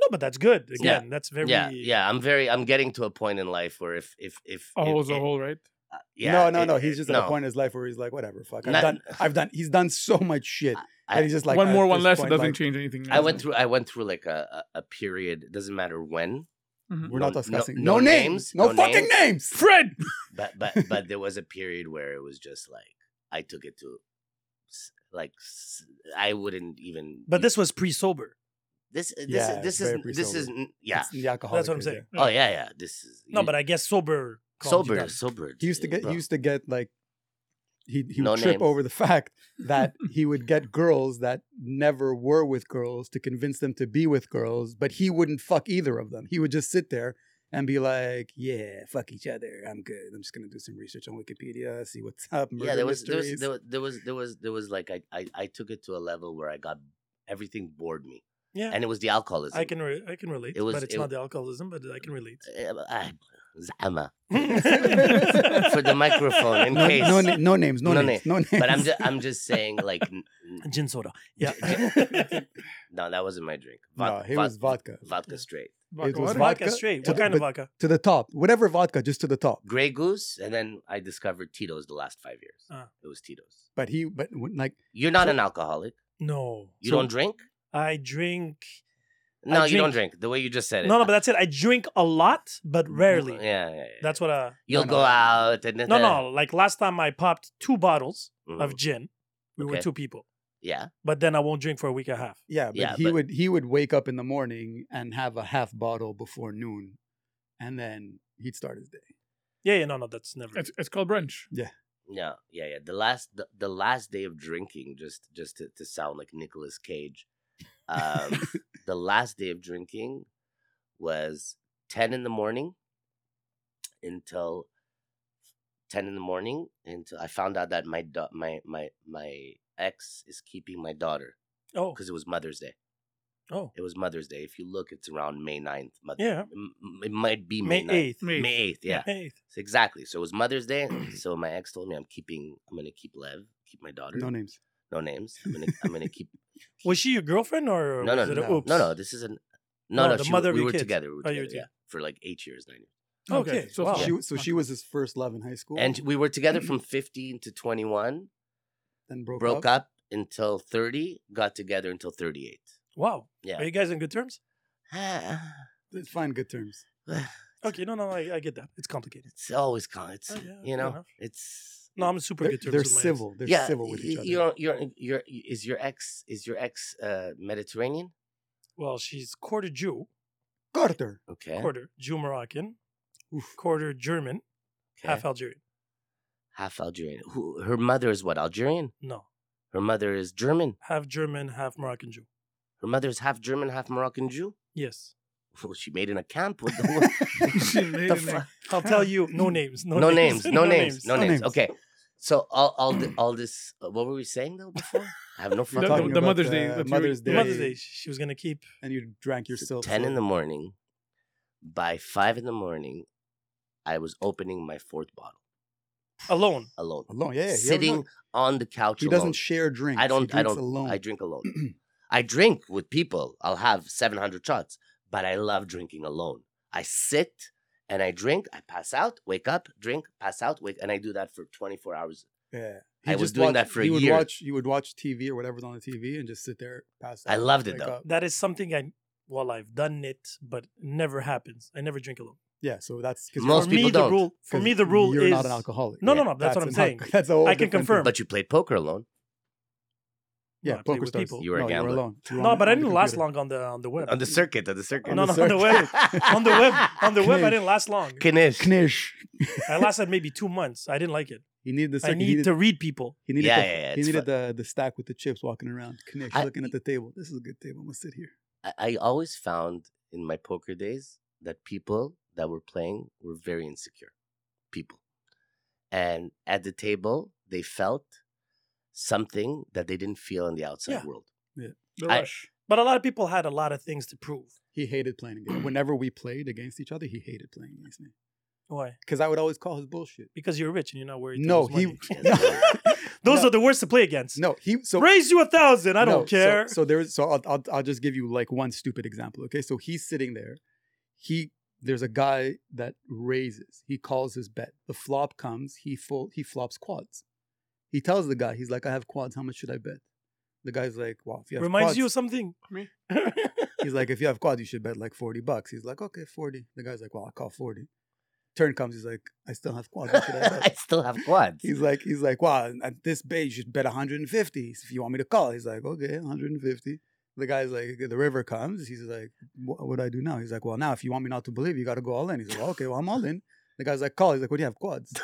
No, but that's good. Again, that's very. Yeah, yeah. I'm very. I'm getting to a point in life where if if if A if- hole's Oh, a if- hole, right? uh, yeah, no, no, it- no. He's it- just at no. a point in his life where he's like, whatever, fuck. I've Not- done, I've done. He's done so much shit, I- and he's just like, one at more, one this less. point, it doesn't like, change anything. I went through. I went through like a a, a period. It doesn't matter when. We're No- not no- discussing. no No, names, names. No, no fucking names. names. Mm-hmm. Fred. But but but there was a period where it was just like I took it to, s- like s- I wouldn't even. But this was pre-sober. this this Yeah, this it's is very this is sober. n- yeah. It's the alcoholic That's what I'm right saying. Oh yeah yeah. This is No, but I guess sober. calms you sober down. sober. there. He used to uh, get. bro. He used to get like. He he would No trip names. over the fact that he would get girls that never were with girls to convince them to be with girls, but he wouldn't fuck either of them. He would just sit there and be like, "Yeah, fuck each other. I'm good. I'm just gonna do some research on Wikipedia, see what's up." yeah, murder there was, there was mysteries." there was there was there was there was like I, I I took it to a level where I got everything bored me, Yeah. and it was the alcoholism. I can re- I can relate. It was- but it's it not w- the alcoholism, but I can relate. Uh, I- Zama For for the microphone in no, case. no, na- no names, no, No names, no names. but I'm just I'm just saying like n- n- Gin soda. Yeah. no, that wasn't my drink. No, it vod- was vodka. Vodka straight, It was vodka vodka straight. to What the- kind of but- vodka? to the top, whatever vodka, just to the top. Grey Goose, and then I discovered Tito's the last five years. Ah. It was Tito's. But he, but when, like, You're not an alcoholic. No. You So don't drink. I drink. No, you don't drink- drink. The way you just said it. Mm, No, no, but that's it. I drink a lot, but rarely. Yeah, yeah, yeah. That's what I. You'll No, go no. out and No, no. Like last time, I popped two bottles Mhm. of gin. We were Okay. two people, yeah. but then I won't drink for a week and a half. yeah, but Yeah, he but- would he would wake up in the morning and have a half bottle before noon, and then he'd start his day. Yeah, yeah. No, no. That's never. It's, it's called brunch. Yeah, yeah, yeah. The last the, the last day of drinking, just just to, to sound like Nicolas Cage. Um, the last day of drinking was ten in the morning until ten in the morning until I found out that my da- my my my ex is keeping my daughter Oh, because it was Mother's Day. oh. It was Mother's Day. If you look, it's around May 9th. Moth- Yeah. m- m- it might be May, May 9th. eighth. Me. May eighth, yeah. May eighth. So exactly. So it was Mother's Day. so my ex told me I'm keeping. I'm gonna keep Lev. Keep my daughter. No, No names. names. I'm gonna. I'm gonna keep. Was she your girlfriend or No, no, was it no, a no. oops? no, no. This is an. No, No, no. the she- mother of we your were kids. together. We were Oh, you together. were yeah, for like eight years, nine years. Oh, Okay. So Wow. She, yeah. w- so she was his first love in high school, And we were together Mm-hmm. from 15 to 21. then broke, Broke Uh-huh. up. up until 30. Got together until 38. Wow. Are Yeah. you guys on good terms? Let's find good terms. Okay. No, no. I, I get that. It's complicated. it's always con. It's Oh, yeah, fair you know. enough. It's No, I'm on super They're, good terms. they're with my ex. civil. They're civil with each y- other. You're, you're, you're, is your ex is your ex uh, Mediterranean? Well, she's quarter Jew, Carter. Okay. quarter Jew Moroccan, quarter German, okay. half Algerian. half Algerian. Who, her mother is what? Algerian. No, Her mother is German. half German, half Moroccan Jew. Her mother is half German, half Moroccan Jew. Yes. Well, she made in a camp. What the, She made the it like- fuck? I'll tell you. No names. No, No, names. No, names. No No names. names. Okay. So all all the, all this. uh, What were we saying though before? I have no The- talking fucking. the about Mother's Day, the the period. Mother's The Day. Mother's Day. She was gonna keep. And you drank yourself. Ten in so- the morning. By five in the morning, I was opening my fourth bottle. alone. alone, alone. Yeah, yeah. he sitting alone. on the couch. He alone. doesn't share drinks. I He don't. I drinks don't. Alone. I drink alone. I drink with people. I'll have seven hundred shots, but I love drinking alone. I sit and I drink. I pass out, wake up, drink, pass out, wake, and I do that for twenty four hours. Yeah. I was doing that for a he year. Would watch, he would watch TV or whatever's on the TV and just sit there, pass out. I loved it, wake though. up. That is something I, well, I've done it, but never happens. I never drink alone. Yeah, so that's because Most for people me, the don't, rule. For me, the rule you're is not an alcoholic. No, Yeah, no, no. That's, what I'm an saying. alco- that's a whole I can different confirm. But you played poker alone. thing. No, Yeah, I play poker with stars. people. You were a no, gambler. You were alone. You were No, on- but I on the didn't last computer. long on the on the web. On the circuit, on the circuit. no, on the no, on the web. on the web. On the web, I Knish. didn't last long. Knish. Knish. I lasted maybe two months. I didn't like it. He needed the I second. he need needed, to read people. he needed, Yeah, the, yeah, yeah, he it's needed the, the stack with the chips walking around. Knish I- looking at the table. This is a good table. I'm gonna sit here. I, I always found in my poker days that people that were playing were very insecure people. And at the table, they felt something that they didn't feel in the outside Yeah. world. The I- rush. But a lot of people had a lot of things to prove. He hated playing against. Whenever we played against each other, he hated playing against me Why? because I would always call his bullshit. Because you're rich and you're not worried. to No, lose he. money. No, Those no. are the worst to play against. no, he. So Raise you a thousand. I No, don't so- care. So, there's so I'll, I'll I'll just give you like one stupid example. Okay, so he's sitting there. He there's a guy that raises. He calls his bet. The flop comes. He full he flops quads. He tells the guy he's like, I have quads. How much should I bet? The guy's like, Wow, if you have Reminds quads, you of something. Me? he's like, if you have quads, you should bet like forty bucks. He's like, okay, forty. The guy's like, well, I'll call forty. Turn comes. He's like, I still have quads. What should I bet? I still have quads. He's like, he's like, wow, at this bait, you should bet 150 if you want me to call. He's like, okay, 150. The guy's like, the river comes. He's like, what what do I do now? He's like, well, now if you want me not to believe, you got to go all in. He's like, well, okay, well, I'm all in. The guy's like, call. He's like, what do you have quads?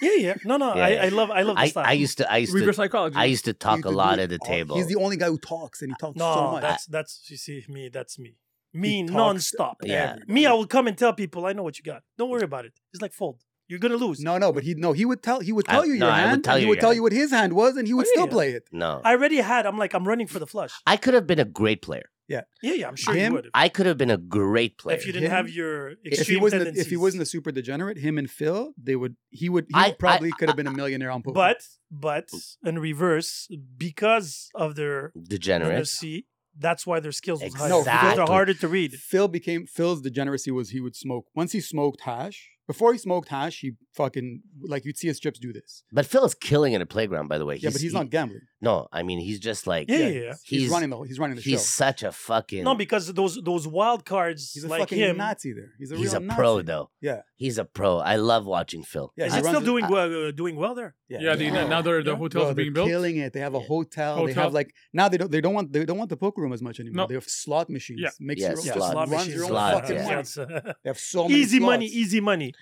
yeah, yeah. No, no. Yeah, I, yeah. I love. I love the I, style. I used to I used Reverse to psychology. I used to You talk a could do lot it at the all. table. He's the only guy who talks and he talks no, so much. that's that's you see me. That's me. He Me talks nonstop. to Yeah. everybody. Me, I will come and tell people. I know what you got. Don't worry about it. It's like fold. You're gonna lose. No, no, but he no, he would tell he would I- tell you no, your I would hand. tell and you he would your tell hand. you what his hand was, and he would Oh, yeah, still yeah. play it. no. I, I already had. I'm like, I'm running for the flush. could have been a great player. Yeah, yeah. I'm sure Him? you would. I could have been a great player. If you didn't Him? have your extreme If he wasn't, a, tendencies. if he wasn't a super degenerate, him and Phil, they would he would he I- would probably could have been a millionaire on poker. but but in reverse, because of their Degenerate. NFC, that's why their skills was higher. Because Exactly. they're harder to read. Phil became Phil's degeneracy was he would smoke. Once he smoked hash, before he smoked hash, he fucking like you'd see his chips do this. But Phil is killing in a playground, by the way. yeah, but he's he- not gambling. No, I mean he's just like Yeah, yeah, yeah. He's, he's- running the he's running the he's show. such a fucking No, because those those wild cards He's a like fucking him. Nazi there. He's a he's a real pro Nazi. though. Yeah. He's a pro. I love watching Phil. Yeah, is he it runs still it- doing I- well, uh, doing well there? Yeah, the, now the, the Yeah. hotels Bro, are being they're built. killing it. They have a hotel. They Hotel. have like now they don't they don't want they don't want the poker room as much anymore. No. They have slot machines. Yeah. Makes Yeah, your own, slot just Slot runs your own Slot, fucking yeah. money. They have so many easy money, slots. easy money.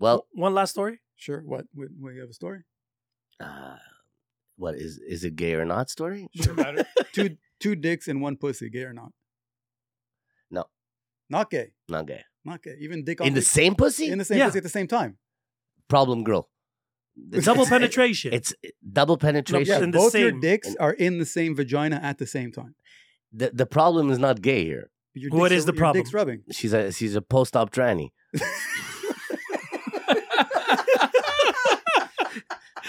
Well, One last story. Sure. What? What? what you have a story? uh, what is is it gay or not story? Doesn't matter. two two dicks and one pussy. Gay or not? No. Not gay. Not gay. Not gay. Even dick on In the dick- same pussy? in the same Yeah. pussy at the same time. Problem girl. It's- Double it's- penetration. It's uh, double penetration. Yeah. in the both your same- Oh. dicks in- are in the same vagina at the same time. The, the problem is not gay here. But Your What dicks is the your Dicks rubbing. She's a she's a post op tranny.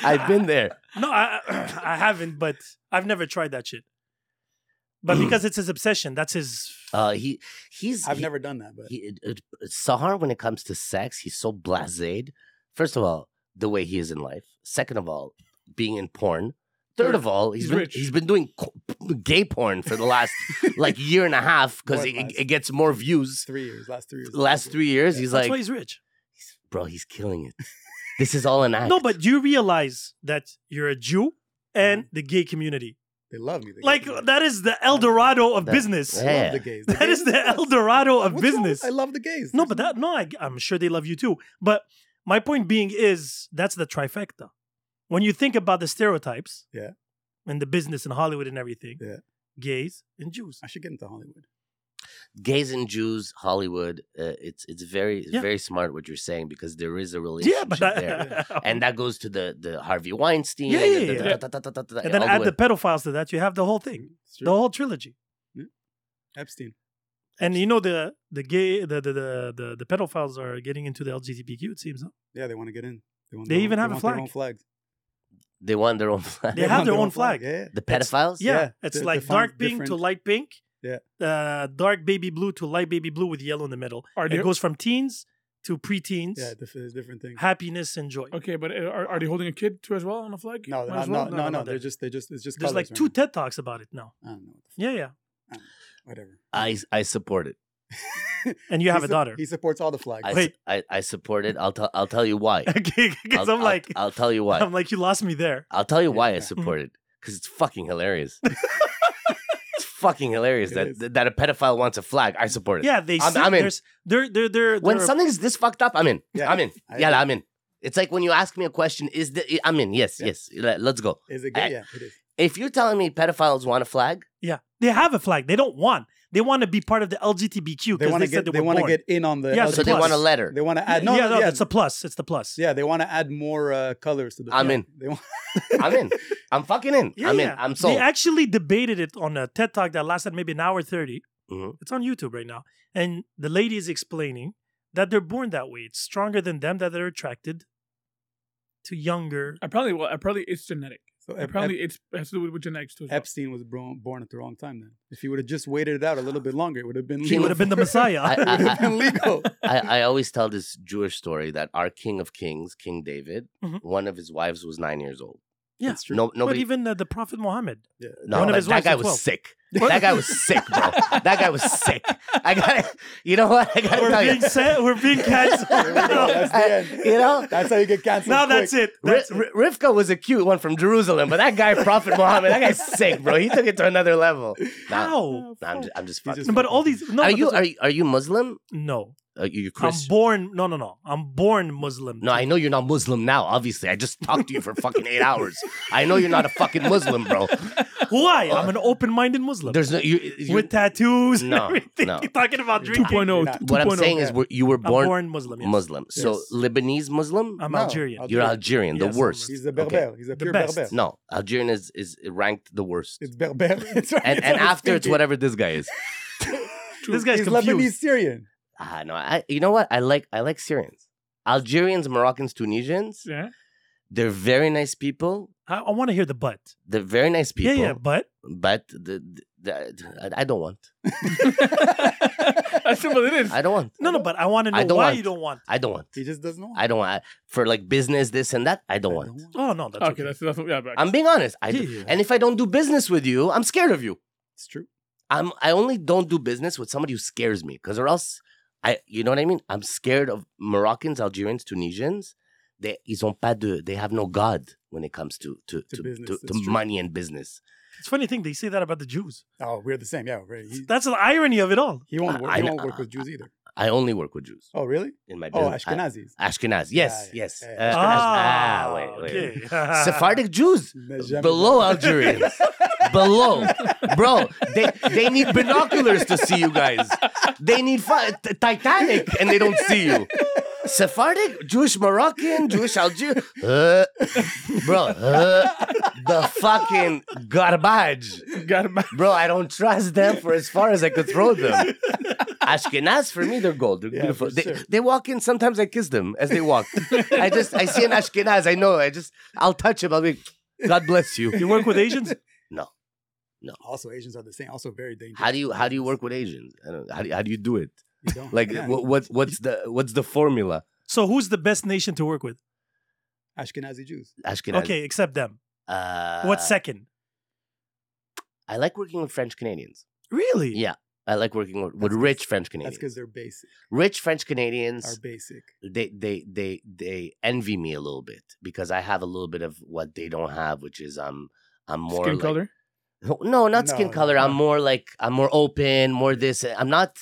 I've been there. no, I I haven't, but I've never tried that shit. But Mm. because it's his obsession, that's his. Uh, he he's I've he- never done that, but he, it, it, Sahar, when it comes to sex, he's so blasé. First of all, the way he is in life. Second of all, being in porn. Third Third, of all, he's he's been, rich. he's been doing co- gay porn for the last like year and a half because What it, last? it gets more views. three years, last three years, Last three years, he's that's like, why he's rich. "He's- bro, he's killing it. this is all an act. No, but do you realize that you're a Jew Mm. and the gay community? They love me. They Like love me. that is the El Dorado of That- business. I love Yeah. the gays. That gays is the are El best. Dorado of What's wrong with- business. I love the gays. No, but that no, I, I'm sure they love you too. But my point being is that's the trifecta. When you think about the stereotypes, Yeah. and the business in Hollywood and everything, Yeah. gays and Jews. I should get into Hollywood. Gays and Jews, Hollywood. Uh, it's it's very it's Yeah. very smart what you're saying because there is a relationship Yeah, but there. that, and that goes to the the Harvey Weinstein. Yeah, and yeah, the- yeah. da- da- da- da- da- da- da- and then all the add way- the pedophiles to that, you have the whole thing, It's the true. whole trilogy. Epstein. And you know the the gay the the the the, the pedophiles are getting into the LGBTQ. It seems. Huh? Yeah, they want to get in. want They their even own, have a they want their flag. own flags. They want their own flag. They have want their own flag. Yeah, yeah. the pedophiles. Yeah, Yeah, it's they're- like they're found dark pink to different. light pink. Yeah. Uh, dark baby blue to light baby blue with yellow in the middle. Are it they- goes from teens to preteens. Yeah, dif- there's different things. Happiness and joy. Okay, but uh, are, are they holding a kid too as well on the flag? No, Might no, as no, well? no, no. they're- They're just, they're just, it's just. There's like colors, two right? TED talks about it now. I don't know. Yeah, yeah. Whatever. I I support it. And you have He a su- daughter. He supports all the flags. I, Wait. I, I support it. I'll tell I'll tell you why. Okay, because I'll- I'm I'll- like, I'll tell you why. I'm like, you lost me there. I'll tell you Yeah. why I Mhm. support it because it's fucking hilarious. it's fucking hilarious It that is. that a pedophile wants a flag. I support it. Yeah, they. I'm- see- I'm in. There's, they're, they're, they're. When they're- something's this fucked up, I'm in. Yeah. I'm in. I Yeah, agree. I'm in. It's like when you ask me a question, is the I'm in. Yes, Yeah. yes. Let- Let's go. Is it I- good? Yeah, it is. If you're telling me pedophiles want a flag, yeah, they have a flag. They don't want. They want to be part of the LGBTQ They because want they said to get, they, they were want to born. get in on the. Yeah, LGBT. so they want a plus. letter. They want to add. No, yeah, no, yeah. that's a plus. It's the plus. yeah, they want to add more uh, colors to the. I'm flag. in. They want, I'm in. I'm fucking in. Yeah, I'm yeah. in. I'm sold. They actually debated it on a TED talk that lasted maybe an hour 30. Mhm. It's on YouTube right now. And the lady is explaining that they're born that way. It's stronger than them that they're attracted to younger. Apparently, well, apparently it's genetic. so Ep- Apparently, it's it has to do with, with genetics too. as Ep- well. Epstein was born, born at the wrong time. Then, if he would have just waited it out a little bit longer, it would have been. He legal. would have been the Messiah. I- I- It would have been legal. I, I always tell this Jewish story that our king of kings, King David, Mhm. one of his wives was nine years old. Yeah. That's true. No, but nobody. even uh, the Prophet Muhammad. no, one of that, his that wives guy was was 12. sick. That guy was sick, bro. That guy was sick. I got to You know what? I got to We're tell being you. set. We're being There canceled. we go. now That's the end. You know? That's how you get canceled. Now quick. that's it. R- That's it. Rivka was a cute one from Jerusalem, but that guy, Prophet Muhammad, that guy's sick, bro. He took it to another level. Nah, How? nah, I'm just, I'm just He's fucking. just- But all these. No, are but you that's- are you, are you Muslim? no. Are you you I'm Christian? born. No, no, no. I'm born Muslim. No, I know you're not Muslim now. Obviously, I just talked to you for fucking eight hours. I know you're not a fucking Muslim, bro. Why? I'm an open minded Muslim. Uh, There's no you. you with tattoos and No, everything. no. You're talking about drinking. 2.0. Not- 2.0. what I'm saying is yeah. we're, you were oh, I'm born, born, Muslim. Yes. Muslim. So Yes. Lebanese Muslim. I'm No, Algerian. you're Algerian, Algerian. Yes, the I'm worst. He's a Okay. berber. He's a The pure best. berber. No, Algerian is is ranked the worst. It's berber. It's right. and That's and what I was after it's thinking. whatever this guy is. This guy's He's Lebanese confused. Syrian. Ah, no, I you know what? I like I like Syrians, Algerians, Moroccans, Tunisians. Yeah. They're very nice people. I, I want to hear the but. They're very nice people. Yeah, yeah, but But the, the, the- I I don't want. That's what it is. I don't want. no, no, but I want to I know don't why want- you don't want. I don't want. He just doesn't know. I don't want for like business this and that. I don't want. Oh no, that's okay, okay. that's that's yeah. Back. I'm being honest. I Yeah, do- yeah. and if I don't do business with you, I'm scared of you. It's true. I'm I only don't do business with somebody who scares me because or else I you know what I mean? I'm scared of Moroccans, Algerians, Tunisians. They ils ont pas de they have no god when it comes to to To to, business, to, that's to true. money and business. It's funny thing they say that about the Jews. Oh, we're the same. Yeah, we're- he, That's the irony of it all. he won't. Work, I- he I- won't work with Jews either. I only work with Jews Oh, really? in my Oh, business. I- Ashkenazis. Ashkenaz, yes, yeah, yes. Uh, yeah. Ashkenaz. Ashkenaz- ah, wait, wait. wait. okay. Sephardic Jews Benjamin. below Algerians, below, bro. They they need binoculars to see you guys. They need fi- t- Titanic, and they don't see you. Sephardic, Jewish Moroccan, Jewish Algerian, uh, bro. uh, the fucking garbage, bro. I don't trust them for as far as I could throw them. Ashkenaz for me, they're gold. They're Yeah, beautiful. for They, sure. they walk in. Sometimes I kiss them as they walk. I just I see an Ashkenaz. I know. I just I'll touch him. I'll be. God bless you. You work with Asians? Also, Asians are the same. Also, very dangerous. How do you how do you work with Asians? I don't, how, do you, how do you do it? You don't. Like Yeah. what, what what's the what's the formula? So who's the best nation to work with? Ashkenazi Jews. Ashkenaz. okay, except them. Uh, What's second? I like working with French Canadians. Really? Oh, Yeah. I like working with, with That's 'cause- rich French That's Canadians. because they're basic. Rich French Are Canadians. basic. they they they they envy me a little bit because I have a little bit of what they don't have, which is I'm I'm more Skin like- color. No, not skin No, color. no, I'm no. more like I'm more open, more this. I'm not.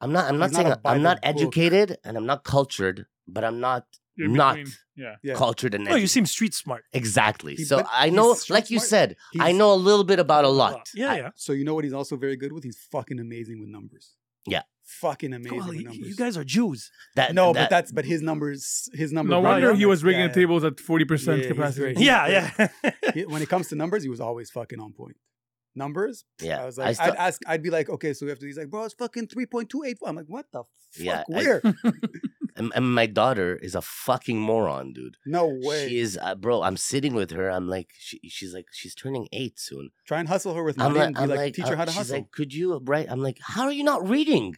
I'm not. I'm not He's not saying a I'm not Bible book. educated and I'm not cultured, but I'm not You're in Not. between. Yeah. Yeah. cultured and No, you educated. seem street smart. exactly. He- so but I he's know, street like you smart. said, I He's- know a little bit about a lot. Yeah, I- yeah. So you know what he's also very good with? He's fucking amazing with numbers. Yeah. Fucking amazing Well, with you- numbers. you guys are Jews. that, no, that- but that's but his numbers. His numbers. No were wonder good. he was rigging Yeah, the tables at forty Yeah, percent he's capacity. great. Yeah, yeah. yeah. He- when it comes to numbers, he was always fucking on point. Numbers. Yeah, I was I like, I still- would ask. I'd be like, okay, so we have to. He's like, bro, it's fucking three point two eight. I'm like, what the fuck? Yeah, I- Where? And, and my daughter is a fucking moron, dude. No way. She is, uh, bro. I'm sitting with her. I'm like, she, she's like, she's turning eight soon. Try and hustle her with I'm money like, and be I'm like, like, teach uh, her how to she's hustle. like, could you write? I'm like, how are you not reading?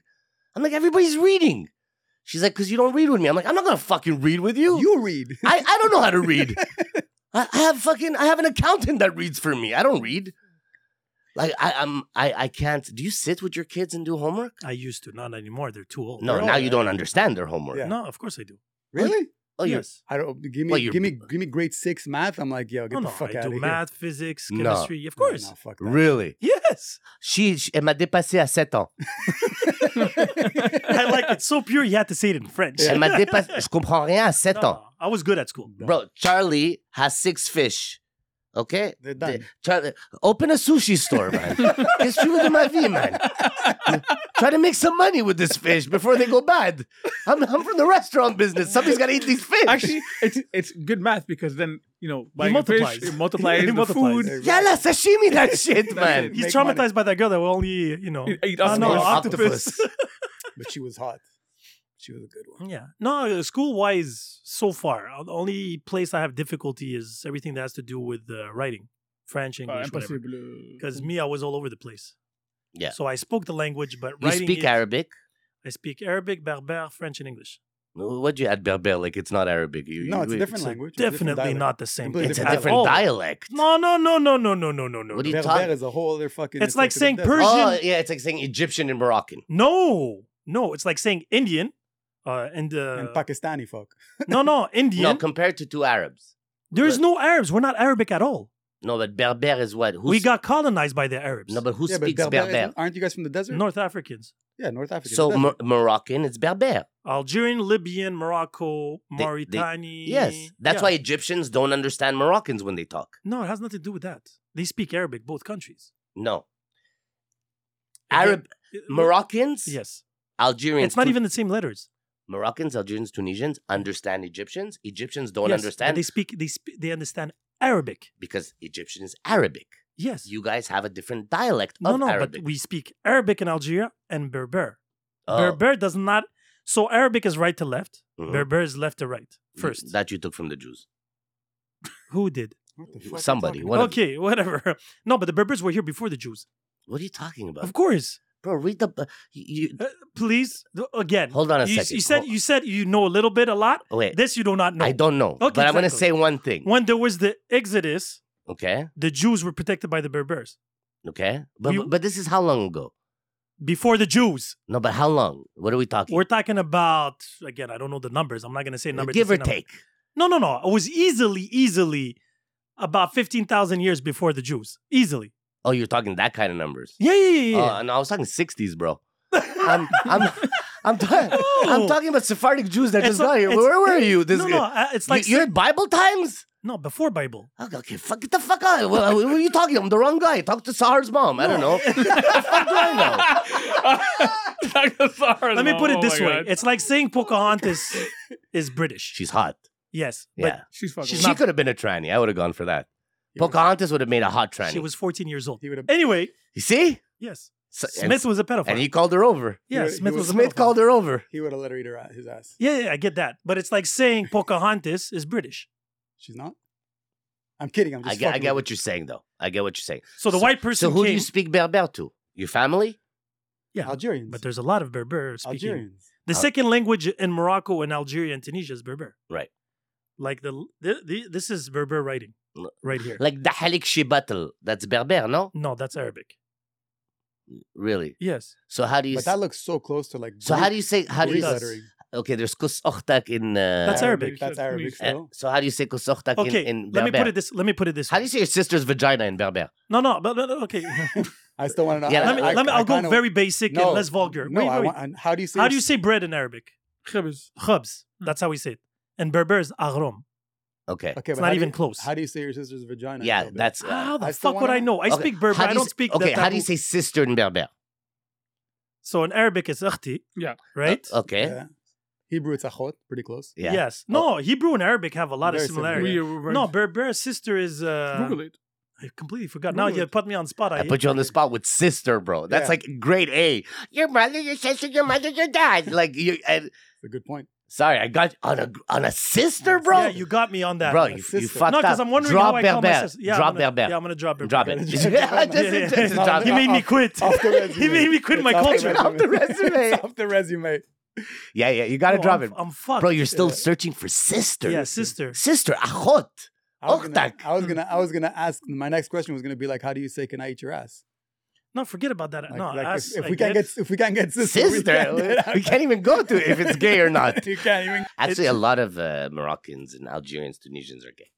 I'm like, everybody's reading. She's like, because you don't read with me. I'm like, I'm not gonna fucking read with you. you read. I, I don't know how to read. I, I have fucking I have an accountant that reads for me. I don't read. Like I, I'm I, I can't. Do you sit with your kids and do homework? I used to, not anymore. They're too old. No, Oh, No, now you yeah. don't understand their homework. Yeah. No, of course I do. Really? Oh yes. I don't give me Well, you're- give me give me grade six math. I'm like, yo, get No, the no, fuck I out do of here. math, physics, No. chemistry. Of No, course. no, fuck that. Really? Yes. She, she elle m'a dépassé à 7 ans. I like it. So pure, you had to say it in French. Elle m'a dépassé. Je comprends rien à 7 No, ans. no, I was good at school. Bro, Charlie has six fish. Okay? They're done. Charlie, open a sushi store, man. Qu'est-ce que tu veux de ma vie, man? Try to make some money with this fish before they go bad. I'm, I'm from the restaurant business. Somebody's got to eat these fish. Actually, it's it's good math because then you know buying a multiplies. fish, it multiplies It the multiplies. food. yeah, la sashimi that shit, man. He's Make traumatized money. by that girl that will only, you know. It ate Ah, no, octopus. octopus. But she was hot. She was a good one. Yeah. No, school wise, so far, uh, the only place I have difficulty is everything that has to do with uh, writing, French, Ah, English, whatever. impossible. Mm-hmm. Because me, I was all over the place. Yeah. So I spoke the language, but You writing. speak it- Arabic? I speak Arabic, Berber, French, and English. What'd you add, Berber? Like, it's not Arabic. You, No, you- it's a different language. it's a different Definitely dialect. not the same. Completely It's a at dialect. different all. dialect. Oh, No, no, no, no, no, no, no, no, no. What do no. you Berber talk- is a whole other fucking. It's like a saying different- Persian- Oh, yeah, it's like saying Egyptian and Moroccan. No, no. It's like saying Indian, uh, and and uh, Pakistani fuck. no, no, Indian. No, compared to two Arabs. There's no Arabs. We're not Arabic at all. No, but Berber is what? Who's, we got colonized by the Arabs. No, but who yeah, speaks but Berber? Berber, aren't you guys from the desert? North Africans, Yeah, North Africa. So the Mor- desert. Moroccan, it's Berber. Algerian, Libyan, Morocco, they- Mauritania. Yes, that's Yeah. why Egyptians don't understand Moroccans when they talk. No, it has nothing to do with that. They speak Arabic, both countries. No, Again, Arab it- Moroccans, Yes, Algerians. it's not Tu- even the same letters. Moroccans, Algerians, Tunisians understand Egyptians. Egyptians don't Yes, but understand They speak. They sp- They understand Arabic. because Egyptian is Arabic. Yes. You guys have a different dialect no, of no, Arabic. but we speak Arabic in Algeria and Berber. Oh, Berber does not. So Arabic is right to left. mhm. Berber is left to right. First, that you took from the Jews. who did? What the fuck are you Somebody, talking One of them. okay, whatever. No, but the Berbers were here before the Jews. What are you talking about, Of course. bro? Read the. You, you- Uh, please, th- again. hold on a you, second. you said Hol- you said you know a little bit, a lot. wait. This you do not know. I don't know, but I'm gonna exactly. say one thing. When there was the Exodus, Okay, the Jews were protected by the Berbers okay, but You- but- but this is how long ago? before the Jews. No, but how long? What are we talking? We're talking about again. I don't know the numbers. I'm not gonna say number. to give say or number. take. No, no, no. It was easily, easily about fifteen thousand years before the Jews. Easily. Uh, Oh, you're talking that kind of numbers. Yeah, yeah, yeah. yeah. Oh, no, I was talking 60s, bro. I'm I'm I'm, ta- I'm No. talking about Sephardic Jews that It's just not- got here. it's- Where were you? This no, no. I- It's like you, are at Bible times. no before Bible. Okay, okay, fuck get the fuck out. What, what are you talking? I'm the wrong guy. Talk to Sahar's mom. I don't know. What the fuck do I know? Let Let me put oh it this way: it's like saying Pocahontas is British. She's hot. Yes, Yeah, She's fucking. She's she not- could have been a tranny. I would have gone for that. Yeah. Pocahontas would have made a hot but tranny. she was 14 years old. He would have. Anyway, you see? yes, So- and- Smith was a pedophile. and he called her over. yeah, he Smith was- was a Smith pedophile. called her over. He would have let her eat her ass, his ass. Yeah, yeah, I get that, but it's like saying Pocahontas is British. She's not. I'm kidding. I'm just. I get, I fucking get with what you're saying, though. I get what you're saying. So the white person So who do came, you speak Berber to? Your family? you. yeah, Algerians. but there's a lot of Berber speaking. Algerians. The Al- second language in Morocco and Algeria and Tunisia is Berber. Right. Like the, the, the this is Berber writing No. right here. Like Dahalik Shibatl. That's Berber, no? no, that's Arabic. Really? Yes. So how do you? But that looks so close to like. so how do you say? How do Greek you? does. lettering? Okay, there's Kus Ochtak in. Uh, That's Arabic. That's Arabic uh, still. so how do you say Kus Ochtak Okay. in, in Berber? let me put it this. Let me put it this. how way. do you say your sister's vagina in Berber? No, no, but, but okay. I still want to know. Yeah, I- let me. I- let me. I I'll go kinda- very basic No, and less vulgar. No, wait, I wait. want. and How do you say? How your do you s- say bread in Arabic? Khabis. Khubs. That's how we say it. And Berber is agrom. Okay. Okay, It's but not how do even you- close. How do you say your sister's vagina? Yeah, though, babe? that's. Uh, How the I still fuck would wanna- I know? I okay, speak Ah, Berber. how do I you don't say- speak. Okay, that how do you taboo- say sister in Berber? So in Arabic, it's akhti. Yeah. Right. Uh, okay. Yeah. Hebrew, it's achot, pretty close. Yeah. Yes. No. Hebrew and Arabic have a lot of Very similar. similarities. We were- No, Berber's sister is. Uh, Google it. I completely forgot. Google Now you it. put me on the spot. I, I put you on the spot with sister, bro. That's Yeah. like grade A. Your brother, your sister, your mother, your dad. Like you, and It's a good point. Sorry, I got on a on a sister, bro. Yeah, you got me on that. bro, No, you, you sister. fucked up. because I'm wondering drop how I call my Berbère. sister. Yeah, drop I'm gonna, Berbère. Yeah, I'm gonna drop Berbère. Drop it. Berbère. just, just, just drop He it. Oh, made me quit. Off the resume. He made me quit It's my off the culture. Off the resume. It's off the resume. Yeah, yeah, you gotta No, drop Oh, it, I'm, I'm fucked. bro. You're still searching for sister. Yeah, sister. sister, achot. I was, gonna, Ortak. I was gonna. I was gonna ask. My next question was gonna be like, "How do you say can I eat your ass?" No, forget about that. Like, Uh, no, like, if- ass, if, I we can't get, if we can't get sister, we Sister, can't get- we can't even go to if it's gay or not. you can't even. Actually, a lot of uh, Moroccans and Algerians, Tunisians are gay.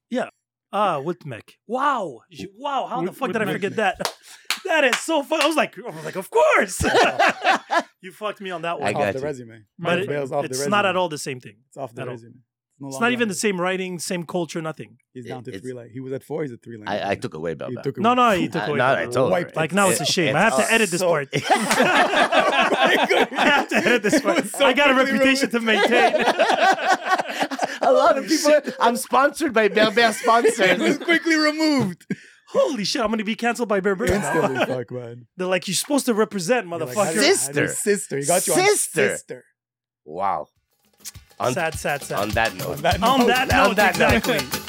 ah Whitmec. Wow, Sh- wow. How the Whit- fuck did I Whitmec. forget that? That is so fun. I was like, I was like, of course. you fucked me on that I one. off got the you. resume. but My it- fails off the it's not resume. at all the same thing. It's off the At all. resume. no It's longer not even on the same writing, same culture, nothing. He's down to It's- three lines. He was at four. He's at three lines. I, I took away Uh, about He that. took No, no, you I, took away. no, I from it. told her. Wiped. like now it's a shame. I have to edit this so- part. I have to edit this part. was so I got a quickly reputation to maintain. a lot of people. I'm sponsored by Berber It was sponsors. quickly removed. Holy shit! I'm gonna be canceled by Bear Brand now. Instantly, fuck man. They're like, you're supposed to represent, You're like, motherfucker. how do you- how do Sister. you- sister. He got you on Sister. sister. wow. On, sad, sad, sad. on that note. On that On note- that note, that note. exactly.